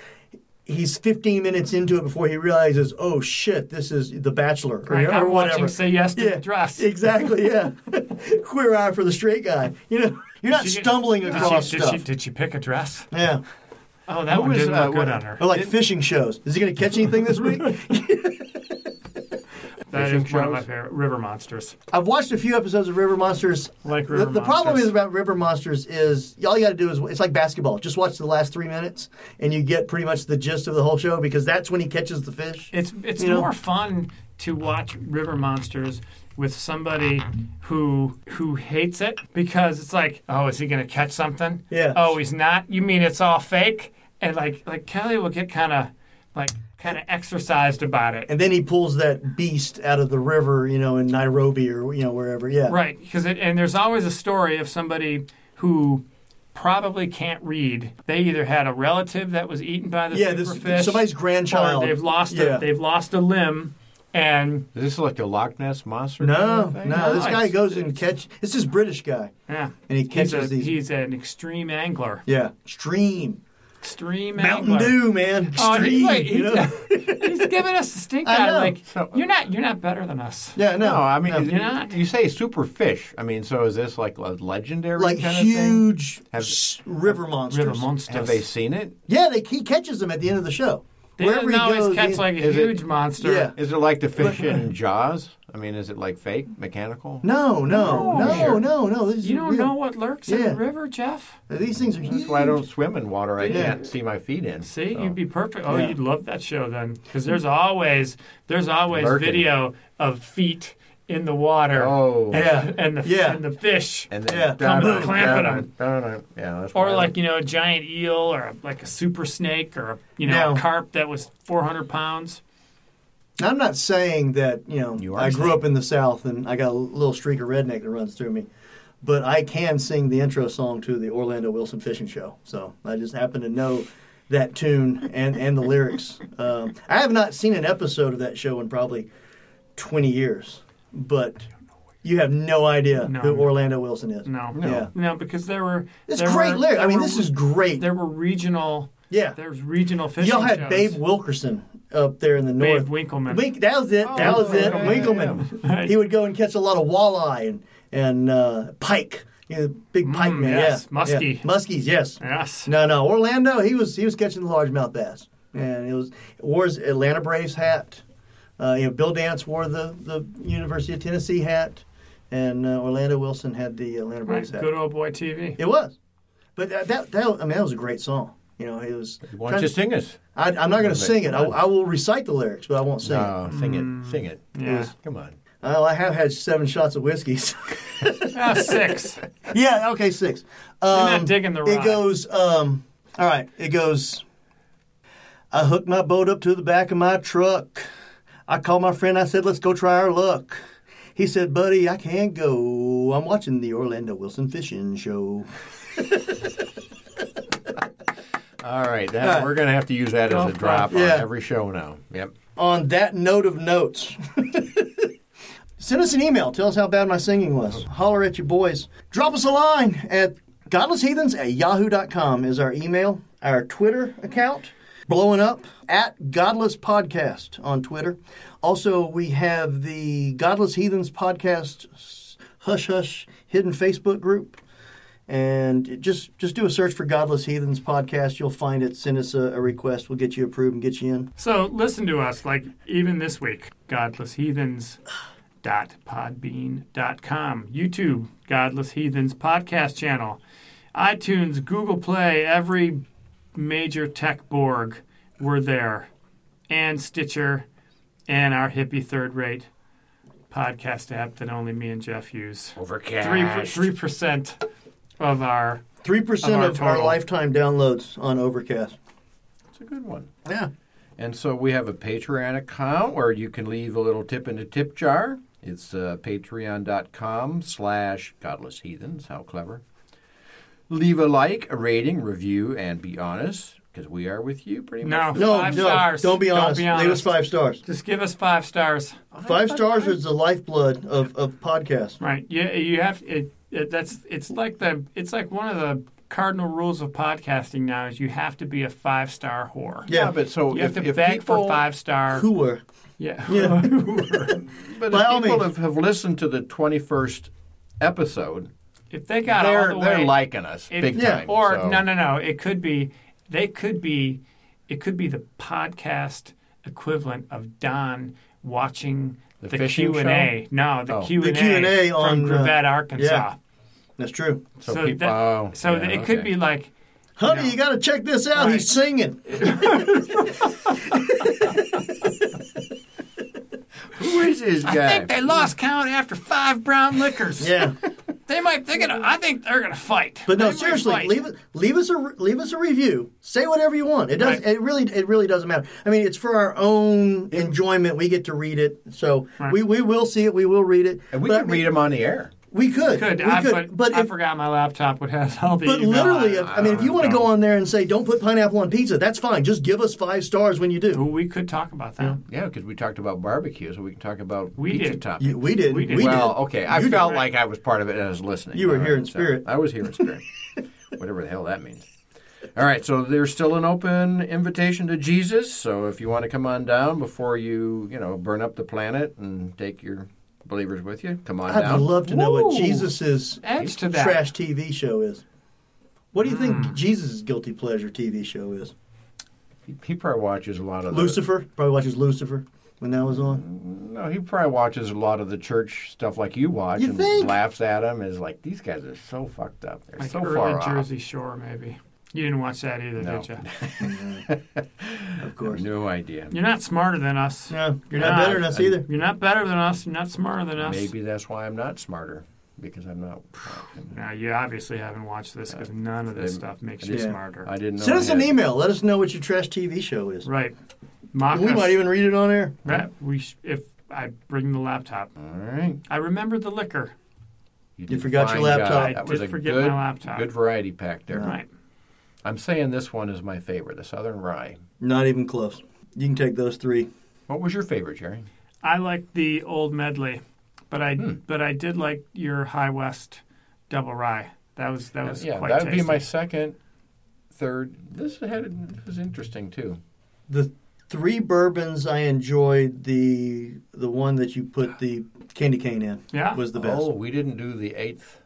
[SPEAKER 2] he's 15 minutes into it before he realizes, oh shit, this is The Bachelor or,
[SPEAKER 1] Right,
[SPEAKER 2] or
[SPEAKER 1] I'm watching
[SPEAKER 2] whatever.
[SPEAKER 1] Say Yes to
[SPEAKER 2] yeah,
[SPEAKER 1] the Dress.
[SPEAKER 2] exactly. Yeah, *laughs* queer eye for the straight guy. You know, you're not
[SPEAKER 1] Did she-
[SPEAKER 2] stumbling
[SPEAKER 1] did she- did
[SPEAKER 2] across
[SPEAKER 1] she,
[SPEAKER 2] stuff.
[SPEAKER 1] did, she, pick a dress?
[SPEAKER 2] yeah,
[SPEAKER 1] Oh, that
[SPEAKER 4] Who
[SPEAKER 1] one
[SPEAKER 4] was,
[SPEAKER 1] didn't
[SPEAKER 4] uh,
[SPEAKER 1] look good
[SPEAKER 4] what-
[SPEAKER 1] on her.
[SPEAKER 2] or like fishing shows. Is he going to catch anything
[SPEAKER 1] *laughs*
[SPEAKER 2] this week?
[SPEAKER 1] That
[SPEAKER 4] Fishing
[SPEAKER 1] is one of my
[SPEAKER 4] shows?
[SPEAKER 1] favorite River Monsters.
[SPEAKER 2] I've watched a few episodes of River Monsters.
[SPEAKER 1] Like
[SPEAKER 2] the,
[SPEAKER 1] River
[SPEAKER 2] the problem
[SPEAKER 1] Monsters.
[SPEAKER 2] is about River Monsters is all you got to do is it's like basketball. Just watch the last three minutes, and you get pretty much the gist of the whole show because that's when he catches the fish.
[SPEAKER 1] It's it's
[SPEAKER 2] You know?
[SPEAKER 1] more fun to watch River Monsters with somebody who who hates it because it's like, oh, is he going to catch something?
[SPEAKER 2] Yeah.
[SPEAKER 1] Oh, he's not. You mean it's all fake? And like like Kelly will get kind of like kind of exercised about it.
[SPEAKER 2] And then he pulls that beast out of the river, you know, in Nairobi or you know wherever. Yeah,
[SPEAKER 1] Right, because and there's always a story of somebody who probably can't read. They either had a relative that was eaten by the
[SPEAKER 2] Yeah, this
[SPEAKER 1] superfish,
[SPEAKER 2] somebody's grandchild.
[SPEAKER 1] or they've lost
[SPEAKER 2] Yeah.
[SPEAKER 1] a, they've lost a limb, and
[SPEAKER 4] is this like the Loch Ness monster?
[SPEAKER 2] no,
[SPEAKER 4] kind of thing?
[SPEAKER 2] no, this
[SPEAKER 1] No,
[SPEAKER 2] guy
[SPEAKER 1] it's-
[SPEAKER 2] goes and catch. It's this British guy,
[SPEAKER 1] yeah,
[SPEAKER 2] and he
[SPEAKER 1] he's,
[SPEAKER 2] catches
[SPEAKER 1] a,
[SPEAKER 2] these.
[SPEAKER 1] he's an extreme angler,
[SPEAKER 2] yeah, stream,
[SPEAKER 1] extreme
[SPEAKER 2] Mountain
[SPEAKER 1] angler.
[SPEAKER 2] Dew, man,
[SPEAKER 1] Oh, he-
[SPEAKER 2] stream.
[SPEAKER 1] wait,
[SPEAKER 2] you
[SPEAKER 1] he-
[SPEAKER 2] know?
[SPEAKER 1] *laughs* he's giving us the stink
[SPEAKER 2] I
[SPEAKER 1] eye.
[SPEAKER 2] know.
[SPEAKER 1] Like
[SPEAKER 4] So-
[SPEAKER 1] you're not, you're not better than us.
[SPEAKER 2] Yeah, no,
[SPEAKER 4] No, I mean,
[SPEAKER 2] no.
[SPEAKER 4] you-
[SPEAKER 1] You're not.
[SPEAKER 4] you say super fish. I mean, so is this like a legendary
[SPEAKER 2] like
[SPEAKER 4] kind of
[SPEAKER 2] huge
[SPEAKER 4] Have-
[SPEAKER 2] s- river monsters.
[SPEAKER 1] River
[SPEAKER 4] thing?
[SPEAKER 1] monsters.
[SPEAKER 4] Have they seen it?
[SPEAKER 2] Yeah, they, he catches them at the end of the show.
[SPEAKER 1] They didn't always catch
[SPEAKER 2] he-
[SPEAKER 1] like a
[SPEAKER 4] is it-
[SPEAKER 1] huge monster.
[SPEAKER 2] Yeah.
[SPEAKER 4] Is it like the fish in Jaws? I mean, is it like fake, mechanical?
[SPEAKER 2] no, no,
[SPEAKER 1] No.
[SPEAKER 2] no,
[SPEAKER 1] Sure.
[SPEAKER 2] no, no. This is
[SPEAKER 1] You don't
[SPEAKER 2] real.
[SPEAKER 1] know what lurks in
[SPEAKER 2] Yeah.
[SPEAKER 1] the river, Jeff.
[SPEAKER 2] These things are huge.
[SPEAKER 4] That's why I don't swim in water. I
[SPEAKER 2] Yeah.
[SPEAKER 4] can't see my feet in.
[SPEAKER 1] See,
[SPEAKER 4] So-
[SPEAKER 1] you'd be perfect. Oh,
[SPEAKER 2] Yeah.
[SPEAKER 1] you'd love that show then, because there's always there's always
[SPEAKER 4] Lurking.
[SPEAKER 1] video of feet in the water.
[SPEAKER 4] Oh.
[SPEAKER 2] Yeah.
[SPEAKER 1] and the
[SPEAKER 2] Yeah.
[SPEAKER 1] and the fish,
[SPEAKER 4] And then
[SPEAKER 2] Yeah.
[SPEAKER 4] dun-
[SPEAKER 1] Come clamping
[SPEAKER 4] dun-
[SPEAKER 1] 'em.
[SPEAKER 4] dun- dun- Yeah, that's
[SPEAKER 1] or
[SPEAKER 4] why I
[SPEAKER 1] like you know a giant eel, or a- like a super snake, or a, you know a
[SPEAKER 2] Now-
[SPEAKER 1] carp that was 400 pounds.
[SPEAKER 2] I'm not saying that you know.
[SPEAKER 4] You are
[SPEAKER 2] I grew
[SPEAKER 4] saying.
[SPEAKER 2] up in the South, and I got a little streak of redneck that runs through me. But I can sing the intro song to the Orlando Wilson Fishing Show, so I just happen to know that tune and and the lyrics. *laughs* Um, I have not seen an episode of that show in probably 20 years, but you have no idea
[SPEAKER 1] No.
[SPEAKER 2] who Orlando Wilson is.
[SPEAKER 1] No,
[SPEAKER 4] No.
[SPEAKER 2] Yeah.
[SPEAKER 1] no, because there were
[SPEAKER 2] It's
[SPEAKER 1] there
[SPEAKER 2] great
[SPEAKER 1] were-
[SPEAKER 2] lyric. I
[SPEAKER 1] there
[SPEAKER 2] mean,
[SPEAKER 1] were-
[SPEAKER 2] this is great.
[SPEAKER 1] there were regional.
[SPEAKER 2] Yeah.
[SPEAKER 1] there's regional fishing.
[SPEAKER 2] Y'all had
[SPEAKER 1] shows.
[SPEAKER 2] Babe Wilkerson up there in the
[SPEAKER 1] Babe
[SPEAKER 2] north.
[SPEAKER 1] Winkelman.
[SPEAKER 2] Wink, that was it. that
[SPEAKER 4] Oh,
[SPEAKER 2] was it.
[SPEAKER 4] yeah, yeah,
[SPEAKER 2] Winkleman.
[SPEAKER 1] yeah.
[SPEAKER 2] He would go and catch a lot of walleye and and uh, pike. He was a big pike
[SPEAKER 1] Mm,
[SPEAKER 2] man.
[SPEAKER 1] yes.
[SPEAKER 2] Yeah.
[SPEAKER 1] Muskie.
[SPEAKER 2] Yeah. Muskies. Yes.
[SPEAKER 1] yes,
[SPEAKER 2] No, no. Orlando. He was he was catching the largemouth bass, and it was wore his Atlanta Braves hat. Uh, you know, Bill Dance wore the the University of Tennessee hat, and uh, Orlando Wilson had the Atlanta Braves hat.
[SPEAKER 1] good old boy TV.
[SPEAKER 2] It was, but that, that that I mean that was a great song. You know, it was.
[SPEAKER 4] Why don't you sing us?
[SPEAKER 2] I, I'm not going to
[SPEAKER 4] Okay,
[SPEAKER 2] sing it. I,
[SPEAKER 4] come on.
[SPEAKER 2] I will recite the lyrics, but I won't sing it.
[SPEAKER 4] No, Oh, sing it, sing it.
[SPEAKER 1] Mm. Yeah.
[SPEAKER 4] Come on.
[SPEAKER 2] Well, I have had seven shots of whiskey. so- *laughs*
[SPEAKER 1] Ah, six.
[SPEAKER 2] yeah, okay, six. Um,
[SPEAKER 1] not digging the
[SPEAKER 2] It
[SPEAKER 1] rye.
[SPEAKER 2] goes. Um, all right, it goes. I hooked my boat up to the back of my truck. I called my friend. I said, "Let's go try our luck." He said, "Buddy, I can't go. I'm watching the Orlando Wilson fishing show."
[SPEAKER 4] All right, that,
[SPEAKER 2] All right.
[SPEAKER 4] we're going to have to use that as a
[SPEAKER 1] Golf
[SPEAKER 4] drop on
[SPEAKER 2] Yeah.
[SPEAKER 4] every show now. Yep.
[SPEAKER 2] on that note of notes. *laughs* Send us an email. Tell us how bad my singing was. Holler at your boys. Drop us a line at godlessheathens at yahoo.com is our email. Our Twitter account, blowing up, at Godless Podcast on Twitter. Also, we have the Godless Heathens Podcast s- Hush Hush Hidden Facebook group and just just do a search for Godless Heathens podcast. You'll find it. Send us a, a request. We'll get you approved and get you in.
[SPEAKER 1] So listen to us, like even this week, godlessheathens.podbean.com, YouTube, Godless Heathens Podcast Channel, iTunes, Google Play, every major tech borg were there, and Stitcher, and our hippie third rate podcast app that only me and Jeff use.
[SPEAKER 4] Overcast.
[SPEAKER 1] Three percent of our.
[SPEAKER 2] Three percent
[SPEAKER 1] Of our
[SPEAKER 2] of our
[SPEAKER 1] total.
[SPEAKER 2] lifetime downloads on Overcast.
[SPEAKER 4] It's a good one.
[SPEAKER 2] Yeah.
[SPEAKER 4] And so we have a Patreon account where you can leave a little tip in a tip jar. It's uh, patreon.com slash godless heathens. How clever. Leave a like, a rating, review, and be honest, because we are with you pretty
[SPEAKER 1] No,
[SPEAKER 4] much.
[SPEAKER 2] No,
[SPEAKER 1] five
[SPEAKER 2] no.
[SPEAKER 1] stars.
[SPEAKER 2] Don't be honest. Leave us five stars.
[SPEAKER 1] Just give us five stars.
[SPEAKER 2] Five stars is the lifeblood of, of podcasts.
[SPEAKER 1] Right. Yeah, you have it, it. That's it's like the it's like one of the cardinal rules of podcasting now is you have to be a five star whore.
[SPEAKER 2] Yeah.
[SPEAKER 4] but so
[SPEAKER 1] You
[SPEAKER 4] if,
[SPEAKER 1] have to
[SPEAKER 4] if
[SPEAKER 1] beg
[SPEAKER 4] people,
[SPEAKER 1] for five star.
[SPEAKER 2] Who were?
[SPEAKER 4] *laughs*
[SPEAKER 1] Yeah.
[SPEAKER 2] Yeah.
[SPEAKER 4] but
[SPEAKER 2] by
[SPEAKER 4] if
[SPEAKER 2] all
[SPEAKER 4] people
[SPEAKER 2] means.
[SPEAKER 4] have, have listened to the 21st episode,
[SPEAKER 1] *laughs* if they got
[SPEAKER 4] they're,
[SPEAKER 1] all the
[SPEAKER 4] they're
[SPEAKER 1] way,
[SPEAKER 4] liking us
[SPEAKER 1] it-
[SPEAKER 4] big
[SPEAKER 2] yeah,
[SPEAKER 4] time.
[SPEAKER 1] or
[SPEAKER 4] so-
[SPEAKER 1] no, no, no. It could be they could be it could be the podcast equivalent of Don watching
[SPEAKER 4] The
[SPEAKER 1] the,
[SPEAKER 4] fishing
[SPEAKER 1] Q and A. No, the
[SPEAKER 4] Oh. The
[SPEAKER 1] Q and
[SPEAKER 2] Q&A
[SPEAKER 1] A
[SPEAKER 2] on,
[SPEAKER 1] from
[SPEAKER 2] uh,
[SPEAKER 1] Gravette, Arkansas.
[SPEAKER 2] yeah. That's true.
[SPEAKER 4] So,
[SPEAKER 1] so
[SPEAKER 4] people,
[SPEAKER 1] that-
[SPEAKER 4] oh,
[SPEAKER 1] So
[SPEAKER 4] yeah,
[SPEAKER 1] that it could
[SPEAKER 4] okay.
[SPEAKER 1] be like
[SPEAKER 2] Honey,
[SPEAKER 1] Yeah.
[SPEAKER 2] you got to check this out.
[SPEAKER 1] Right.
[SPEAKER 2] He's singing.
[SPEAKER 4] Who is this
[SPEAKER 1] I
[SPEAKER 4] guy?
[SPEAKER 1] think they lost count after five brown liquors.
[SPEAKER 2] Yeah.
[SPEAKER 1] They might. They're gonna. I think they're gonna fight.
[SPEAKER 2] But
[SPEAKER 1] *laughs*
[SPEAKER 2] no,
[SPEAKER 1] They might
[SPEAKER 2] seriously,
[SPEAKER 1] fight.
[SPEAKER 2] leave it. Leave us a re- leave us a review. Say whatever you want. It does.
[SPEAKER 1] Right.
[SPEAKER 2] It really it really doesn't matter. I mean, it's for our own enjoyment. We get to read it, so
[SPEAKER 1] Right.
[SPEAKER 2] we, we will see it. We will read it.
[SPEAKER 4] and we
[SPEAKER 2] But I
[SPEAKER 4] could
[SPEAKER 2] mean,
[SPEAKER 4] read them on the air.
[SPEAKER 2] We could.
[SPEAKER 1] Could,
[SPEAKER 2] We
[SPEAKER 1] I,
[SPEAKER 2] could.
[SPEAKER 1] but,
[SPEAKER 2] but
[SPEAKER 1] I
[SPEAKER 2] if,
[SPEAKER 1] forgot my laptop would have all the. uh,
[SPEAKER 2] but
[SPEAKER 1] email
[SPEAKER 2] literally, if,
[SPEAKER 1] on it.
[SPEAKER 2] I mean, if you want to go on there and say, "Don't put pineapple on pizza," that's fine. Just give us five stars when you do.
[SPEAKER 1] Well, we could talk about that.
[SPEAKER 4] Yeah, because we talked about barbecue, so we can talk about
[SPEAKER 1] We
[SPEAKER 4] pizza
[SPEAKER 1] did.
[SPEAKER 4] toppings.
[SPEAKER 2] You- we didn't.
[SPEAKER 1] We
[SPEAKER 2] We,
[SPEAKER 1] did.
[SPEAKER 2] did.
[SPEAKER 4] well, okay, I felt
[SPEAKER 1] did.
[SPEAKER 4] like I was part of it and I was listening.
[SPEAKER 2] You were
[SPEAKER 4] All
[SPEAKER 2] here in
[SPEAKER 4] so
[SPEAKER 2] spirit.
[SPEAKER 4] I was here in
[SPEAKER 2] *laughs*
[SPEAKER 4] spirit. Whatever the hell that means. All right, so there's still an open invitation to Jesus. So if you want to come on down before you, you know, burn up the planet and take your believers with you, come on
[SPEAKER 2] I'd
[SPEAKER 4] down.
[SPEAKER 2] love to know what
[SPEAKER 1] Woo.
[SPEAKER 2] Jesus's
[SPEAKER 1] Adds to that.
[SPEAKER 2] trash TV show is. What do you think Jesus' guilty pleasure TV show is?
[SPEAKER 4] he, he probably watches a lot
[SPEAKER 2] Uh,
[SPEAKER 4] of the-
[SPEAKER 2] Lucifer probably watches Lucifer when that was on.
[SPEAKER 4] no, he probably watches a lot of the church stuff like you watch
[SPEAKER 2] You
[SPEAKER 4] and
[SPEAKER 2] think?
[SPEAKER 4] laughs at him. Is like these guys are so fucked up. They're
[SPEAKER 1] Like
[SPEAKER 4] so
[SPEAKER 1] early
[SPEAKER 4] far off.
[SPEAKER 1] Jersey Shore, maybe. You didn't watch that either,
[SPEAKER 4] No.
[SPEAKER 1] did you?
[SPEAKER 2] Of course.
[SPEAKER 4] No idea.
[SPEAKER 1] You're not smarter than us.
[SPEAKER 2] No, you're not
[SPEAKER 1] Nah,
[SPEAKER 2] better than us either.
[SPEAKER 1] You're not better than us. You're not smarter than us.
[SPEAKER 4] Maybe that's why I'm not smarter because I'm not.
[SPEAKER 1] No, you obviously haven't watched this because none of this
[SPEAKER 4] I-
[SPEAKER 1] stuff makes
[SPEAKER 4] I
[SPEAKER 1] you
[SPEAKER 2] didn't-
[SPEAKER 1] smarter.
[SPEAKER 4] I didn't know.
[SPEAKER 2] Send
[SPEAKER 4] I
[SPEAKER 2] us an
[SPEAKER 4] had-
[SPEAKER 2] email. Let us know what your trash TV show is.
[SPEAKER 1] right. Mock
[SPEAKER 2] We
[SPEAKER 1] us.
[SPEAKER 2] might even read it on air.
[SPEAKER 1] Right. We sh- if I bring the laptop.
[SPEAKER 4] All right.
[SPEAKER 1] I remember the liquor.
[SPEAKER 4] did a
[SPEAKER 2] forgot your
[SPEAKER 4] fine
[SPEAKER 2] laptop.
[SPEAKER 4] job.
[SPEAKER 2] I
[SPEAKER 4] That was
[SPEAKER 1] did
[SPEAKER 4] a
[SPEAKER 1] forget
[SPEAKER 4] good,
[SPEAKER 1] my laptop.
[SPEAKER 4] Good variety pack there.
[SPEAKER 1] Right.
[SPEAKER 4] I'm saying this one is my favorite, the Southern Rye.
[SPEAKER 2] Not even close. You can take those three.
[SPEAKER 4] What was your favorite, Jerry?
[SPEAKER 1] I like the old medley, but I
[SPEAKER 4] Hmm.
[SPEAKER 1] but I did like your High West double rye. That was that was
[SPEAKER 4] yeah,
[SPEAKER 1] quite
[SPEAKER 4] that would be
[SPEAKER 1] tasty.
[SPEAKER 4] my second, third. This had this was interesting too.
[SPEAKER 2] The three bourbons I enjoyed the the one that you put the candy cane in.
[SPEAKER 1] Yeah.
[SPEAKER 2] Was the best.
[SPEAKER 4] Oh, we didn't do the eighth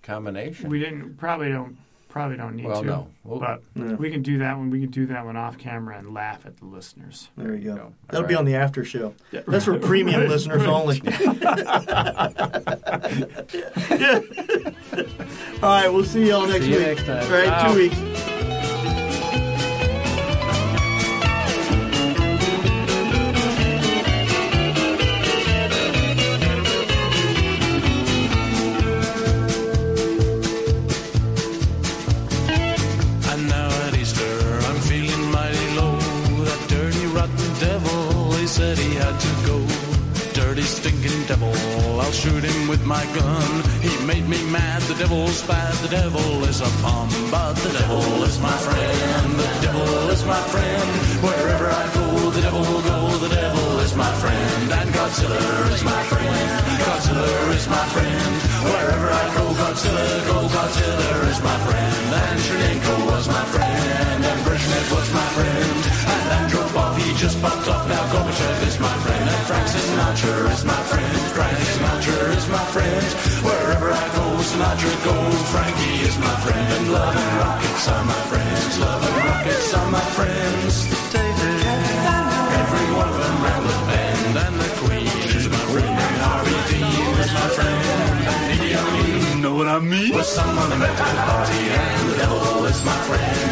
[SPEAKER 4] combination.
[SPEAKER 1] We didn't probably don't probably don't need
[SPEAKER 4] Well,
[SPEAKER 1] to.
[SPEAKER 4] no. We'll-
[SPEAKER 1] but
[SPEAKER 2] Yeah.
[SPEAKER 1] we can do that one. We can do that one off camera and laugh at the listeners.
[SPEAKER 2] There you go.
[SPEAKER 4] All
[SPEAKER 2] That'll
[SPEAKER 4] right.
[SPEAKER 2] be on the after show. That's for
[SPEAKER 4] *laughs*
[SPEAKER 2] premium listeners only. *laughs* Yeah. All right, we'll see y'all next
[SPEAKER 4] See you
[SPEAKER 2] week.
[SPEAKER 4] next time.
[SPEAKER 2] All right,
[SPEAKER 1] Wow.
[SPEAKER 2] two weeks.
[SPEAKER 5] And now at Easter, I'm feeling mighty low. That dirty, rotten devil, he said he had to go. Dirty, stinking devil, I'll shoot him with my gun. He made me mad, the devil's bad, the devil is a bum. But the devil is my friend, the devil is my friend. Wherever I go, the devil will go, the devil is my friend. And Godzilla is my friend, Godzilla is my friend. Wherever I go, Godzilla, go, Godzilla is my friend. And Shrenko was my friend, and Brezhnev was my friend. And Andropov, he just popped off, now Gorbachev is my friend. And Frank Sinatra is my friend, Frank Sinatra is my friend. Wherever I go, Sinatra goes, Frankie is my friend. And love and rockets are my friends, love and rockets are my friends. David, every one of them round the bend. And the Queen is my friend, and R.E.D. is my friend. And Idi Amin, know what I I mean? With someone I met at the party, and the devil is my friend.